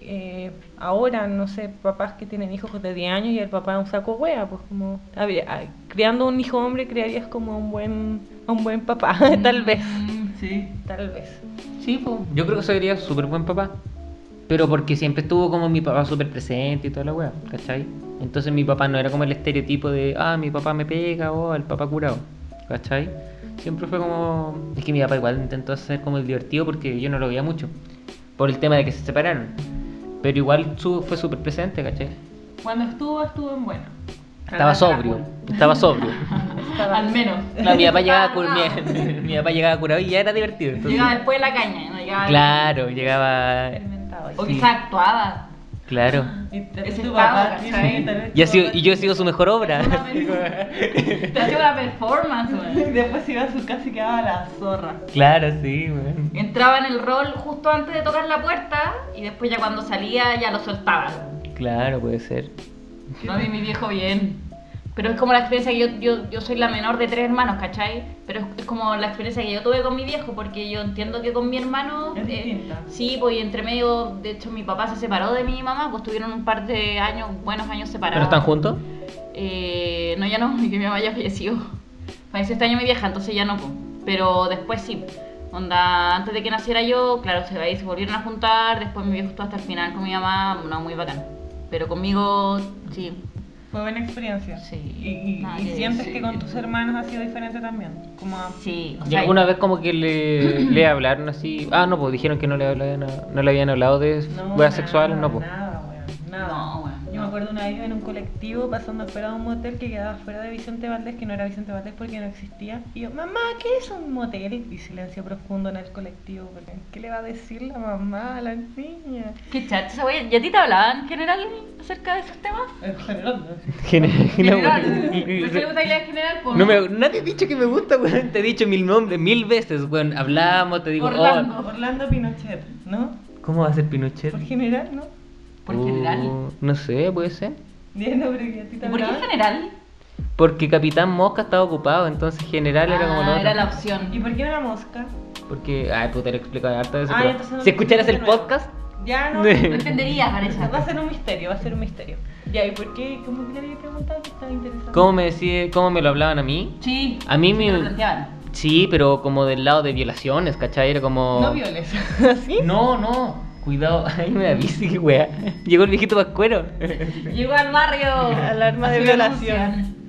[SPEAKER 4] eh, ahora, no sé, papás que tienen hijos de 10 años y el papá es un saco hueá, pues como, a ver, a- criando un hijo hombre crearías como a un buen, a un buen papá, tal vez,
[SPEAKER 2] Mm, Sí.
[SPEAKER 4] tal vez.
[SPEAKER 1] Sí, pues. Yo creo que sería súper buen papá. Pero porque siempre estuvo como mi papá súper presente y toda la weá, ¿cachai? Entonces mi papá no era como el estereotipo de, ah, mi papá me pega o el papá curado, ¿cachai? Siempre fue como. Es que mi papá igual intentó ser como el divertido porque yo no lo veía mucho. Por el tema de que se separaron. Pero igual su- fue súper presente, ¿cachai?
[SPEAKER 4] Cuando estuvo, estuvo en buena.
[SPEAKER 2] Ah,
[SPEAKER 1] Estaba sobrio, estaba sobrio.
[SPEAKER 2] Al menos.
[SPEAKER 1] No, mi papá llegaba, cur-
[SPEAKER 2] Estaba curado.
[SPEAKER 1] mi, mi papá llegaba curado y ya era divertido. entonces-
[SPEAKER 2] Llegaba después de la caña. No llegaba
[SPEAKER 1] Claro, llegaba.
[SPEAKER 2] O
[SPEAKER 1] Sí.
[SPEAKER 2] quizás actuaba.
[SPEAKER 1] Claro.
[SPEAKER 4] Y tal vez
[SPEAKER 2] Ese
[SPEAKER 4] tu
[SPEAKER 2] estado,
[SPEAKER 4] papá, sí,
[SPEAKER 2] ¿cachai?
[SPEAKER 4] tal vez
[SPEAKER 1] Y, ha
[SPEAKER 4] tu
[SPEAKER 1] sido-
[SPEAKER 4] papá-
[SPEAKER 1] y yo he sido su mejor obra.
[SPEAKER 2] Te hacía una performance,
[SPEAKER 4] Y
[SPEAKER 2] weón.
[SPEAKER 4] después iba a su casa y quedaba la zorra.
[SPEAKER 1] claro, sí, weón.
[SPEAKER 2] Entraba en el rol justo antes de tocar la puerta y después ya cuando salía ya lo soltaba.
[SPEAKER 1] Claro, puede ser.
[SPEAKER 2] No, a mí mi viejo bien. Pero es como la experiencia que yo, yo, yo soy la menor de tres hermanos, ¿cachai? Pero es, es como la experiencia que yo tuve con mi viejo, porque yo entiendo que con mi hermano... eh,
[SPEAKER 4] Es distinta.
[SPEAKER 2] sí, pues y entre medio, de hecho mi papá se separó de mi mamá, pues tuvieron un par de años, buenos años separados.
[SPEAKER 1] ¿Pero están juntos?
[SPEAKER 2] Ah, Eh, no, ya no, que mi mamá ya falleció. Falleció este año mi vieja, entonces ya no. po. Pero después sí. Onda, antes de que naciera yo, claro, se, ahí se volvieron a juntar. Después mi viejo estuvo hasta el final con mi mamá, no, muy bacán. Pero conmigo, sí.
[SPEAKER 4] Fue buena experiencia.
[SPEAKER 2] Sí.
[SPEAKER 4] Y, y-
[SPEAKER 2] Nada
[SPEAKER 4] y
[SPEAKER 2] que
[SPEAKER 4] sientes
[SPEAKER 2] decir.
[SPEAKER 4] que con tus hermanos ha sido diferente también. Como a-
[SPEAKER 2] Sí. o
[SPEAKER 1] Y
[SPEAKER 2] sea,
[SPEAKER 1] alguna vez como que le, le hablaron así. Ah, no, pues dijeron que no le, hablaban a- no le habían hablado de
[SPEAKER 4] No,
[SPEAKER 1] weas
[SPEAKER 4] nada,
[SPEAKER 1] sexuales, no, pues.
[SPEAKER 4] Nada, weón, nada.
[SPEAKER 2] No, weón,
[SPEAKER 4] Yo
[SPEAKER 2] no.
[SPEAKER 4] me acuerdo una vez en un colectivo pasando fuera de un motel que quedaba fuera de Vicente Valdés, que no era Vicente Valdés porque no existía. Y yo, mamá, ¿qué es un motel? Y silencio profundo en el colectivo. weón. ¿Qué le va a decir la mamá a la niña?
[SPEAKER 2] Qué chato esa wea. ¿Y a ti te hablaban en general acerca de esos temas?
[SPEAKER 4] En general, no.
[SPEAKER 2] ¿No te gusta la idea en general? po?
[SPEAKER 1] No me, nadie ha dicho que me gusta, weón. Te he dicho mil nombres, mil veces, weón. Hablamos, te digo, oh,
[SPEAKER 2] Orlando.
[SPEAKER 4] Orlando Pinochet, ¿no?
[SPEAKER 1] ¿Cómo va a ser Pinochet?
[SPEAKER 4] Por general, ¿no?
[SPEAKER 2] Por
[SPEAKER 1] Uh,
[SPEAKER 2] general.
[SPEAKER 1] No sé, puede ser.
[SPEAKER 4] Diez nombres que a ti
[SPEAKER 2] ¿Y
[SPEAKER 4] te
[SPEAKER 2] por qué
[SPEAKER 4] hablaban.
[SPEAKER 2] general?
[SPEAKER 1] Porque Capitán Mosca estaba ocupado, entonces general era como
[SPEAKER 2] Ah,
[SPEAKER 1] lo otro.
[SPEAKER 2] era la
[SPEAKER 4] ¿Y
[SPEAKER 2] opción.
[SPEAKER 4] por qué era la mosca?
[SPEAKER 1] Porque, ay, puta, lo he explicado harta veces.
[SPEAKER 4] Ah,
[SPEAKER 1] pero
[SPEAKER 4] entonces no
[SPEAKER 1] si
[SPEAKER 4] lo
[SPEAKER 1] escucharas el
[SPEAKER 4] entendí de nuevo.
[SPEAKER 1] podcast,
[SPEAKER 4] Ya no.
[SPEAKER 2] No entenderías, Vanessa.
[SPEAKER 4] Va a ser un misterio, va a ser un misterio. Ya, ¿y por qué? ¿Cómo que le había preguntado que estaba interesante?
[SPEAKER 1] ¿cómo me decide, cómo me lo hablaban a mí?
[SPEAKER 2] Sí.
[SPEAKER 1] A mí
[SPEAKER 2] sí
[SPEAKER 1] me-
[SPEAKER 2] lo planteaban.
[SPEAKER 1] Sí, pero como del lado de violaciones, ¿cachai? Era como.
[SPEAKER 4] No violes. ¿Así?
[SPEAKER 1] No, no. Cuidado, ay, me da bici, qué wea. Llegó el viejito pascuero.
[SPEAKER 2] Llegó al barrio.
[SPEAKER 4] Alarma de
[SPEAKER 2] Así
[SPEAKER 4] violación.
[SPEAKER 2] anuncian.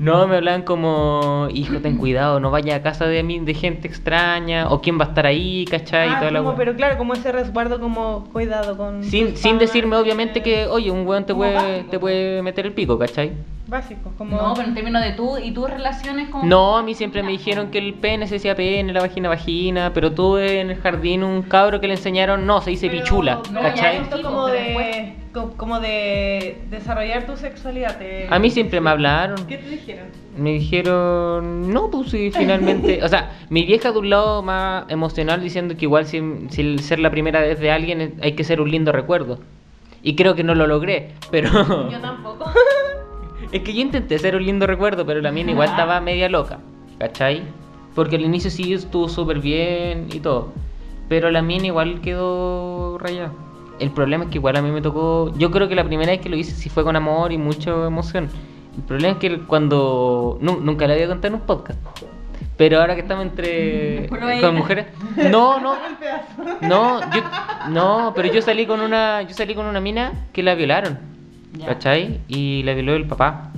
[SPEAKER 1] No, me hablaban como, hijo, ten cuidado, no vayas a casa de mí, de gente extraña, o quién va a estar ahí, ¿cachai? y
[SPEAKER 4] Ah,
[SPEAKER 1] toda la
[SPEAKER 4] como-
[SPEAKER 1] wea.
[SPEAKER 4] pero claro, como ese resguardo, como cuidado con.
[SPEAKER 1] Sin,
[SPEAKER 4] tus
[SPEAKER 1] sin
[SPEAKER 4] panas,
[SPEAKER 1] decirme, obviamente,
[SPEAKER 4] eh,
[SPEAKER 1] que, oye, un weón te
[SPEAKER 4] como
[SPEAKER 1] puede,
[SPEAKER 4] básico.
[SPEAKER 1] te puede meter el pico, ¿cachai?
[SPEAKER 4] Básico, como.
[SPEAKER 2] No, pero en términos de tú y tus relaciones con.
[SPEAKER 1] No, a mí siempre me dijeron que el pene se decía pene, la vagina vagina, pero tuve en el jardín un cabro que le enseñaron, no, se dice
[SPEAKER 4] Pero-
[SPEAKER 1] pichula,
[SPEAKER 4] pero ya
[SPEAKER 1] ¿cachai?
[SPEAKER 4] esto
[SPEAKER 2] Sí,
[SPEAKER 4] como
[SPEAKER 2] pero
[SPEAKER 4] de, co- como de desarrollar tu sexualidad. te-
[SPEAKER 1] A mí siempre me hablaron.
[SPEAKER 4] ¿Qué te dijeron?
[SPEAKER 1] Me dijeron, no, pues sí, finalmente. O sea, mi vieja de un lado más emocional diciendo que igual si, si el ser la primera vez de alguien eh, hay que ser un lindo recuerdo. Y creo que no lo logré, pero
[SPEAKER 4] Yo tampoco.
[SPEAKER 1] es que yo intenté ser un lindo recuerdo, pero la mía igual estaba media loca, ¿cachai? Porque al inicio sí estuvo súper bien y todo, pero la mía igual quedó rayada. El problema es que igual a mí me tocó, yo creo que la primera vez que lo hice sí fue con amor y mucha emoción. El problema es que cuando, nu- nunca la había contado en un podcast, pero ahora que estamos entre,
[SPEAKER 2] Prueba.
[SPEAKER 1] con mujeres, no, no, no, yo, no, pero yo salí con una, yo salí con una mina que la violaron.
[SPEAKER 2] Ya.
[SPEAKER 1] ¿Cachai? Y la violó el papá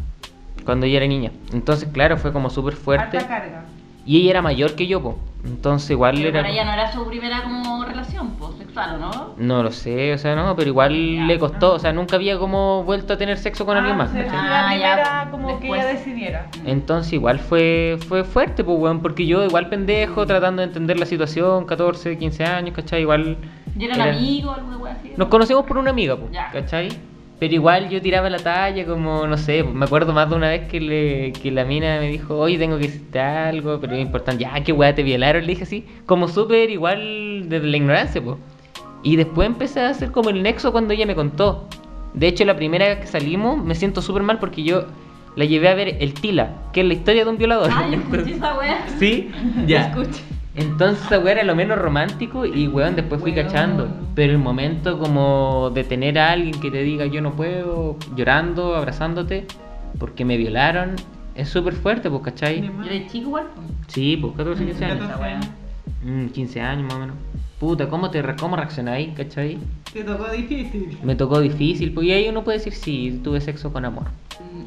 [SPEAKER 1] cuando ella era niña. Entonces, claro, fue como súper fuerte.
[SPEAKER 4] Harta carga.
[SPEAKER 1] Y ella era mayor que yo, po. Entonces, igual
[SPEAKER 2] Pero
[SPEAKER 1] era.
[SPEAKER 2] para ella no era su primera como relación, pues, sexual, ¿o no?
[SPEAKER 1] No lo sé, o sea, no, pero igual
[SPEAKER 2] Ya.
[SPEAKER 1] le costó. O sea, nunca había como vuelto a tener sexo con alguien
[SPEAKER 4] Ah,
[SPEAKER 1] más.
[SPEAKER 4] entonces
[SPEAKER 1] ¿cachai?
[SPEAKER 4] fue la
[SPEAKER 2] Ah, ya,
[SPEAKER 4] primera
[SPEAKER 2] pues,
[SPEAKER 4] como que
[SPEAKER 2] después.
[SPEAKER 4] ella decidiera.
[SPEAKER 1] Entonces, igual fue fue fuerte, pues, weón. Porque yo, igual pendejo, tratando de entender la situación, 14, 15 años, ¿cachai? Igual.
[SPEAKER 2] Yo era un
[SPEAKER 1] era-
[SPEAKER 2] amigo, alguna wea así.
[SPEAKER 1] Nos conocemos por una amiga, pues,
[SPEAKER 2] Ya.
[SPEAKER 1] ¿cachai? Pero igual yo tiraba la talla, como, no sé, me acuerdo más de una vez que, le, que la mina me dijo, oye, tengo que decirte algo, pero es importante, ya, qué weá, te violaron, le dije así, como súper igual desde la ignorancia, pues. Y después empecé a hacer como el nexo cuando ella me contó. De hecho, la primera vez que salimos me siento súper mal porque yo la llevé a ver El Tila, que es la historia de un violador.
[SPEAKER 2] Ah, yo escuché esa wea.
[SPEAKER 1] ¿Sí? Ya.
[SPEAKER 2] Escuché.
[SPEAKER 1] Entonces esa weá era lo menos romántico y weón después fui cachando. Pero el momento como de tener a alguien que te diga yo no puedo, llorando, abrazándote, porque me violaron, es súper fuerte, pues, ¿cachai?
[SPEAKER 2] Yo era chico igual, pues.
[SPEAKER 1] Sí, pues 14, 15 años.
[SPEAKER 2] Esa wea.
[SPEAKER 1] Mm, 15 años más o menos. Puta, ¿cómo, te, re- cómo reaccionáis, cachai?
[SPEAKER 4] Te tocó difícil.
[SPEAKER 1] Me tocó difícil, pues, y ahí uno puede decir sí, tuve sexo con amor.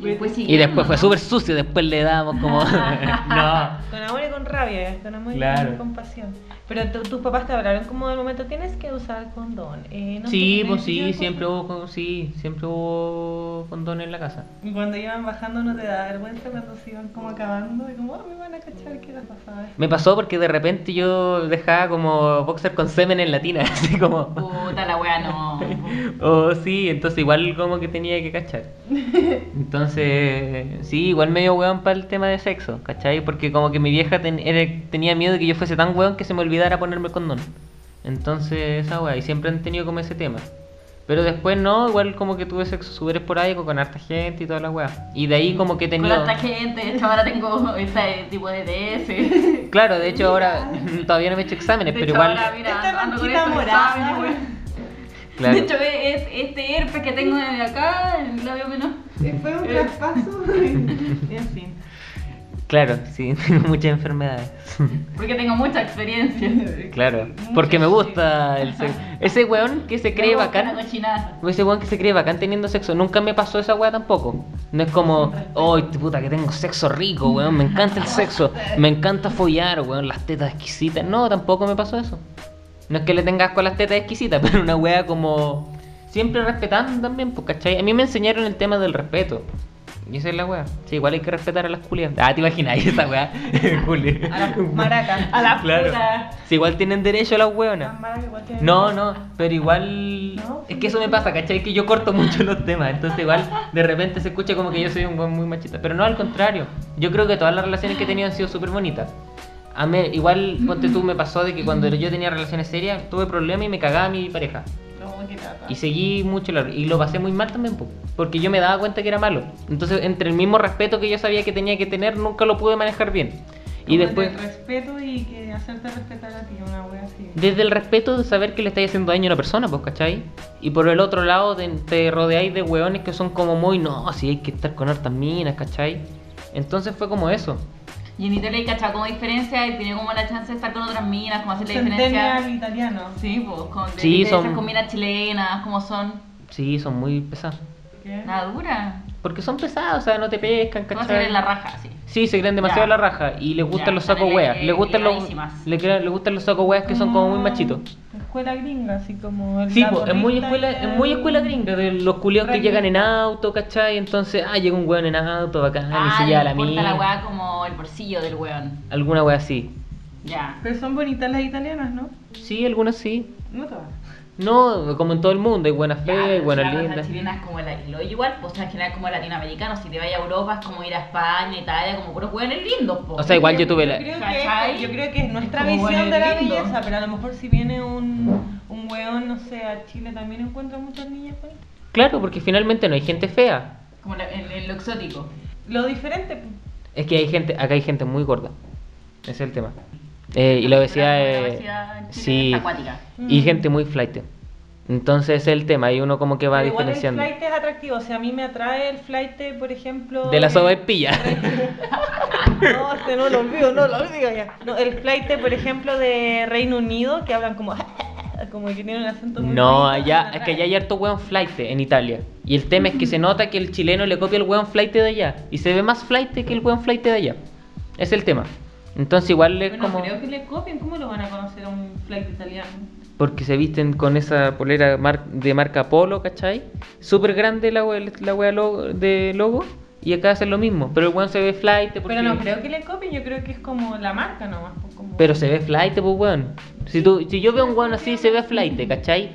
[SPEAKER 2] Y después
[SPEAKER 1] Y después fue
[SPEAKER 2] siguieron, ¿no?
[SPEAKER 1] súper sucio, después le dábamos como... no.
[SPEAKER 4] Con amor y con rabia, eh, con amor y
[SPEAKER 1] Claro.
[SPEAKER 4] con compasión. Pero tu- tus papás te hablaron como del momento, tienes que usar condón. eh, no
[SPEAKER 1] Sí,
[SPEAKER 4] sé,
[SPEAKER 1] pues
[SPEAKER 4] tienes
[SPEAKER 1] sí,
[SPEAKER 4] que-
[SPEAKER 1] siempre hubo, con- sí, siempre hubo condón en la casa.
[SPEAKER 4] Y cuando iban bajando no te da vergüenza cuando se iban como acabando y como, "Ah, me van a cachar que la pasaba.
[SPEAKER 1] Me pasó porque de repente yo dejaba como boxer con semen en la tina, así como...
[SPEAKER 2] Puta la wea, no.
[SPEAKER 1] Oh, sí, entonces igual como que tenía que cachar. Entonces, sí, igual medio hueón para el tema de sexo, ¿cachai? Porque como que mi vieja ten- era- tenía miedo de que yo fuese tan hueón que se me olvidara ponerme el condón. Entonces, esa hueá, y siempre han tenido como ese tema. Pero después no, igual como que tuve sexo súper esporádico con harta gente y toda la hueá. Y de ahí como que he
[SPEAKER 2] Con
[SPEAKER 1] tenido...
[SPEAKER 2] harta gente, de hecho ahora tengo ese tipo de DS.
[SPEAKER 1] Claro, de hecho ahora todavía no me he hecho exámenes,
[SPEAKER 2] De
[SPEAKER 1] pero
[SPEAKER 2] hecho,
[SPEAKER 1] igual...
[SPEAKER 2] ahora, mira,
[SPEAKER 4] Esta
[SPEAKER 2] ando con
[SPEAKER 4] manchita
[SPEAKER 2] estos
[SPEAKER 4] morada.
[SPEAKER 2] exámenes, weón.
[SPEAKER 1] Claro.
[SPEAKER 2] De hecho, es, es este herpes que tengo de acá, el labio menor.
[SPEAKER 4] Fue un traspaso. y en fin.
[SPEAKER 1] Claro, sí, tengo muchas enfermedades.
[SPEAKER 2] Porque tengo mucha experiencia.
[SPEAKER 1] Claro, porque me gusta el sexo. Ese weón que se cree
[SPEAKER 2] Luego,
[SPEAKER 1] bacán.
[SPEAKER 2] una cochinada.
[SPEAKER 1] Ese weón que se cree bacán teniendo sexo. Nunca me pasó esa weá tampoco. No es como, ¡ay, puta, que tengo sexo rico, weón! Me encanta el sexo. Me encanta follar, weón, las tetas exquisitas. No, tampoco me pasó eso. No es que le tenga asco a las tetas exquisitas, pero una weá como. Siempre respetando también, pues, ¿cachai? A mí me enseñaron el tema del respeto. Y esa es la weá. Sí, igual hay que respetar a las culias. Ah, te imagináis esa weá. Juli.
[SPEAKER 4] A las maracas.
[SPEAKER 2] A la
[SPEAKER 1] Claro.
[SPEAKER 2] puta.
[SPEAKER 1] Si igual tienen derecho a las weonas.
[SPEAKER 4] Las maracas igual tienen-
[SPEAKER 1] No, no, pero igual.
[SPEAKER 4] No,
[SPEAKER 1] es que eso me pasa, ¿cachai? Que yo corto mucho los temas, entonces igual de repente se escucha como que yo soy un buen muy machista. Pero no, al contrario. Yo creo que todas las relaciones que he tenido han sido súper bonitas. a mí, igual, ponte tú, me pasó de que cuando yo tenía relaciones serias, tuve problemas y me cagaba mi pareja.
[SPEAKER 4] No, qué lata.
[SPEAKER 1] Y seguí mucho la- y lo pasé muy mal también, po, porque yo me daba cuenta que era malo. Entonces, entre el mismo respeto que yo sabía que tenía que tener, nunca lo pude manejar bien. Y
[SPEAKER 4] Como
[SPEAKER 1] después,
[SPEAKER 4] el respeto y que hacerte respetar a ti, una wea así.
[SPEAKER 1] desde el respeto de saber que le estáis haciendo daño a una persona, pues, ¿cachai? Y por el otro lado, te, te rodeáis de hueones que son como muy, no, si hay que estar con hartas minas, ¿cachai? Entonces fue como eso.
[SPEAKER 2] Y en Italia hay cachado como diferencia y tiene como la chance de estar con otras minas, como hacer la
[SPEAKER 4] Centennial
[SPEAKER 2] diferencia.
[SPEAKER 4] italiano.
[SPEAKER 2] Sí, pues, con de-
[SPEAKER 1] Sí,
[SPEAKER 2] diferencias
[SPEAKER 1] son-
[SPEAKER 2] con minas chilenas, como son.
[SPEAKER 1] Sí, son muy pesados.
[SPEAKER 4] ¿Qué?
[SPEAKER 1] Ah,
[SPEAKER 2] La dura.
[SPEAKER 1] Porque son pesados, o sea, no te pescan,
[SPEAKER 2] Como se
[SPEAKER 1] ¿cachai?
[SPEAKER 2] en la raja, sí.
[SPEAKER 1] Sí, se creen demasiado
[SPEAKER 2] Ya.
[SPEAKER 1] la raja y les gustan
[SPEAKER 2] Ya,
[SPEAKER 1] los sacos
[SPEAKER 2] están
[SPEAKER 1] weas.
[SPEAKER 2] ele-
[SPEAKER 1] Les gustan los,
[SPEAKER 2] elevadísimas.
[SPEAKER 1] le, cre- les gustan los sacos weas que son
[SPEAKER 4] Mm.
[SPEAKER 1] como muy machitos.
[SPEAKER 4] Ah, Escuela gringa, así como el
[SPEAKER 1] Sí, po, es muy
[SPEAKER 4] laborista
[SPEAKER 1] escuela,
[SPEAKER 4] y
[SPEAKER 1] es
[SPEAKER 4] el-
[SPEAKER 1] muy escuela gringa, de los culiados que
[SPEAKER 4] Rugby.
[SPEAKER 1] llegan en auto, ¿cachai? Entonces, ah, llega un weón en auto, bacán, y
[SPEAKER 2] Ah,
[SPEAKER 1] se
[SPEAKER 2] le
[SPEAKER 1] lleva la
[SPEAKER 2] importa la
[SPEAKER 1] mía.
[SPEAKER 2] weá como el bolsillo del weón.
[SPEAKER 1] Alguna wea así.
[SPEAKER 2] Ya.
[SPEAKER 4] Pero son bonitas las italianas, ¿no?
[SPEAKER 1] Sí, algunas sí.
[SPEAKER 4] No todas.
[SPEAKER 1] No, como en todo el mundo, hay buenas
[SPEAKER 2] Ya,
[SPEAKER 1] feas, hay
[SPEAKER 2] pero
[SPEAKER 1] buenas
[SPEAKER 2] si la raza
[SPEAKER 1] lindas.
[SPEAKER 2] chilena es como la, lo igual, pues en general como latinoamericano, si te vas a Europa es como ir a España, Italia, como puros hueones lindos, pues. po.
[SPEAKER 1] O sea, igual yo tuve
[SPEAKER 4] Yo
[SPEAKER 1] la...
[SPEAKER 4] creo, que,
[SPEAKER 2] ¿Cachai?
[SPEAKER 4] yo creo que es nuestra
[SPEAKER 2] Como
[SPEAKER 4] visión
[SPEAKER 2] bueno,
[SPEAKER 4] de la
[SPEAKER 2] lindo.
[SPEAKER 4] belleza, pero a lo mejor si viene un, un weón, no sé, a Chile también encuentra muchas niñas bonitas.
[SPEAKER 1] Claro, porque finalmente no hay gente fea.
[SPEAKER 2] Como la- en, en lo exótico.
[SPEAKER 4] Lo diferente, pues.
[SPEAKER 1] Es que hay gente, acá hay gente muy gorda. Ese es el tema. Eh, y la obesidad
[SPEAKER 2] La
[SPEAKER 1] es...
[SPEAKER 2] obesidad en Chile
[SPEAKER 1] Sí.
[SPEAKER 2] es acuática.
[SPEAKER 1] Y
[SPEAKER 4] Mm.
[SPEAKER 1] gente muy flight. Entonces ese es el tema, y uno como que va
[SPEAKER 4] Pero igual el
[SPEAKER 1] diferenciando.
[SPEAKER 4] flight es atractivo, o sea, a mí me atrae el flight, por ejemplo...
[SPEAKER 1] De la
[SPEAKER 4] eh,
[SPEAKER 1] sopa de pilla.
[SPEAKER 4] No, este no lo olvido, no lo olvido ya. No, el flight, por ejemplo, de Reino Unido, que hablan como... como que tienen un acento muy
[SPEAKER 1] No,
[SPEAKER 4] bonito,
[SPEAKER 1] allá,
[SPEAKER 4] me
[SPEAKER 1] es que
[SPEAKER 4] atrae.
[SPEAKER 1] allá hay harto weón flight en Italia. Y el tema es que se nota que el chileno le copia el weón flight de allá. Y se ve más flight que el weón flight de allá. Es el tema. Entonces igual es
[SPEAKER 4] Bueno,
[SPEAKER 1] como...
[SPEAKER 4] creo que le copien, ¿cómo lo van a conocer a un flight italiano?
[SPEAKER 1] Porque se visten con esa polera mar- de marca Polo, ¿cachai? Súper grande la wea, la wea logo- de logo. Y acá hacen lo mismo. Pero el weón se ve flight.
[SPEAKER 4] Pero no creo que le copien, yo creo que es como la marca nomás. pues, Como...
[SPEAKER 1] Pero se ve flight, pues, weón. Si, tú, si yo veo un weón así, se ve flight, ¿cachai?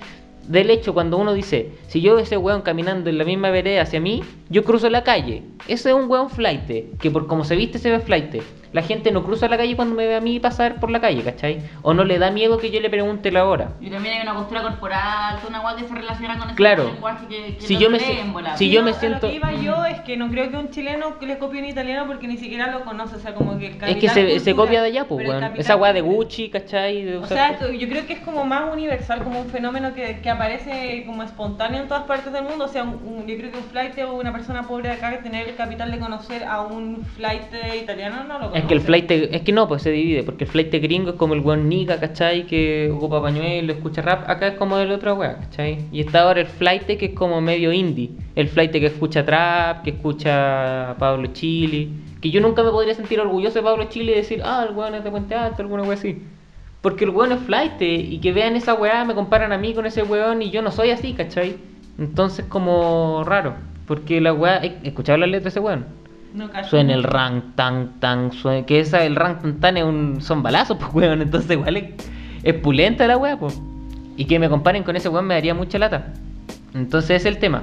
[SPEAKER 1] Del hecho, cuando uno dice, si yo veo ese weón caminando en la misma vereda hacia mí, yo cruzo la calle. Ese es un weón flight, que por como se viste, se ve flight. La gente no cruza la calle cuando me ve a mí pasar por la calle, ¿cachai? O no le da miedo que yo le pregunte la hora.
[SPEAKER 2] Y también hay una postura corporal, toda una weá que se relaciona con ese
[SPEAKER 1] Claro.
[SPEAKER 2] lenguaje que, que
[SPEAKER 1] Si
[SPEAKER 2] no
[SPEAKER 1] yo me
[SPEAKER 2] cree
[SPEAKER 1] si-
[SPEAKER 2] en volar.
[SPEAKER 1] si yo
[SPEAKER 4] No,
[SPEAKER 1] me
[SPEAKER 4] a lo
[SPEAKER 1] siento-
[SPEAKER 4] que iba yo es que no creo que un chileno que le copie a un italiano porque ni siquiera lo conoce, o sea, como que el
[SPEAKER 1] Es
[SPEAKER 4] capital
[SPEAKER 1] que se, se
[SPEAKER 4] cultural-
[SPEAKER 1] copia de allá, pues,
[SPEAKER 4] pero el
[SPEAKER 1] weón.
[SPEAKER 4] capital
[SPEAKER 1] Esa weá de
[SPEAKER 4] cultural-
[SPEAKER 1] Gucci, ¿cachai? De
[SPEAKER 4] O
[SPEAKER 1] usar-
[SPEAKER 4] sea, esto- yo creo que es como más universal, como un fenómeno que, que aparece como espontáneo en todas partes del mundo. O sea, un- un- yo creo que un flight o una persona pobre de acá que tener el capital de conocer a un flight italiano no lo conoce.
[SPEAKER 1] Es que el flight, es que no, pues se divide, porque el flight gringo es como el weón nica, ¿cachai? Que ocupa pañuelo, escucha rap, acá es como del otro weón, ¿cachai? Y está ahora el flight que es como medio indie, el flight que escucha trap, que escucha Pablo Chile, que yo nunca me podría sentir orgulloso de Pablo Chile y decir, ah, el weón es de Puente Alto, alguna weón así. Porque el weón es flight eh, y que vean esa weá, me comparan a mí con ese weón y yo no soy así, ¿cachai? Entonces como raro, porque la weá, escuchaba la letra de ese weón
[SPEAKER 4] No cacho.
[SPEAKER 1] suena el rank tan tan suena, que esa el rank tan tan es un son balazos pues weón entonces igual es, es pulenta la weá pues y que me comparen con ese weón me daría mucha lata entonces ese es el tema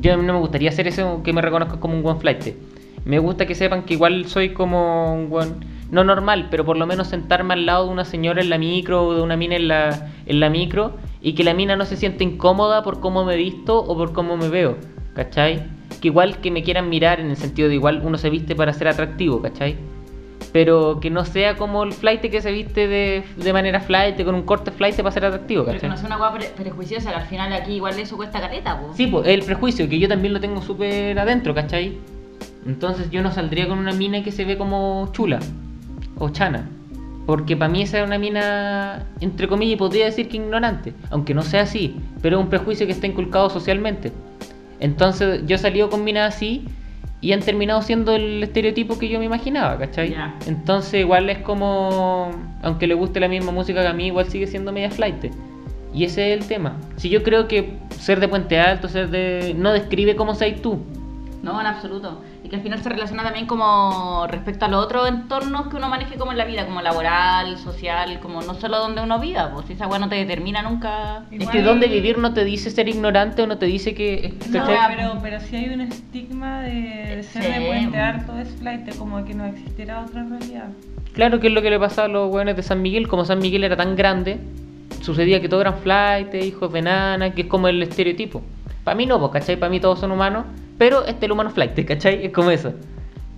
[SPEAKER 1] yo a mí no me gustaría hacer eso que me reconozcan como un one flight me gusta que sepan que igual soy como un weón no normal pero por lo menos sentarme al lado de una señora en la micro o de una mina en la en la micro y que la mina no se siente incómoda por cómo me visto o por cómo me veo ¿cachai? Que igual que me quieran mirar en el sentido de igual uno se viste para ser atractivo, ¿cachai? Pero que no sea como el flight que se viste de, de manera flight, con un corte flight para ser atractivo,
[SPEAKER 2] Pero que no es
[SPEAKER 1] ¿cachai?
[SPEAKER 2] una weá pre- prejuiciosa, que al final aquí igual eso cuesta careta, po.
[SPEAKER 1] Sí, pues el prejuicio, que yo también lo tengo súper adentro, ¿cachai? Entonces yo no saldría con una mina que se ve como chula o chana. Porque para mí esa es una mina, entre comillas, y podría decir que ignorante, aunque no sea así, pero es un prejuicio que está inculcado socialmente. Entonces yo he salido con minas así y han terminado siendo el estereotipo que yo me imaginaba, ¿cachai?
[SPEAKER 2] Ya.
[SPEAKER 1] Entonces igual es como, aunque le guste la misma música que a mí, igual sigue siendo media flight. Y ese es el tema. Si yo creo que ser de Puente Alto, ser de... no describe cómo seas tú.
[SPEAKER 2] No, en absoluto. Y que al final se relaciona también como respecto a los otros entornos que uno maneje como en la vida, como laboral, social, como no solo donde uno viva, pues esa weá no te determina nunca.
[SPEAKER 1] Es
[SPEAKER 4] Igual-
[SPEAKER 1] que donde vivir no te dice ser ignorante o no te dice que...
[SPEAKER 4] No,
[SPEAKER 1] ¿cachai?
[SPEAKER 4] pero, pero sí hay un estigma de, de ser
[SPEAKER 2] Sí.
[SPEAKER 4] de puente harto es flight, como que no existiera otra realidad.
[SPEAKER 1] Claro que es lo que le pasaba a los hueones de San Miguel, como San Miguel era tan grande, sucedía que todos eran flight, hijos de nana, que es como el estereotipo. Para mí no, pues, ¿cachai? Para mí todos son humanos, pero este es el humano flight, ¿cachai? Es como eso.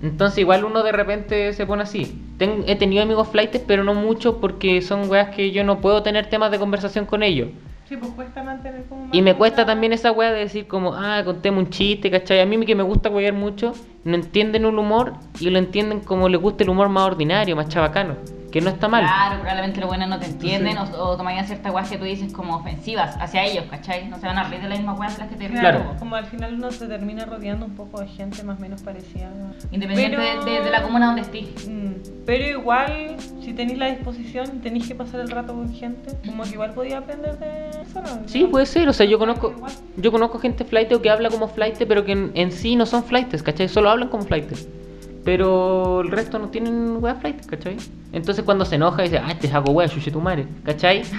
[SPEAKER 1] Entonces igual uno de repente se pone así. Ten- he tenido amigos flightes, pero no muchos porque son weas que yo no puedo tener temas de conversación con ellos.
[SPEAKER 4] Sí, pues cuesta mantener como.
[SPEAKER 1] Y me cuesta también esa wea de decir como, ah, contemos un chiste, ¿cachai? A mí que me gusta wear mucho, no entienden un humor y lo entienden como les gusta el humor más ordinario, más chabacano, que no está mal.
[SPEAKER 2] Claro, probablemente los buenos no te entienden o, o tomarían ciertas weas que tú dices como ofensivas hacia ellos, ¿cachai? No se van a reír de las mismas weas de las que te ríes.
[SPEAKER 1] Claro.
[SPEAKER 4] Como al final uno se termina rodeando un poco de gente más o menos parecida.
[SPEAKER 2] Independiente
[SPEAKER 4] Pero-
[SPEAKER 2] de, de- de la comuna donde estés.
[SPEAKER 4] Mm, Pero igual, si tenéis la disposición, tenéis que pasar el rato con gente, como que igual podía aprender de personas.
[SPEAKER 1] Sí, puede ser, o sea, yo conozco yo conozco gente flight o que habla como flight, pero que en, en sí no son flightes, ¿cachai? Solo hablan como flightes. Pero el resto no tienen wea flight, ¿cachai? Entonces cuando se enoja dice, ah, este hago wea, chuche tu madre, ¿cachai?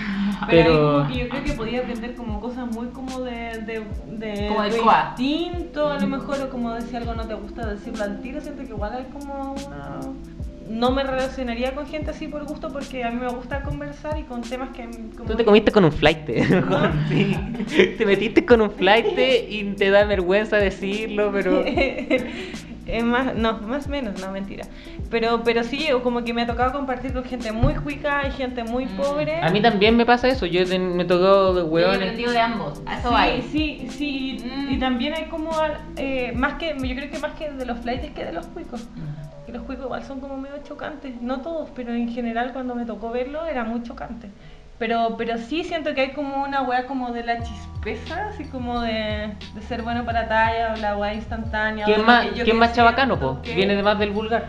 [SPEAKER 4] Pero,
[SPEAKER 1] Pero...
[SPEAKER 4] ahí como que yo creo que podía aprender como cosas muy como de, de, de,
[SPEAKER 2] Como de
[SPEAKER 4] de
[SPEAKER 2] coa.
[SPEAKER 4] instinto, a lo mejor, o como decir algo no te gusta decirlo al tiro, siento que igual hay como una... No me relacionaría con gente así por gusto porque a mí me gusta conversar y con temas que... a mí Como
[SPEAKER 1] Tú te comiste con un flight. sí. Te metiste con un flight y te da vergüenza decirlo, pero.
[SPEAKER 4] Es más, no, más menos, no, mentira. Pero, pero sí, o como que me ha tocado compartir con gente muy cuica y gente muy
[SPEAKER 2] Mm.
[SPEAKER 4] pobre.
[SPEAKER 1] A mí también me pasa eso. Yo ten- me tocó de
[SPEAKER 2] Yo he
[SPEAKER 1] hueones.
[SPEAKER 2] aprendido de ambos, a eso
[SPEAKER 4] Sí,
[SPEAKER 2] va.
[SPEAKER 4] Sí, sí, y-
[SPEAKER 2] Mm.
[SPEAKER 4] y, también hay como al- eh, más que yo creo que más que de los flights que de los cuicos. Que los cuicos igual son como medio chocantes, no todos, pero en general cuando me tocó verlo era muy chocante. Pero pero sí siento que hay como una weá como de la chispeza, así como de, de ser bueno para talla o la weá instantánea.
[SPEAKER 1] ¿Quién
[SPEAKER 4] o lo
[SPEAKER 1] más,
[SPEAKER 4] que yo
[SPEAKER 1] ¿quién
[SPEAKER 4] que
[SPEAKER 1] más chabacano, po?
[SPEAKER 4] siento que-
[SPEAKER 1] Viene de más del vulgar.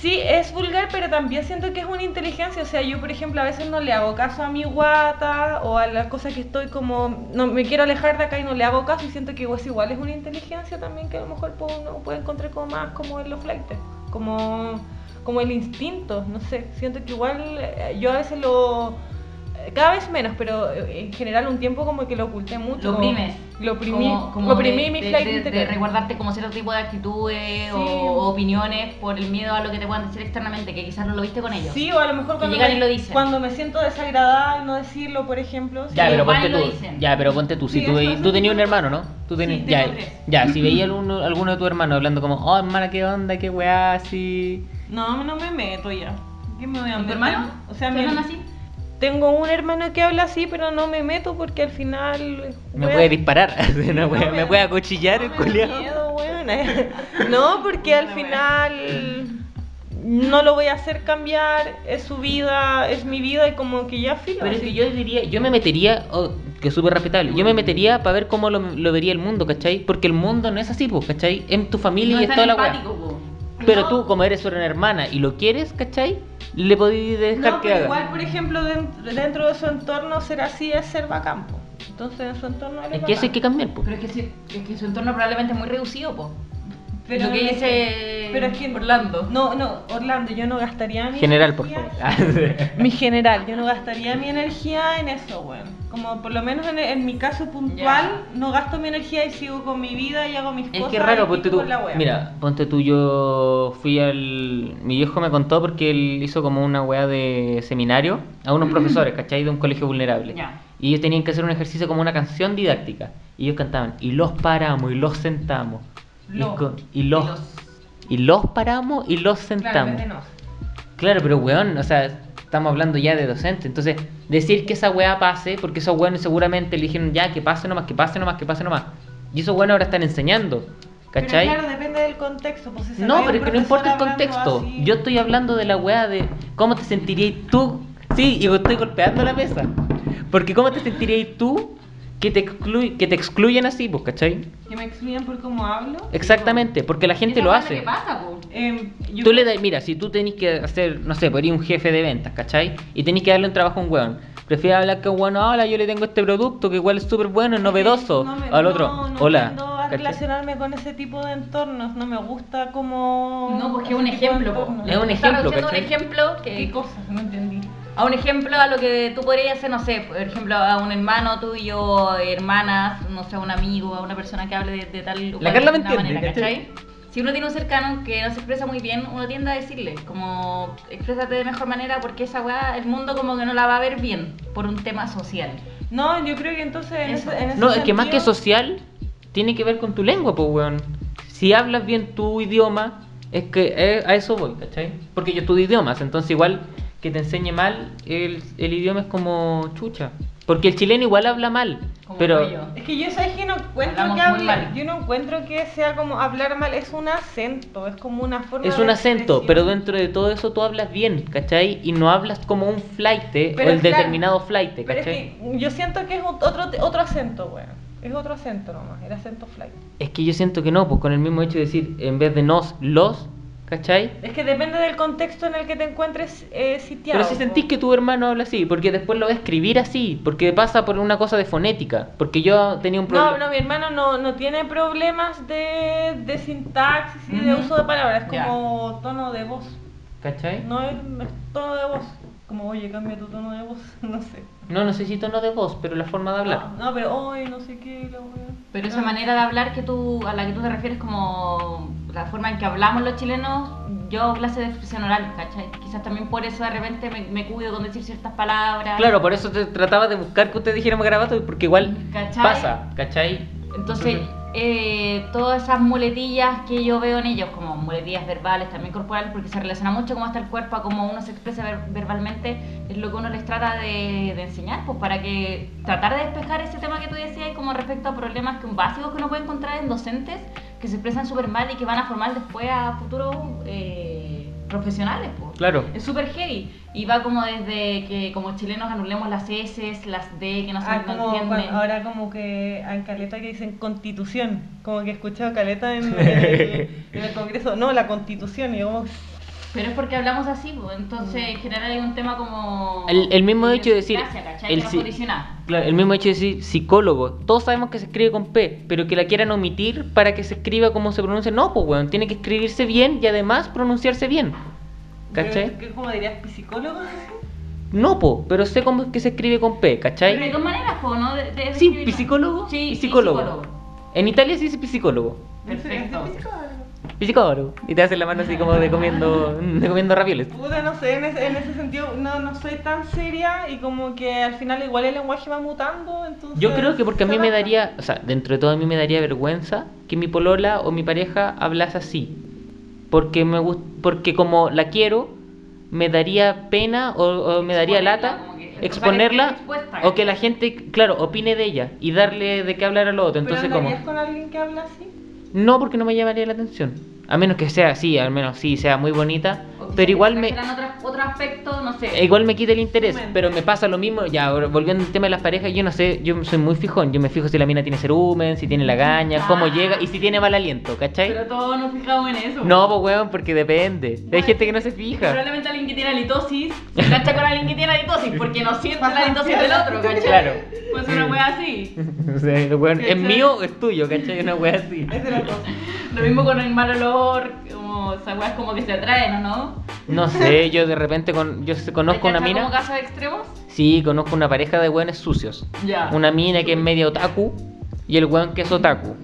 [SPEAKER 4] Sí, es vulgar, pero también siento que es una inteligencia. O sea, yo, por ejemplo, a veces no le hago caso a mi guata o a las cosas que estoy como. No, me quiero alejar de acá y no le hago caso. Y siento que pues, igual es una inteligencia también que a lo mejor puedo- uno puede encontrar como más como en los flightes. Como, como el instinto, no sé. Siento que igual eh, yo a veces lo. eh, Cada vez menos, pero eh, en general un tiempo como que lo oculté mucho.
[SPEAKER 2] Lo
[SPEAKER 4] como-
[SPEAKER 2] oprimes.
[SPEAKER 4] Lo oprimí,
[SPEAKER 2] Como- como
[SPEAKER 4] oprimí
[SPEAKER 2] de-
[SPEAKER 4] mi
[SPEAKER 2] de-
[SPEAKER 4] flight
[SPEAKER 2] de, de
[SPEAKER 4] interior.
[SPEAKER 2] resguardarte como cierto tipo de actitudes
[SPEAKER 4] Sí.
[SPEAKER 2] o, o opiniones por el miedo a lo que te puedan decir externamente, que quizás no lo viste con ellos.
[SPEAKER 4] Sí, o a lo mejor cuando,
[SPEAKER 2] llegan
[SPEAKER 4] me,
[SPEAKER 2] y lo dicen.
[SPEAKER 4] cuando me siento desagradada y no decirlo, por ejemplo.
[SPEAKER 1] Ya,
[SPEAKER 2] Sí,
[SPEAKER 1] pero
[SPEAKER 2] igual
[SPEAKER 1] ponte
[SPEAKER 2] lo
[SPEAKER 1] tú.
[SPEAKER 2] dicen.
[SPEAKER 1] Ya, pero ponte tú. Si
[SPEAKER 4] Sí,
[SPEAKER 1] tú,
[SPEAKER 4] eso
[SPEAKER 1] tú
[SPEAKER 4] sí.
[SPEAKER 1] tenías un hermano, ¿no? Tú tenías.
[SPEAKER 4] Sí,
[SPEAKER 1] ya,
[SPEAKER 4] tengo tres.
[SPEAKER 1] ya, si veía alguno, alguno de tus hermanos hablando como, oh, hermana, qué onda, qué weá, así.
[SPEAKER 4] No, no me meto ya. ¿Qué me voy a
[SPEAKER 2] ¿Con tu
[SPEAKER 4] meter?
[SPEAKER 2] hermano?
[SPEAKER 4] O sea,
[SPEAKER 2] ¿Te
[SPEAKER 4] mi-
[SPEAKER 2] hablan así?
[SPEAKER 4] tengo un hermano que habla así, pero no me meto porque al final.
[SPEAKER 1] Me
[SPEAKER 4] weón,
[SPEAKER 1] puede disparar, una wea, me puede acuchillar el
[SPEAKER 4] me da
[SPEAKER 1] culiao.
[SPEAKER 4] miedo, weón. No, porque al final. No lo voy a hacer cambiar, es su vida, es mi vida y como que ya filo.
[SPEAKER 1] Pero es
[SPEAKER 4] así.
[SPEAKER 1] que yo diría, yo me metería, oh, que es súper respetable, yo me metería para ver cómo lo, lo vería el mundo, ¿cachai? Porque el mundo no es así, po, ¿cachai? En tu familia
[SPEAKER 2] No
[SPEAKER 1] y
[SPEAKER 2] es
[SPEAKER 1] es
[SPEAKER 2] tan
[SPEAKER 1] toda la weá.
[SPEAKER 2] empático, po.
[SPEAKER 1] Pero
[SPEAKER 4] No.
[SPEAKER 1] tú, como eres una hermana y lo quieres, ¿cachai? Le podéis dejar
[SPEAKER 4] no,
[SPEAKER 1] que
[SPEAKER 4] pero
[SPEAKER 1] haga.
[SPEAKER 4] igual, por ejemplo, den- dentro de su entorno ser así es ser bacampo. Entonces, en su entorno él
[SPEAKER 1] es que eso hay
[SPEAKER 4] bacán.
[SPEAKER 1] que cambiar, pues. po.
[SPEAKER 2] Pero es que, sí, es que su entorno probablemente es muy reducido, po.
[SPEAKER 4] Pero
[SPEAKER 2] lo que
[SPEAKER 4] no es
[SPEAKER 2] dice
[SPEAKER 4] pero es que-
[SPEAKER 2] Orlando.
[SPEAKER 4] No, no, Orlando, yo no gastaría mi
[SPEAKER 1] General, por favor. Ah.
[SPEAKER 4] energía- Mi general, yo no gastaría mi energía en eso, weón. Como por lo menos en, en mi caso puntual, no gasto mi energía y sigo con mi vida y hago mis
[SPEAKER 1] Es
[SPEAKER 4] cosas.
[SPEAKER 1] que es raro,
[SPEAKER 4] y
[SPEAKER 1] ponte tú.
[SPEAKER 4] pico con la wea.
[SPEAKER 1] Mira, ponte tú, yo fui al. Mi viejo me contó porque él hizo como una weá de seminario a
[SPEAKER 4] Mm.
[SPEAKER 1] unos profesores, ¿cachai? De un colegio vulnerable.
[SPEAKER 2] Ya.
[SPEAKER 1] Y ellos tenían que hacer un ejercicio como una canción didáctica. Y ellos cantaban, y los paramos, y los sentamos. y
[SPEAKER 4] Los.
[SPEAKER 1] co- Y, los. Y los paramos y los
[SPEAKER 4] Claro,
[SPEAKER 1] sentamos.
[SPEAKER 4] vete no.
[SPEAKER 1] Claro, pero weón, o sea, estamos hablando ya de docente. Entonces, decir que esa weá pase, porque esos weones seguramente le dijeron ya que pase nomás, que pase nomás, que pase nomás. Y esos weones ahora están enseñando.
[SPEAKER 4] Pero
[SPEAKER 1] ¿Cachai?
[SPEAKER 4] claro, depende del contexto. Pues, si se ve
[SPEAKER 1] no,
[SPEAKER 4] un
[SPEAKER 1] pero es que no importa el
[SPEAKER 4] profesor hablando
[SPEAKER 1] contexto.
[SPEAKER 4] así-
[SPEAKER 1] Yo estoy hablando de la weá de cómo te sentirías tú. Sí, y estoy golpeando la mesa. Porque cómo te sentirías tú que te, exclu- que te excluyen así, pues, ¿cachai?
[SPEAKER 4] Que me excluyan por cómo hablo.
[SPEAKER 1] Exactamente, porque la gente
[SPEAKER 2] Esa
[SPEAKER 1] lo
[SPEAKER 2] weá es
[SPEAKER 1] hace.
[SPEAKER 2] que pasa, po.
[SPEAKER 4] Eh, yo-
[SPEAKER 1] Tú le das, mira, si tú tenés que hacer, no sé, podría un jefe de ventas, ¿cachai? Y tenés que darle un trabajo a un weón. Prefiero hablar que un weón, hola, yo le tengo este producto que igual es súper bueno, es novedoso.
[SPEAKER 4] No me-
[SPEAKER 1] al otro,
[SPEAKER 4] no, no
[SPEAKER 1] hola.
[SPEAKER 4] tiendo a
[SPEAKER 1] ¿cachai?
[SPEAKER 4] relacionarme con ese tipo de entornos. No me gusta como.
[SPEAKER 2] No, porque es un
[SPEAKER 4] ese tipo de
[SPEAKER 2] ejemplo, po.
[SPEAKER 4] entornos.
[SPEAKER 1] Es un
[SPEAKER 2] Está
[SPEAKER 1] ejemplo,
[SPEAKER 2] reduciendo un
[SPEAKER 1] ¿cachai?
[SPEAKER 2] ejemplo
[SPEAKER 4] ¿Qué
[SPEAKER 2] que,
[SPEAKER 4] cosas? No entendí.
[SPEAKER 2] a un ejemplo a lo que tú podrías hacer, no sé, por ejemplo, a un hermano tuyo, hermanas, no sé, a un amigo, a una persona que hable de, de tal o
[SPEAKER 1] La
[SPEAKER 2] cual
[SPEAKER 1] Carla me
[SPEAKER 2] de una
[SPEAKER 1] entiende, ¿cachai?
[SPEAKER 2] ¿cachai? si uno tiene un cercano que no se expresa muy bien, uno tiende a decirle, como, exprésate de mejor manera porque esa weá, el mundo como que no la va a ver bien por un tema social.
[SPEAKER 4] No, yo creo que entonces en
[SPEAKER 2] Eso.
[SPEAKER 4] ese, en ese
[SPEAKER 1] No, es que más
[SPEAKER 4] sentido-
[SPEAKER 1] que social, tiene que ver con tu lengua, pues, weón. Si hablas bien tu idioma, es que eh, a eso voy, ¿cachai? Porque yo estudio idiomas, entonces igual que te enseñe mal, el, el idioma es como chucha. Porque el chileno igual habla mal,
[SPEAKER 2] Como
[SPEAKER 1] pero...
[SPEAKER 2] pollo.
[SPEAKER 4] Es que yo sabes que no encuentro
[SPEAKER 2] Hablamos
[SPEAKER 4] que
[SPEAKER 2] muy
[SPEAKER 4] hablar-
[SPEAKER 2] mal.
[SPEAKER 4] yo no encuentro que sea como hablar mal, es un acento, es como una forma
[SPEAKER 1] Es un
[SPEAKER 4] de
[SPEAKER 1] acento,
[SPEAKER 4] expresión.
[SPEAKER 1] pero dentro de todo eso tú hablas bien, ¿cachai? Y no hablas como un flight o
[SPEAKER 4] Pero
[SPEAKER 1] el
[SPEAKER 4] claro,
[SPEAKER 1] determinado flight,
[SPEAKER 4] Pero es
[SPEAKER 1] ¿cachai?
[SPEAKER 4] que yo siento que es ot- otro, otro acento, weón. Es otro acento nomás, el acento fly.
[SPEAKER 1] Es que yo siento que no, pues con el mismo hecho de decir, en vez de nos, los, ¿cachai?
[SPEAKER 4] Es que depende del contexto en el que te encuentres eh, sitiado.
[SPEAKER 1] Pero si sentís que tu hermano habla así, porque después lo va a escribir así, porque pasa por una cosa de fonética, porque yo tenía un problema.
[SPEAKER 4] No, no, mi hermano no, no tiene problemas de, de sintaxis y de
[SPEAKER 2] Ujú.
[SPEAKER 4] uso de palabras, es
[SPEAKER 2] Ya.
[SPEAKER 4] como tono de voz.
[SPEAKER 1] ¿Cachai?
[SPEAKER 4] No es, no es tono de voz. Como, oye, cambia tu tono de voz, no sé. Ah,
[SPEAKER 1] No, no sé si tono de voz, pero la forma de hablar.
[SPEAKER 4] No, pero, oye, no sé qué, la Ah, weón.
[SPEAKER 2] Pero
[SPEAKER 1] Ah.
[SPEAKER 2] esa manera de hablar que tú, a la que tú te refieres como la forma en que hablamos los chilenos, yo hago clase de expresión oral, ¿cachai? Quizás también por eso de repente me, me cuido con decir ciertas
[SPEAKER 4] Ah.
[SPEAKER 2] palabras.
[SPEAKER 1] Claro, por eso te trataba de buscar que ustedes dijeran garabato, porque igual
[SPEAKER 2] ¿Cachai?
[SPEAKER 1] pasa, ¿cachai?
[SPEAKER 2] Entonces,
[SPEAKER 1] Ujú.
[SPEAKER 2] eh, todas esas muletillas que yo veo en ellos, como muletillas verbales, también corporales, porque se relaciona mucho cómo está el cuerpo, a cómo uno se expresa ver- verbalmente, es lo que uno les trata de, de enseñar, pues para que tratar de despejar ese tema que tú decías, y como respecto a problemas que- básicos que uno puede encontrar en docentes que se expresan súper mal y que van a formar después a futuros eh, profesionales. Pues.
[SPEAKER 1] Claro.
[SPEAKER 2] Es súper heavy y va como desde que como chilenos anulemos las S, las D, que no se
[SPEAKER 4] Ah, como
[SPEAKER 2] entienden.
[SPEAKER 4] cuan- ahora como que en Caleta que dicen constitución, como que he escuchado Caleta en, en el, en el Congreso, no, la constitución, y yo como,
[SPEAKER 2] Pero es porque hablamos así, pues, entonces en general hay un tema como...
[SPEAKER 1] Mm. El- el mismo hecho de decir-
[SPEAKER 2] idiosincrasia, ¿cachai?
[SPEAKER 1] el
[SPEAKER 2] Que nos
[SPEAKER 1] si-
[SPEAKER 2] condiciona.
[SPEAKER 1] Claro, el mismo hecho de decir psicólogo. Todos sabemos que se escribe con P, pero que la quieran omitir para que se escriba como se pronuncia. No, pues, weón, tiene que escribirse bien y además pronunciarse bien. ¿Cachai?
[SPEAKER 4] ¿qué- ¿Cómo dirías, psicólogo?
[SPEAKER 1] No, po, pero sé cómo es que se escribe con P, ¿cachai?
[SPEAKER 2] Pero de dos maneras, po, ¿no? De, de- de
[SPEAKER 1] Sí,
[SPEAKER 2] escribirlo.
[SPEAKER 1] psicólogo
[SPEAKER 2] Sí,
[SPEAKER 1] y
[SPEAKER 2] sí,
[SPEAKER 1] psicólogo.
[SPEAKER 2] psicólogo.
[SPEAKER 1] En Italia se dice psicólogo.
[SPEAKER 2] Perfecto.
[SPEAKER 1] Psicólogo. Y te hacen la mano así como de comiendo, de comiendo ravioles.
[SPEAKER 4] Puta, no sé, en ese, en ese sentido no, no soy tan seria y como que al final igual el lenguaje va mutando, entonces...
[SPEAKER 1] Yo creo que porque a
[SPEAKER 4] se
[SPEAKER 1] mí me
[SPEAKER 4] adapta.
[SPEAKER 1] daría, o sea, dentro de todo a mí me daría vergüenza que mi polola o mi pareja hablase así. Porque me gust- porque como la quiero, me daría pena o, o me daría
[SPEAKER 2] Exponerla,
[SPEAKER 1] lata
[SPEAKER 2] como que-
[SPEAKER 1] exponerla
[SPEAKER 2] o sea, que esté expuesta.
[SPEAKER 1] o que la gente, claro, opine de ella y darle de qué hablar al otro. Entonces
[SPEAKER 4] ¿Pero
[SPEAKER 1] como
[SPEAKER 4] andarías con alguien que habla así?
[SPEAKER 1] No, porque no me llamaría la atención. A menos que sea así, al menos sí, sea muy bonita.
[SPEAKER 2] O quizás
[SPEAKER 1] Pero igual me, Eh,
[SPEAKER 2] exageran otras- otro aspecto, no sé.
[SPEAKER 1] igual me quita el interés.
[SPEAKER 4] Momento.
[SPEAKER 1] Pero me pasa lo mismo, ya, ahora, volviendo al tema de las parejas, yo no sé, yo soy muy fijón. Yo me fijo si la mina tiene cerumen, si tiene lagaña, cómo
[SPEAKER 2] Ah.
[SPEAKER 1] llega y si tiene mal aliento, ¿cachai?
[SPEAKER 2] Pero todos nos fijamos en eso.
[SPEAKER 1] No, pues weón, porque depende. Hay gente que no se fija.
[SPEAKER 2] Probablemente alguien que tiene halitosis se engancha con alguien que tiene halitosis porque no siente la halitosis del otro, ¿cachai?
[SPEAKER 1] Claro.
[SPEAKER 2] Pues una wea así.
[SPEAKER 1] O sea, weón, es
[SPEAKER 2] ¿Cachai?
[SPEAKER 1] mío o es tuyo, ¿cachai? Una wea así.
[SPEAKER 4] Es de las dos.
[SPEAKER 2] Lo mismo con el mal olor, como esas weas como que se atraen, ¿o no?
[SPEAKER 1] No sé, yo de repente con, yo conozco una
[SPEAKER 2] ¿Te cachas como
[SPEAKER 1] mina.
[SPEAKER 2] casos extremos?
[SPEAKER 1] Sí, conozco una pareja de weones sucios.
[SPEAKER 2] Ya.
[SPEAKER 1] Una mina que es media otaku y el weón que es otaku.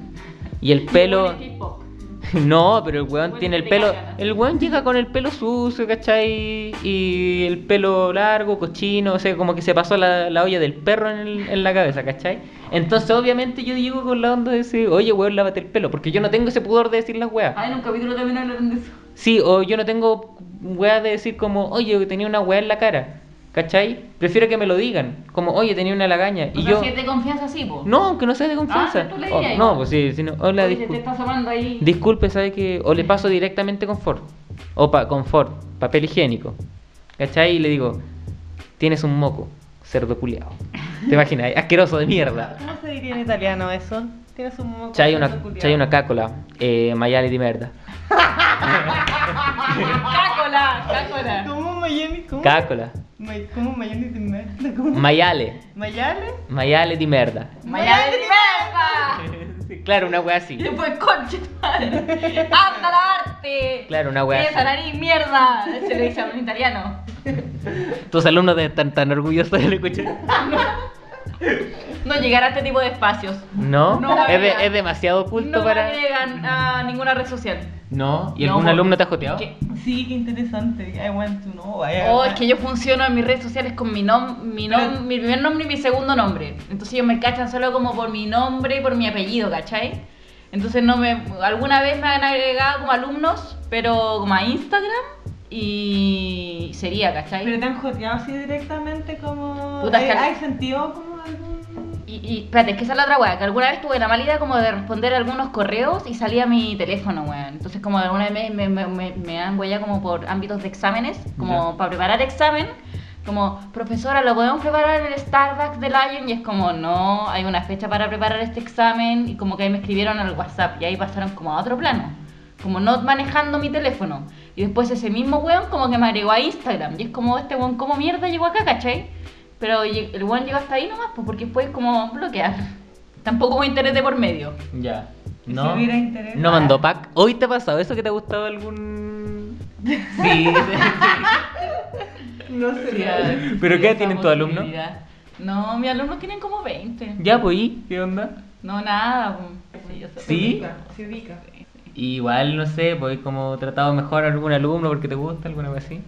[SPEAKER 1] Y el pelo.
[SPEAKER 2] Tipo de K-pop.
[SPEAKER 1] No, pero el weón
[SPEAKER 2] Huele
[SPEAKER 1] tiene el
[SPEAKER 2] de
[SPEAKER 1] pelo.
[SPEAKER 2] caca, ¿no?
[SPEAKER 1] El weón llega con el pelo sucio, ¿cachai? Y el pelo largo, cochino, o sea, como que se pasó la, la olla del perro en, el- en la cabeza, ¿cachai? Entonces, obviamente, yo llego con la onda de decir, oye, weón, lávate el pelo, porque yo no tengo ese pudor de decir las weas.
[SPEAKER 2] Ah, en un capítulo también hablaron de eso.
[SPEAKER 1] Sí, o yo no tengo weas de decir como, oye, tenía una wea en la cara, ¿cachai? Prefiero que me lo digan, como, oye, tenía una lagaña.
[SPEAKER 2] O
[SPEAKER 1] y
[SPEAKER 2] sea,
[SPEAKER 1] yo.
[SPEAKER 2] si es de confianza, sí, po.
[SPEAKER 1] No, aunque no sea de confianza.
[SPEAKER 2] Ah, tú le
[SPEAKER 1] O-
[SPEAKER 2] dirías
[SPEAKER 1] no,
[SPEAKER 2] igual.
[SPEAKER 1] pues sí, sino, hola,
[SPEAKER 2] Oye, se te
[SPEAKER 1] disculpe.
[SPEAKER 2] está asomando ahí.
[SPEAKER 1] Disculpe, ¿sabe que O le paso directamente confort. O pa confort, papel higiénico. ¿Cachai? Y le digo, tienes un moco, cerdo culiao. ¿Te imaginas? Asqueroso de mierda.
[SPEAKER 4] ¿Cómo se diría en italiano eso? Tienes un moco
[SPEAKER 1] Chai una,
[SPEAKER 4] culiao.
[SPEAKER 1] chai una cácola, eh, maiale di merda.
[SPEAKER 2] Cácola, cácola.
[SPEAKER 4] ¿Cómo Miami? ¿Cómo?
[SPEAKER 1] Cácola,
[SPEAKER 4] Ma- ¿Cómo Miami de merda? ¿Cómo?
[SPEAKER 1] maiale,
[SPEAKER 4] ¿Mayale?
[SPEAKER 1] maiale di merda.
[SPEAKER 2] Maya de mierda.
[SPEAKER 1] Sí, Claro, una wea así.
[SPEAKER 2] Y después, conche tu madre. ¡Anda la arte!
[SPEAKER 1] Claro, una wea
[SPEAKER 2] Esa
[SPEAKER 1] así.
[SPEAKER 2] nariz, mierda. Se le dice a un italiano.
[SPEAKER 1] Tus alumnos de- están tan orgullosos de lo escuchar.
[SPEAKER 2] no llegar a este tipo de espacios.
[SPEAKER 1] ¿No?
[SPEAKER 2] No,
[SPEAKER 1] es, de-
[SPEAKER 2] Gabriela.
[SPEAKER 1] es demasiado oculto
[SPEAKER 2] no
[SPEAKER 1] para.
[SPEAKER 2] agregan a ninguna red social.
[SPEAKER 1] No, ¿y
[SPEAKER 2] No,
[SPEAKER 1] algún
[SPEAKER 2] porque-
[SPEAKER 1] alumno te ha joteado?
[SPEAKER 2] Que-
[SPEAKER 4] Sí, qué interesante. I want to know. I-
[SPEAKER 2] Oh, es que yo funciono en mis redes sociales con mi nom, mi, nom, mi primer nombre y mi segundo nombre. Entonces ellos me cachan solo como por mi nombre y por mi apellido, ¿cachai? Entonces no me, alguna vez me han agregado como alumnos, pero como a Instagram y sería,
[SPEAKER 4] Pero
[SPEAKER 2] ¿cachai?
[SPEAKER 4] te han joteado así directamente como...
[SPEAKER 2] Puta, es que-
[SPEAKER 4] ¿Hay sentido como algún...?
[SPEAKER 2] Y, y espérate, es que esa es la otra weá, que alguna vez tuve la mala idea como de responder algunos correos y salía mi teléfono, weón. Entonces como alguna vez me, me, me, me han huellado como por ámbitos de exámenes, como para preparar examen, como, profesora, ¿lo podemos preparar en el Starbucks de Lion? Y es como, no, hay una fecha para preparar este examen y como que ahí me escribieron al WhatsApp y ahí pasaron como a otro plano, como no manejando mi teléfono. Y después ese mismo weón como que me agregó a Instagram y es como, este weón, ¿cómo mierda llegó acá, cachai? Pero lle- el weón llegó hasta ahí nomás, pues porque fue como bloquear. Tampoco hubo interés de por medio.
[SPEAKER 1] Ya.
[SPEAKER 4] Si
[SPEAKER 1] No.
[SPEAKER 4] hubiera interés.
[SPEAKER 1] No mandó pack. ¿Hoy te ha pasado eso que te ha gustado algún.? Sí.
[SPEAKER 4] No sé.
[SPEAKER 1] ¿Pero
[SPEAKER 2] Sí,
[SPEAKER 1] qué
[SPEAKER 2] esa
[SPEAKER 1] tienen tus alumnos?
[SPEAKER 2] posibilidad. No, mis alumnos tienen como 20.
[SPEAKER 1] ya, pues, ¿y? ¿qué onda?
[SPEAKER 2] No, nada. pues. Sí, yo sé.
[SPEAKER 1] Sí.
[SPEAKER 4] Se ubica.
[SPEAKER 1] Igual, no sé, pues como tratado mejor a algún alumno porque te gusta, alguna cosa así.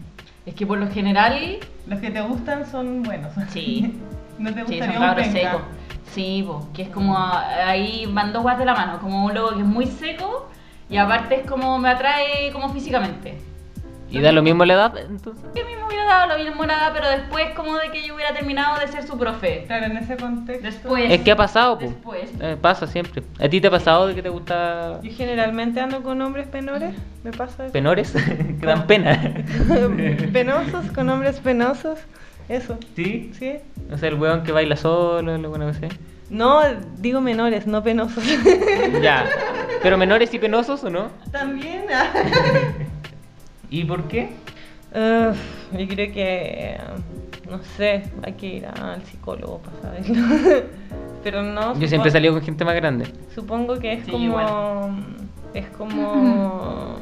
[SPEAKER 2] Es que por lo general,
[SPEAKER 4] Los que te gustan son buenos.
[SPEAKER 2] sí.
[SPEAKER 4] No te
[SPEAKER 2] Sí,
[SPEAKER 4] gustaría
[SPEAKER 2] son
[SPEAKER 4] un
[SPEAKER 2] cabros
[SPEAKER 4] penca.
[SPEAKER 2] secos. Sí, po, que es como a- ahí van dos guas de la mano, como un logo que es muy seco y aparte es como me atrae como físicamente.
[SPEAKER 1] ¿Y da lo mismo la edad? Entonces.
[SPEAKER 2] Que a mí me hubiera dado lo mismo nada, pero después como de que yo hubiera terminado de ser su profe.
[SPEAKER 4] Claro, en ese contexto.
[SPEAKER 2] Después.
[SPEAKER 1] Es que ha pasado, pues.
[SPEAKER 2] Después.
[SPEAKER 1] Eh, pasa siempre. ¿A ti te ha pasado de que te gusta
[SPEAKER 4] Yo generalmente ando con hombres penores, me pasa eso.
[SPEAKER 1] penores? que dan pena.
[SPEAKER 4] penosos, con hombres penosos, eso.
[SPEAKER 1] ¿Sí?
[SPEAKER 4] ¿Sí?
[SPEAKER 1] O sea, el weón que baila solo, alguna cosa así.
[SPEAKER 4] No, digo menores, no penosos.
[SPEAKER 1] Ya. ¿Pero menores y penosos o no?
[SPEAKER 4] También.
[SPEAKER 1] ¿Y por qué?
[SPEAKER 4] Uf, yo creo que, no sé, hay que ir al psicólogo para saberlo. Pero no.
[SPEAKER 1] Yo siempre he
[SPEAKER 4] supo-
[SPEAKER 1] salido con gente más grande.
[SPEAKER 4] Supongo que es
[SPEAKER 2] Sí,
[SPEAKER 4] como. Es como.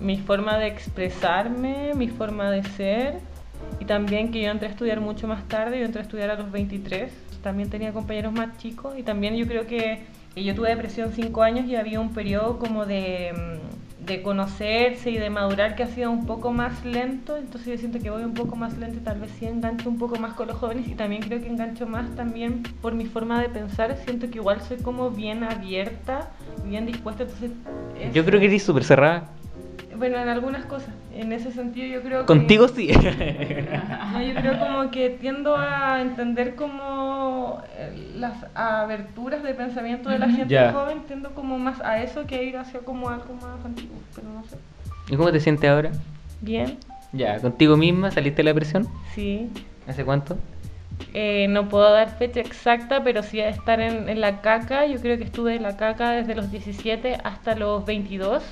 [SPEAKER 4] mi forma de expresarme, mi forma de ser. Y también que yo entré a estudiar mucho más tarde, yo entré a estudiar a los 23. También tenía compañeros más chicos. Y también yo creo que. que yo tuve depresión 5 años y había un periodo como de. mm, de conocerse y de madurar que ha sido un poco más lento, entonces yo siento que voy un poco más lento y tal vez sí engancho un poco más con los jóvenes y también creo que engancho más también por mi forma de pensar, siento que igual soy como bien abierta, bien dispuesta, entonces... eso.
[SPEAKER 1] Yo creo que eres súper cerrada.
[SPEAKER 4] Bueno, en algunas cosas, en ese sentido yo creo que...
[SPEAKER 1] Contigo sí.
[SPEAKER 4] No, yo creo como que tiendo a entender como eh, las aberturas de pensamiento de la gente
[SPEAKER 1] Ya.
[SPEAKER 4] joven, tiendo como más a eso que a ir hacia como algo más antiguo, pero no sé.
[SPEAKER 1] ¿Y cómo te sientes ahora?
[SPEAKER 4] Bien,
[SPEAKER 1] Ya, contigo misma, saliste de la depresión.
[SPEAKER 4] sí.
[SPEAKER 1] ¿Hace cuánto?
[SPEAKER 4] Eh, no puedo dar fecha exacta, pero sí a estar en, en la caca. Yo creo que estuve en la caca desde los 17 hasta los 22.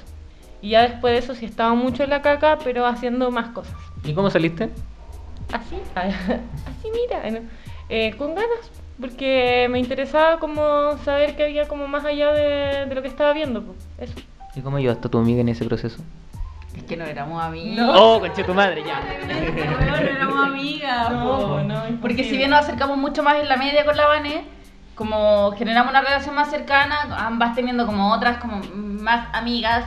[SPEAKER 4] Y ya después de eso sí estaba mucho en la caca, pero haciendo más cosas.
[SPEAKER 1] ¿Y cómo saliste?
[SPEAKER 4] Así, así mira, ¿no? Eh, con ganas, porque me interesaba como saber qué había como más allá de, de lo que estaba viendo. po. Eso.
[SPEAKER 1] ¿Y cómo ayudaste a tu amiga en ese proceso?
[SPEAKER 2] Es que no éramos amigos.
[SPEAKER 1] Oh, conche tu madre,
[SPEAKER 2] No éramos amigas.
[SPEAKER 4] No,
[SPEAKER 2] po.
[SPEAKER 4] no, imposible.
[SPEAKER 2] Porque si bien nos acercamos mucho más en la media con la Vané, como generamos una relación más cercana, ambas teniendo como otras, como más amigas,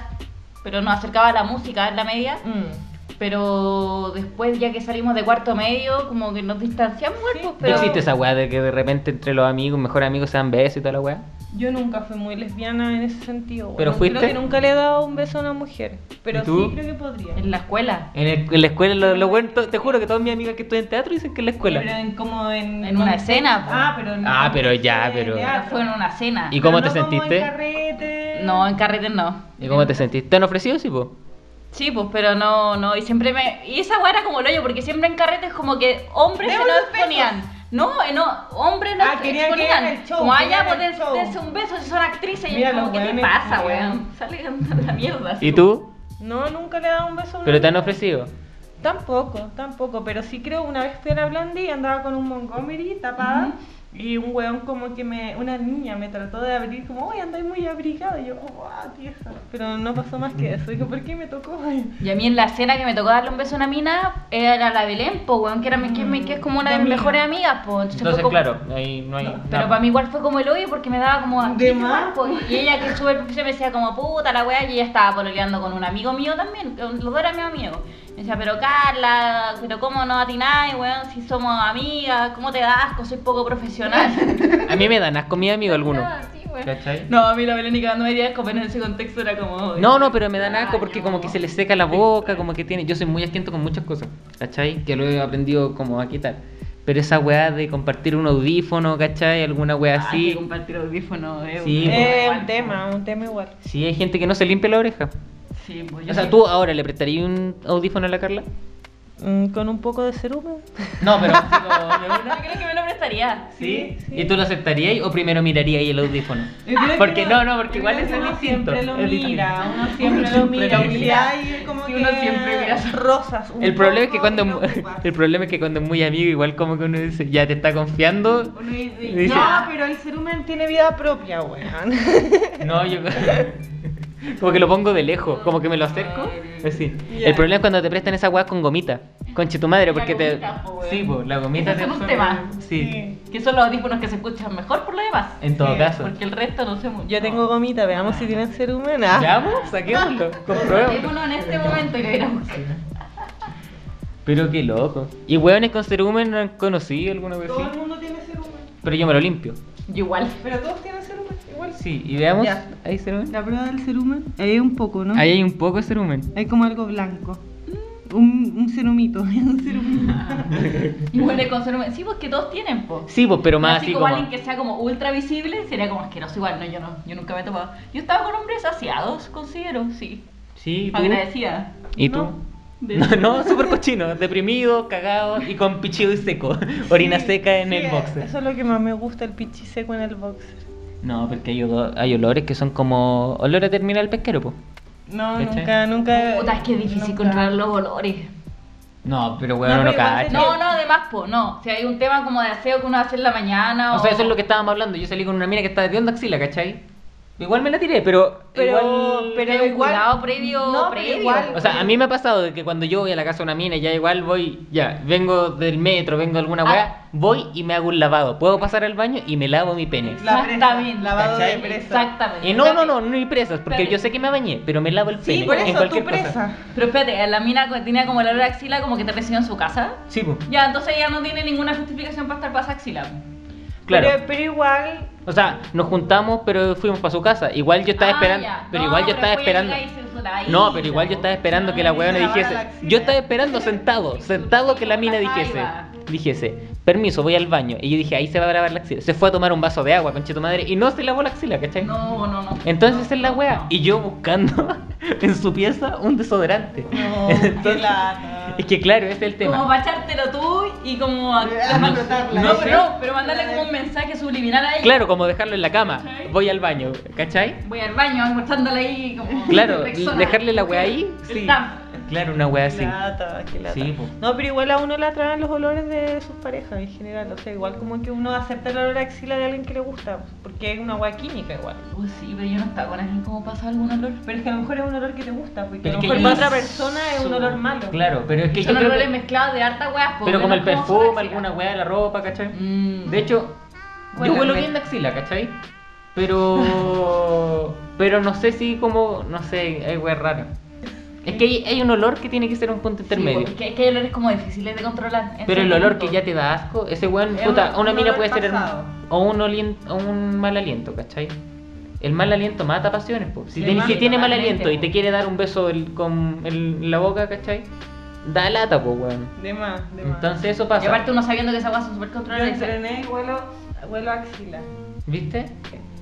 [SPEAKER 2] pero nos acercaba la música en la media.
[SPEAKER 4] Mm.
[SPEAKER 2] Pero después, ya que salimos de cuarto medio, como que nos distanciamos, pues,
[SPEAKER 1] ¿No
[SPEAKER 2] pero.
[SPEAKER 1] existe esa weá de que de repente entre los amigos, mejores amigos, se dan besos y toda la weá?
[SPEAKER 4] Yo nunca fui muy lesbiana en ese sentido.
[SPEAKER 1] ¿Pero
[SPEAKER 4] bueno,
[SPEAKER 1] fuiste?
[SPEAKER 4] Creo que nunca le he dado un beso a una mujer, pero
[SPEAKER 1] ¿Y tú?
[SPEAKER 4] sí creo que podría.
[SPEAKER 2] En la escuela.
[SPEAKER 1] En, el- en la escuela, los lo weón- to- te juro que todas mis amigas que estudian teatro dicen que en la
[SPEAKER 4] Pero
[SPEAKER 1] escuela.
[SPEAKER 4] en, como en...
[SPEAKER 2] En una escena, po.
[SPEAKER 4] Ah, pero no.
[SPEAKER 1] Ah, pero ya,
[SPEAKER 4] de
[SPEAKER 1] pero-
[SPEAKER 4] teatro.
[SPEAKER 2] Fue en una cena.
[SPEAKER 1] ¿Y cómo
[SPEAKER 4] Pero
[SPEAKER 1] te
[SPEAKER 4] no como en
[SPEAKER 1] sentiste?
[SPEAKER 4] carrete.
[SPEAKER 2] No, en carrete no.
[SPEAKER 1] ¿Y cómo te sentiste? ¿Te han ofrecido, sí, po?
[SPEAKER 2] Sí, pues, pero no, no, y siempre me... Y esa weá era como el hoyo, porque siempre en carretes como que hombres
[SPEAKER 4] Demos
[SPEAKER 2] se
[SPEAKER 4] los
[SPEAKER 2] nos exponían. No, eh, no, hombres no
[SPEAKER 4] Ah, querían que
[SPEAKER 2] exponían.
[SPEAKER 4] hagan el show,
[SPEAKER 2] como allá,
[SPEAKER 4] querían
[SPEAKER 2] pues,
[SPEAKER 4] el show.
[SPEAKER 2] dense un beso, si son actrices, y
[SPEAKER 4] Mira
[SPEAKER 2] es como,
[SPEAKER 4] los
[SPEAKER 2] ¿qué te
[SPEAKER 4] weones,
[SPEAKER 2] pasa,
[SPEAKER 4] weón?
[SPEAKER 2] weón? Sale a la mierda.
[SPEAKER 1] ¿Y tú?
[SPEAKER 4] No, nunca le he dado un beso a una
[SPEAKER 1] ¿Pero te han
[SPEAKER 4] mujer.
[SPEAKER 1] ofrecido?
[SPEAKER 4] Tampoco, tampoco, pero sí creo una vez fui a la Blondie y andaba con un Montgomery tapada Y un weón como que me, una niña me trató de abrir como, oye, andáis muy abrigada. Y yo, oh, ah, tía. Pero no pasó más que eso. Dijo, ¿por qué me tocó?
[SPEAKER 2] Y a mí en la escena que me tocó darle un beso a una mina era la Belén, po, weón, que, era mi- que, mi- que es como una de mis mejores amigas, po. Entonces, fue
[SPEAKER 1] Entonces,
[SPEAKER 2] como-
[SPEAKER 1] claro, ahí no hay.
[SPEAKER 2] Pero para mí igual fue como el hoyo porque me daba como asquito
[SPEAKER 4] De
[SPEAKER 2] igual,
[SPEAKER 4] más,
[SPEAKER 2] po. Y ella que sube el piso me decía como puta la weá y ella estaba pololeando con un amigo mío también, que los dos eran mis amigos. Me decía, pero Carla, pero cómo no atináis, weón, si somos amigas, cómo te das asco, soy poco profesional. Ah,
[SPEAKER 1] A mí me dan asco mi amigo alguno.
[SPEAKER 2] Sí, weón.
[SPEAKER 1] ¿Cachai?
[SPEAKER 2] No, a mí la Belén y cagando me dio asco, pero en ese contexto era como...
[SPEAKER 1] No, no, pero me dan asco porque
[SPEAKER 2] Extraño.
[SPEAKER 1] como que se le seca la boca, como que tiene... Yo soy muy asquiento con muchas cosas, ¿cachai? Que lo he aprendido como a quitar. Pero esa weá de compartir un audífono, ¿cachai? Alguna weá
[SPEAKER 2] Ah, que
[SPEAKER 1] así.
[SPEAKER 2] compartir audífono es
[SPEAKER 1] Sí,
[SPEAKER 2] un-
[SPEAKER 1] Eh,
[SPEAKER 4] un tema, un tema igual.
[SPEAKER 1] Sí, hay gente que no se limpia la oreja.
[SPEAKER 2] Sí, pues yo
[SPEAKER 1] O sea,
[SPEAKER 2] sí.
[SPEAKER 1] ¿tú ahora le prestarías un audífono a la Carla?
[SPEAKER 4] Mm, con un poco de serumen.
[SPEAKER 1] No, pero...
[SPEAKER 2] ¿No crees que me lo prestaría?
[SPEAKER 1] ¿Sí? ¿Y tú lo aceptarías o primero mirarías ahí el audífono?
[SPEAKER 4] Yo creo que
[SPEAKER 1] Porque no,
[SPEAKER 4] uno-
[SPEAKER 1] no, porque
[SPEAKER 4] yo
[SPEAKER 1] igual
[SPEAKER 4] creo
[SPEAKER 1] es
[SPEAKER 4] que uno
[SPEAKER 1] distinto.
[SPEAKER 4] Siempre lo
[SPEAKER 1] es distinto.
[SPEAKER 4] mira, uno siempre lo mira.
[SPEAKER 1] lo
[SPEAKER 4] Y si
[SPEAKER 1] mira.
[SPEAKER 4] hay como
[SPEAKER 2] Sí,
[SPEAKER 4] que
[SPEAKER 2] uno siempre mira.
[SPEAKER 4] rosas. un
[SPEAKER 1] El problema es que
[SPEAKER 4] poco,
[SPEAKER 1] cuando
[SPEAKER 4] lo ocupa.
[SPEAKER 1] el problema es que cuando es muy amigo igual como que uno dice ya te está confiando
[SPEAKER 4] Uno dice,
[SPEAKER 1] Dice-
[SPEAKER 4] no, pero el serumen tiene vida propia, weón.
[SPEAKER 1] No, yo. Como que lo pongo de lejos, como que me lo acerco. Así.
[SPEAKER 4] Ya.
[SPEAKER 1] El problema es cuando te prestan esa weá con gomita. Conche tu madre, porque te.
[SPEAKER 2] gomita, po, weón.
[SPEAKER 1] Sí, po, la gomita
[SPEAKER 2] Ese
[SPEAKER 1] te.
[SPEAKER 2] es un tema.
[SPEAKER 1] Sí,
[SPEAKER 2] Que son los audífonos que se escuchan mejor por lo demás.
[SPEAKER 1] en todo caso.
[SPEAKER 2] Porque el resto no sé mucho.
[SPEAKER 4] Yo tengo gomita, veamos si tienen serumen. Ah.
[SPEAKER 1] ¿Veamos? Saquémoslo, compruebo.
[SPEAKER 2] Uno en este momento y lo hubiéramos
[SPEAKER 1] Pero qué loco. Y weones con cerumen no han conocido alguna vez
[SPEAKER 4] Todo el
[SPEAKER 1] así.
[SPEAKER 4] mundo tiene serumen.
[SPEAKER 1] Pero yo me lo limpio.
[SPEAKER 2] Yo igual.
[SPEAKER 4] Pero todos tienen serumen, igual.
[SPEAKER 1] Sí, y veamos.
[SPEAKER 4] Ya.
[SPEAKER 1] ¿Hay cerumen?
[SPEAKER 4] La prueba del serumen, ahí hay un poco, ¿no?
[SPEAKER 1] Ahí hay un poco de cerumen.
[SPEAKER 4] Hay como algo blanco. Un, un serumito, un serumito.
[SPEAKER 2] Igual con ser Sí, porque todos tienen, po.
[SPEAKER 1] Sí, pues, pero más
[SPEAKER 2] así,
[SPEAKER 1] así
[SPEAKER 2] como,
[SPEAKER 1] como.
[SPEAKER 2] alguien que sea como ultra visible sería como asqueroso. Igual, no, yo no, yo nunca me he topado. Yo estaba con hombres saciados, considero, sí.
[SPEAKER 1] Sí, tú.
[SPEAKER 2] Agradecida.
[SPEAKER 1] ¿Y tú? No, no, súper cochino, deprimido, cagado y con pichido y seco. Orina seca en
[SPEAKER 4] Sí,
[SPEAKER 1] el boxer.
[SPEAKER 4] Eso es lo que más me gusta, el pichi seco en el boxer.
[SPEAKER 1] No, porque hay, odo- hay olores que son como olor a terminal pesquero, po.
[SPEAKER 4] No,
[SPEAKER 1] ¿Cachai?
[SPEAKER 4] nunca, nunca.
[SPEAKER 2] Puta, es que es difícil
[SPEAKER 4] nunca.
[SPEAKER 2] controlar los olores.
[SPEAKER 1] No, pero bueno, no,
[SPEAKER 4] No, pero igual
[SPEAKER 1] cacha.
[SPEAKER 2] No, no, de más, po, no. Si hay un tema como de aseo que uno hace en la mañana.
[SPEAKER 1] O sea, eso es lo que estábamos hablando. Yo salí con una mina que estaba de onda axila, ¿cachai? Igual me la tiré, pero.
[SPEAKER 4] Pero,
[SPEAKER 1] igual-
[SPEAKER 4] pero
[SPEAKER 2] Pero un
[SPEAKER 4] igual.
[SPEAKER 2] cuidado previo,
[SPEAKER 4] No, pero
[SPEAKER 2] previo.
[SPEAKER 4] igual.
[SPEAKER 1] O sea, a mí me ha pasado de que cuando yo voy a la casa de una mina, ya igual voy, ya, vengo del metro, vengo de alguna
[SPEAKER 2] Ah.
[SPEAKER 1] weá, voy y me hago un lavado. Puedo pasar al baño y me lavo mi pene.
[SPEAKER 4] La presa,
[SPEAKER 2] Exactamente.
[SPEAKER 4] lavado de
[SPEAKER 2] ¿cachai?
[SPEAKER 4] presa.
[SPEAKER 2] Exactamente.
[SPEAKER 1] Y Eh, no, no, no, no hay presas, porque
[SPEAKER 2] Espérate.
[SPEAKER 1] yo sé que me bañé, pero me lavo el pene.
[SPEAKER 4] Sí, por
[SPEAKER 1] en
[SPEAKER 4] eso, tu
[SPEAKER 1] cualquier cosa.
[SPEAKER 4] presa.
[SPEAKER 2] Pero espérate, la mina co- tenía como el olor a axila como que te recibió en su casa.
[SPEAKER 1] Sí, po.
[SPEAKER 2] Ya, entonces ya no tiene ninguna justificación para estar pasa axila.
[SPEAKER 1] claro.
[SPEAKER 4] Pero, pero igual.
[SPEAKER 1] O sea, nos juntamos, pero fuimos para su casa. Igual yo estaba
[SPEAKER 2] Ah,
[SPEAKER 1] esperando,
[SPEAKER 2] ya.
[SPEAKER 1] pero
[SPEAKER 2] No,
[SPEAKER 1] igual yo estaba
[SPEAKER 2] después ya
[SPEAKER 1] esperando.
[SPEAKER 2] llega y se usa la
[SPEAKER 1] No,
[SPEAKER 2] isla,
[SPEAKER 1] pero igual yo estaba
[SPEAKER 2] po.
[SPEAKER 1] esperando que la
[SPEAKER 4] No,
[SPEAKER 1] weona
[SPEAKER 4] se lavara
[SPEAKER 1] dijese.
[SPEAKER 4] la axila.
[SPEAKER 1] Yo estaba esperando sentado, sentado que la mina
[SPEAKER 2] Ahí
[SPEAKER 1] dijese.
[SPEAKER 2] va.
[SPEAKER 1] Dijese, permiso, voy al baño. Y yo dije, ahí se va a grabar la axila. Se fue a tomar un vaso de agua, conche tu madre, y no se lavó la axila, ¿cachai?
[SPEAKER 2] No, no, no.
[SPEAKER 1] Entonces es la wea.
[SPEAKER 2] No.
[SPEAKER 1] Y yo buscando en su pieza un desodorante.
[SPEAKER 4] No, qué
[SPEAKER 1] Entonces,
[SPEAKER 4] lata.
[SPEAKER 1] es que claro, ese es el
[SPEAKER 2] Como
[SPEAKER 1] tema.
[SPEAKER 2] para echártelo tú y como... a-
[SPEAKER 4] Ah,
[SPEAKER 2] la-
[SPEAKER 4] anotarla,
[SPEAKER 2] no,
[SPEAKER 1] ¿eh?
[SPEAKER 2] pero, no, pero mandarle como un mensaje subliminal ahí.
[SPEAKER 1] Claro, como dejarlo en la cama.
[SPEAKER 2] ¿Cachai?
[SPEAKER 1] Voy al baño, ¿cachai?
[SPEAKER 2] Voy al baño, acostándole ahí como...
[SPEAKER 1] Claro,
[SPEAKER 2] persona.
[SPEAKER 1] dejarle la weá ahí, sí.
[SPEAKER 2] Está.
[SPEAKER 1] Claro, una weá así.
[SPEAKER 4] Ah, Qué lata, qué lata.
[SPEAKER 1] Ah, Sí, po.
[SPEAKER 4] No, pero igual a uno le atraen los olores de sus parejas en general. O sea, igual como que uno acepta el olor a axila de alguien que le gusta. Porque es una agua química igual.
[SPEAKER 2] Uy, sí, pero yo no estaba con alguien como pasa algún olor.
[SPEAKER 4] Pero es que a lo mejor es un olor que te gusta. Porque
[SPEAKER 1] Pero es
[SPEAKER 4] a lo
[SPEAKER 1] que
[SPEAKER 4] mejor
[SPEAKER 1] yo-
[SPEAKER 4] para otra persona es un olor malo.
[SPEAKER 1] Claro, pero es que yo
[SPEAKER 2] Son
[SPEAKER 1] creo que-
[SPEAKER 2] olores mezclados de harta weá. po,
[SPEAKER 1] Pero como el
[SPEAKER 2] menos son
[SPEAKER 1] perfume,
[SPEAKER 2] axila.
[SPEAKER 1] alguna weá de la ropa, ¿cachai?
[SPEAKER 2] Mm.
[SPEAKER 1] De hecho,
[SPEAKER 2] Bueno,
[SPEAKER 1] yo huelo
[SPEAKER 2] me-
[SPEAKER 1] bien de axila, ¿cachai? Pero... pero no sé si como... no sé, hay weá rara. Es que hay, hay un olor que tiene que ser un punto intermedio.
[SPEAKER 2] Sí, pues, porque es que hay olores como difíciles de controlar. en
[SPEAKER 1] Pero el
[SPEAKER 2] cierto
[SPEAKER 1] olor
[SPEAKER 2] punto.
[SPEAKER 1] que ya te da asco, ese weón,
[SPEAKER 4] Es
[SPEAKER 1] puta,
[SPEAKER 4] un-
[SPEAKER 1] a una
[SPEAKER 4] un
[SPEAKER 1] mina
[SPEAKER 4] olor
[SPEAKER 1] puede ser
[SPEAKER 4] pasado.
[SPEAKER 1] herm- o un, olien- o un mal aliento, ¿cachai? El mal aliento mata pasiones, po. Si,
[SPEAKER 2] Sí,
[SPEAKER 1] tenés- si
[SPEAKER 2] mami,
[SPEAKER 1] tiene mal
[SPEAKER 2] totalmente,
[SPEAKER 1] aliento y
[SPEAKER 2] po.
[SPEAKER 1] te quiere dar un beso el- con el- la boca, ¿cachai? Da lata, po, weón.
[SPEAKER 4] De más, de más.
[SPEAKER 1] Entonces eso
[SPEAKER 2] Y aparte
[SPEAKER 1] pasa.
[SPEAKER 2] uno sabiendo que esas weas son súper
[SPEAKER 4] Yo
[SPEAKER 2] controladas.
[SPEAKER 4] entrené y huelo, huelo a axila.
[SPEAKER 1] ¿Viste?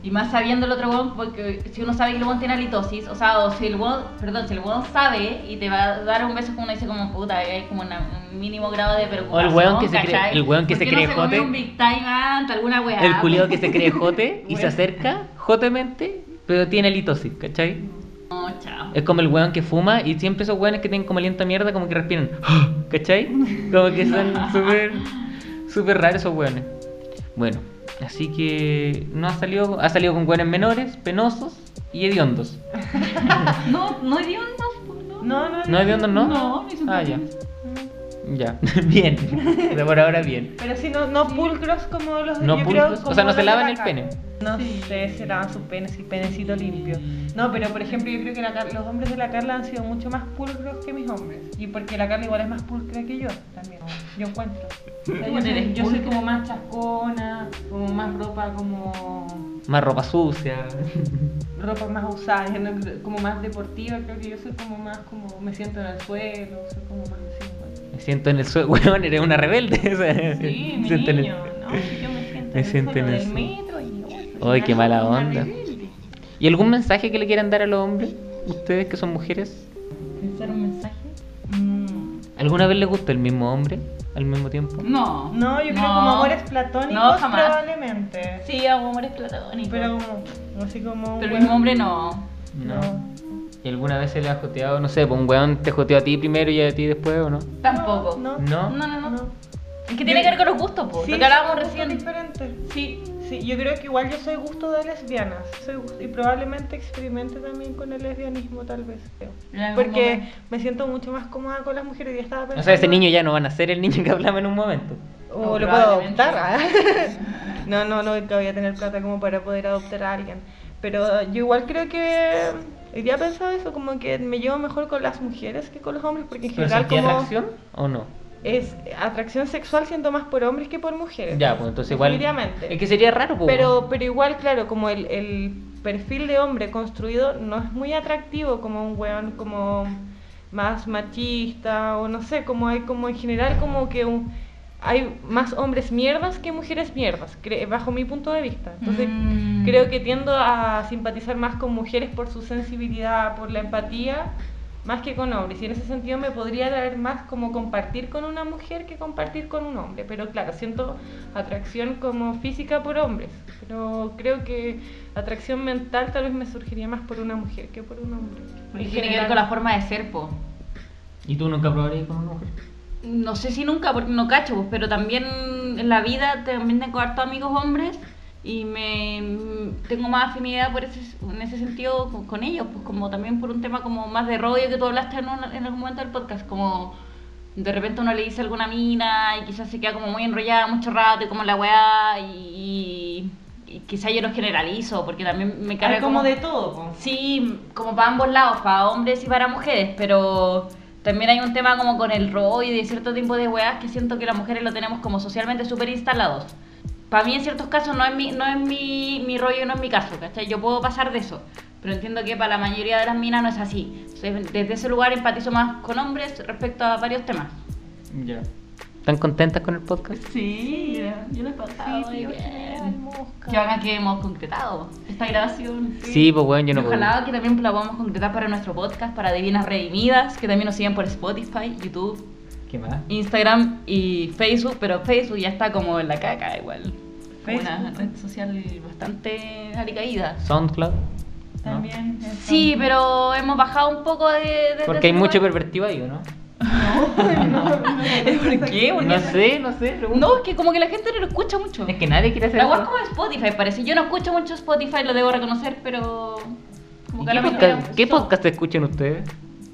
[SPEAKER 2] Y más sabiendo el otro weón, porque si uno sabe que el weón tiene halitosis, o sea, o si el weón, perdón, si el weón sabe y te va a dar un beso como uno dice como puta, hay como una- un mínimo grado de preocupación.
[SPEAKER 1] weón que se cree-
[SPEAKER 2] ¿cachai?
[SPEAKER 1] el weón que
[SPEAKER 2] ¿Por
[SPEAKER 1] se
[SPEAKER 2] qué
[SPEAKER 1] cree
[SPEAKER 2] no se comió
[SPEAKER 1] jote?
[SPEAKER 2] un Big Time antes, alguna weá.
[SPEAKER 1] El culiado que se cree jote y se acerca jotemente, pero tiene litosis, ¿cachai?
[SPEAKER 2] pues, No, chao.
[SPEAKER 1] Es como el weón que fuma y siempre esos weones que tienen como aliento a mierda como que respiran, ¡Ah! ¿cachai? Como que son súper, súper raros esos weones. Bueno, Así que no ha salido, ha salido con güeyes menores, penosos y hediondos.
[SPEAKER 2] No, no hediondos, no.
[SPEAKER 4] No, no,
[SPEAKER 1] ¿No hediondos no?
[SPEAKER 2] No, mis
[SPEAKER 1] Ah, ya.
[SPEAKER 2] opiniones.
[SPEAKER 1] Ya, bien. De por ahora bien.
[SPEAKER 4] Pero si no, no pulcros como los
[SPEAKER 1] No
[SPEAKER 4] yo creo
[SPEAKER 1] pulcros,
[SPEAKER 4] como
[SPEAKER 1] o sea, no
[SPEAKER 4] los
[SPEAKER 1] se
[SPEAKER 4] de
[SPEAKER 1] lavan
[SPEAKER 4] la
[SPEAKER 1] el
[SPEAKER 4] ca-
[SPEAKER 1] pene.
[SPEAKER 4] No sé, se lavan sus penes y penecito limpio. No, pero por ejemplo, yo creo que la Car- los hombres de la Carla han sido mucho más pulcros que mis hombres. Y porque la Carla igual es más pulcra que yo también. Yo encuentro. O sea, yo,
[SPEAKER 2] Bueno,
[SPEAKER 4] soy,
[SPEAKER 2] eres
[SPEAKER 4] yo soy
[SPEAKER 2] pulcra.
[SPEAKER 4] como más chascona, como más ropa como
[SPEAKER 1] Más ropa sucia.
[SPEAKER 4] ropa más usada, yo no creo- como más deportiva, creo que yo soy como más como me siento en el suelo, soy como más así. bueno.
[SPEAKER 1] Me siento en el suelo, weón, eres una rebelde. o sea,
[SPEAKER 4] Sí,
[SPEAKER 1] me
[SPEAKER 4] mi
[SPEAKER 1] siento en el-
[SPEAKER 4] niño, no, yo me siento
[SPEAKER 1] me
[SPEAKER 4] en el
[SPEAKER 1] siento en
[SPEAKER 4] suelo
[SPEAKER 1] el
[SPEAKER 4] del
[SPEAKER 1] suelo.
[SPEAKER 4] metro y uy,
[SPEAKER 1] Ay, qué mala
[SPEAKER 4] una
[SPEAKER 1] onda.
[SPEAKER 4] rebelde.
[SPEAKER 1] ¿Y algún mensaje que le quieran dar a los hombres? Ustedes que son mujeres.
[SPEAKER 2] ¿Pensar un mensaje?
[SPEAKER 4] Mm.
[SPEAKER 1] ¿Alguna vez les gusta el mismo hombre al mismo tiempo?
[SPEAKER 2] No.
[SPEAKER 4] No, yo creo como amores platónicos
[SPEAKER 2] No, jamás.
[SPEAKER 4] probablemente.
[SPEAKER 2] Sí, amores platónicos.
[SPEAKER 4] Pero como, así como...
[SPEAKER 2] Pero el
[SPEAKER 4] bueno,
[SPEAKER 2] mismo hombre no.
[SPEAKER 4] No.
[SPEAKER 1] ¿Y alguna vez se le ha joteado, no sé, pues un weón te joteó a ti primero y a ti después o no?
[SPEAKER 2] Tampoco.
[SPEAKER 4] No.
[SPEAKER 1] No.
[SPEAKER 2] No, no, no.
[SPEAKER 4] no.
[SPEAKER 2] Es que tiene que ver con los gustos, po.
[SPEAKER 4] Sí,
[SPEAKER 2] lo que hablábamos
[SPEAKER 4] son gustos
[SPEAKER 2] recién.
[SPEAKER 4] diferentes.
[SPEAKER 2] Sí.
[SPEAKER 4] Sí, yo creo que igual yo soy gusto de lesbianas. Soy gusto- y probablemente experimente también con el lesbianismo, tal vez. creo.
[SPEAKER 2] En algún
[SPEAKER 4] Porque
[SPEAKER 2] momento.
[SPEAKER 4] me siento mucho más cómoda con las mujeres. y Ya estaba pensando.
[SPEAKER 1] O sea, ese niño ya no van a ser el niño que hablaba en un momento.
[SPEAKER 2] No,
[SPEAKER 4] O lo puedo
[SPEAKER 2] probablemente.
[SPEAKER 4] adoptar. ¿ah? no, no, no, nunca voy a tener plata como para poder adoptar a alguien. Pero yo igual creo que. Hoy día pensaba eso, como que me llevo mejor con las mujeres que con los hombres, porque en
[SPEAKER 1] ¿Pero
[SPEAKER 4] general
[SPEAKER 1] sentía
[SPEAKER 4] como
[SPEAKER 1] atracción o no?
[SPEAKER 4] es atracción sexual siento más por hombres que por mujeres.
[SPEAKER 1] Ya, pues entonces igual.
[SPEAKER 4] Eh, Definitivamente.
[SPEAKER 1] Es que sería raro, pues.
[SPEAKER 4] Pero, pero igual, claro, como el, el perfil de hombre construido no es muy atractivo, como un weón como más machista, o no sé, como hay como en general como que un- hay más hombres mierdas que mujeres mierdas, cre- bajo mi punto de vista. Entonces,
[SPEAKER 2] Mm.
[SPEAKER 4] creo que tiendo a simpatizar más con mujeres por su sensibilidad, por la empatía, más que con hombres. Y en ese sentido me podría traer más como compartir con una mujer que compartir con un hombre. Pero claro, siento atracción como física por hombres. Pero creo que atracción mental tal vez me surgiría más por una mujer que por un hombre.
[SPEAKER 2] Porque tiene
[SPEAKER 4] En
[SPEAKER 2] que ver
[SPEAKER 4] general.
[SPEAKER 2] con la forma de ser, po.
[SPEAKER 1] ¿Y tú nunca probarías con una mujer?
[SPEAKER 2] No sé si nunca, porque no cacho, pues, pero también en la vida también tengo harto amigos hombres y me tengo más afinidad por ese, en ese sentido con, con ellos, pues como también por un tema como más de rollo que tú hablaste en, un- en algún momento del podcast, como de repente uno le dice alguna mina y quizás se queda como muy enrollada mucho rato y como la weá y, y, y quizás yo lo generalizo porque también me carga
[SPEAKER 4] Hay como de todo. po.
[SPEAKER 2] Sí, como para ambos lados, para hombres y para mujeres, pero también hay un tema como con el rollo y de cierto tipo de weas que siento que las mujeres lo tenemos como socialmente súper instalados. Para mí en ciertos casos no es, mi, no es mi, mi rollo, no es mi caso, ¿cachai? Yo puedo pasar de eso, pero entiendo que para la mayoría de las minas no es así. Entonces, desde ese lugar empatizo más con hombres respecto a varios temas.
[SPEAKER 1] Ya. ¿Están contentas con el podcast?
[SPEAKER 2] Sí, yo les pasaba
[SPEAKER 4] Sí, tío, general, mosca.
[SPEAKER 2] Que hagan que hemos concretado esta grabación.
[SPEAKER 1] Sí, pues weón, yo no
[SPEAKER 2] Y
[SPEAKER 1] puedo.
[SPEAKER 2] Ojalá que también la podamos concretar para nuestro podcast, para Divinas Redimidas, que también nos siguen por Spotify, YouTube,
[SPEAKER 1] ¿Qué más?
[SPEAKER 2] Instagram y Facebook, pero Facebook ya está como en la caca igual. Como una
[SPEAKER 4] Facebook.
[SPEAKER 2] red social bastante alicaída.
[SPEAKER 1] SoundCloud. ¿no?
[SPEAKER 4] También. eso.
[SPEAKER 2] Sí, pero hemos bajado un poco de... de- de
[SPEAKER 1] Porque hay
[SPEAKER 2] ese
[SPEAKER 1] mucho
[SPEAKER 2] lugar.
[SPEAKER 1] pervertido ahí, ¿o no?
[SPEAKER 2] ¿Por qué? Porque-
[SPEAKER 1] No sé, no sé. pregunto.
[SPEAKER 2] No, es que como que la gente no lo escucha mucho.
[SPEAKER 1] Es que nadie quiere hacer
[SPEAKER 2] La web
[SPEAKER 1] eso.
[SPEAKER 2] como Spotify parece. Yo no escucho mucho Spotify, lo debo reconocer, pero... Como
[SPEAKER 1] ¿Y
[SPEAKER 2] que a
[SPEAKER 1] ¿Qué
[SPEAKER 2] la
[SPEAKER 1] podcast,
[SPEAKER 2] mayoría-
[SPEAKER 1] qué podcast escuchan ustedes?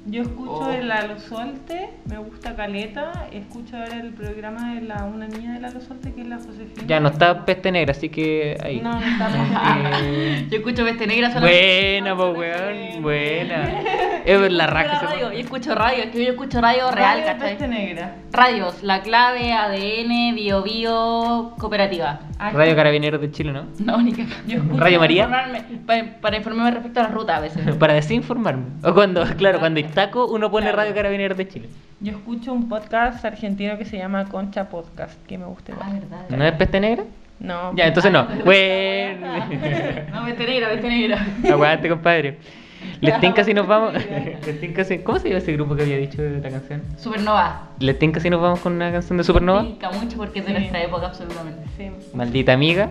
[SPEAKER 4] Yo escucho
[SPEAKER 2] Oh.
[SPEAKER 4] el Alo Solte, me gusta Caleta, escucho ahora el programa de la una niña del Alo Solte que es la Josefina.
[SPEAKER 1] Ya no está Peste Negra, así que ahí.
[SPEAKER 4] No, no está.
[SPEAKER 1] Eh,
[SPEAKER 2] Yo escucho Veste Negra solamente.
[SPEAKER 1] buena, pues weón, buena. Es la raja. ese
[SPEAKER 2] radio, yo
[SPEAKER 1] podcast.
[SPEAKER 2] escucho radio, es que yo escucho radio real,
[SPEAKER 4] Radio
[SPEAKER 2] ¿cachai?
[SPEAKER 4] Peste Negra.
[SPEAKER 2] Radios, La Clave, ADN, Bio Bio, Cooperativa. Ah,
[SPEAKER 1] Radio Carabineros de Chile, ¿no?
[SPEAKER 2] No, ni que...
[SPEAKER 4] Yo escucho-
[SPEAKER 1] Radio María.
[SPEAKER 2] Informarme- para, para informarme respecto a la ruta a veces.
[SPEAKER 1] Para desinformarme. O cuando, claro, cuando Itaco uno pone Radio Carabineros de Chile.
[SPEAKER 4] Yo escucho un podcast argentino que se llama Concha Podcast, que me gusta. igual.
[SPEAKER 2] Ah, verdad.
[SPEAKER 1] ¿No es Peste Negra?
[SPEAKER 4] No.
[SPEAKER 1] Ya, entonces no. Bueno.
[SPEAKER 2] No, Veste Negra, Veste Negra.
[SPEAKER 1] Aguante, compadre. Les tinca si nos vamos. Les tinca si... ¿Cómo se llama ese grupo que había dicho de la canción?
[SPEAKER 2] Supernova.
[SPEAKER 1] Les tinca si nos vamos con una canción de Supernova.
[SPEAKER 2] Me pica mucho porque es de
[SPEAKER 4] Sí.
[SPEAKER 2] nuestra época, absolutamente.
[SPEAKER 4] Sí,
[SPEAKER 1] Maldita amiga.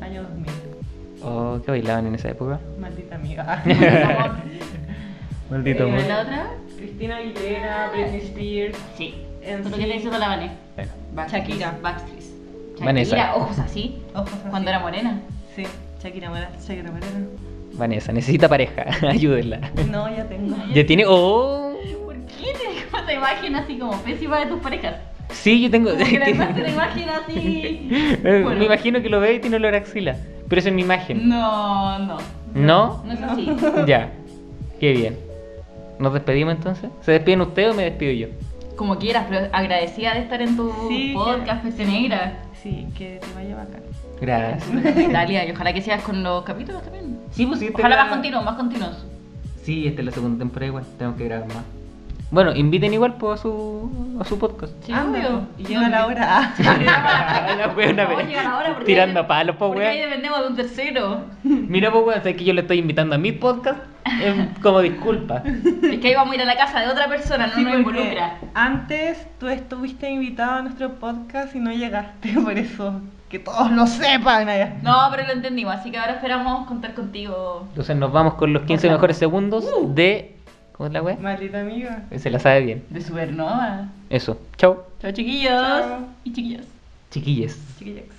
[SPEAKER 4] año 2000.
[SPEAKER 1] Oh, que bailaban en esa época.
[SPEAKER 4] Maldita amiga.
[SPEAKER 2] Amor.
[SPEAKER 1] Maldito
[SPEAKER 2] ¿Y la otra?
[SPEAKER 4] Cristina Aguilera, Britney Spears.
[SPEAKER 2] Sí.
[SPEAKER 4] En
[SPEAKER 2] Lo que le hizo con la Vané.
[SPEAKER 1] Bueno.
[SPEAKER 2] Shakira. Backstreet.
[SPEAKER 1] Vanessa.
[SPEAKER 2] Shakira, ojos así,
[SPEAKER 4] Ojos así.
[SPEAKER 2] cuando era morena.
[SPEAKER 4] Ah, Sí, Shakira Morena, Shakira Morena.
[SPEAKER 1] Vanessa, necesita pareja, ayúdenla.
[SPEAKER 4] No, ya tengo.
[SPEAKER 1] Ya tiene. ¡Oh!
[SPEAKER 2] ¿Por qué te dejo esa imagen así como pésima de tus parejas?
[SPEAKER 1] Sí, yo tengo.
[SPEAKER 2] Como que la dejaste la imagen así. Bueno.
[SPEAKER 1] Me imagino que lo veo y tiene olor a axila. Pero esa es mi imagen.
[SPEAKER 2] No, no.
[SPEAKER 1] ¿No?
[SPEAKER 2] No es así.
[SPEAKER 1] Ya. Qué bien. ¿Nos despedimos entonces? ¿Se despiden ustedes o me despido yo?
[SPEAKER 2] Como quieras, pero agradecida de estar en tu
[SPEAKER 4] Sí,
[SPEAKER 2] podcast, Peste Negra.
[SPEAKER 4] Sí, que te vaya bacán.
[SPEAKER 1] Gracias.
[SPEAKER 2] Italia, y ojalá que sigas con los capítulos también.
[SPEAKER 1] Sí, pues sí, esta
[SPEAKER 2] Ojalá
[SPEAKER 1] es la-
[SPEAKER 2] más continuos, más continuos.
[SPEAKER 1] Sí, esta es la segunda temporada igual. Tengo que grabar más. Bueno, inviten igual pues, a, su, a su podcast.
[SPEAKER 2] Sí,
[SPEAKER 4] Ah,
[SPEAKER 2] obvio.
[SPEAKER 4] Y llega la hora.
[SPEAKER 1] la weona,
[SPEAKER 2] Por favor,
[SPEAKER 1] ve.
[SPEAKER 2] llegan ahora porque
[SPEAKER 1] Tirando
[SPEAKER 2] ahí-
[SPEAKER 1] palos, po,
[SPEAKER 2] porque
[SPEAKER 1] weón.
[SPEAKER 2] ahí dependemos de un tercero.
[SPEAKER 1] Mira, pues, weón, sabes que yo le estoy invitando a mi podcast eh, como disculpa.
[SPEAKER 2] Es que ahí vamos a ir a la casa de otra persona, no
[SPEAKER 4] Sí,
[SPEAKER 2] nos
[SPEAKER 4] porque
[SPEAKER 2] involucra.
[SPEAKER 4] Antes tú estuviste invitado a nuestro podcast y no llegaste, por eso. Que todos lo sepan allá.
[SPEAKER 2] No, pero lo entendimos, así que ahora esperamos contar contigo.
[SPEAKER 1] Entonces nos vamos con los 15
[SPEAKER 2] Ojalá.
[SPEAKER 1] mejores segundos de... ¿Cómo es la weá?
[SPEAKER 4] Maldita amiga.
[SPEAKER 1] Se la sabe bien.
[SPEAKER 2] De Supernova.
[SPEAKER 1] Eso. Chao,
[SPEAKER 2] Chao, chiquillos.
[SPEAKER 4] Chao.
[SPEAKER 2] Y chiquillas.
[SPEAKER 1] chiquilles.
[SPEAKER 4] Chiquillax.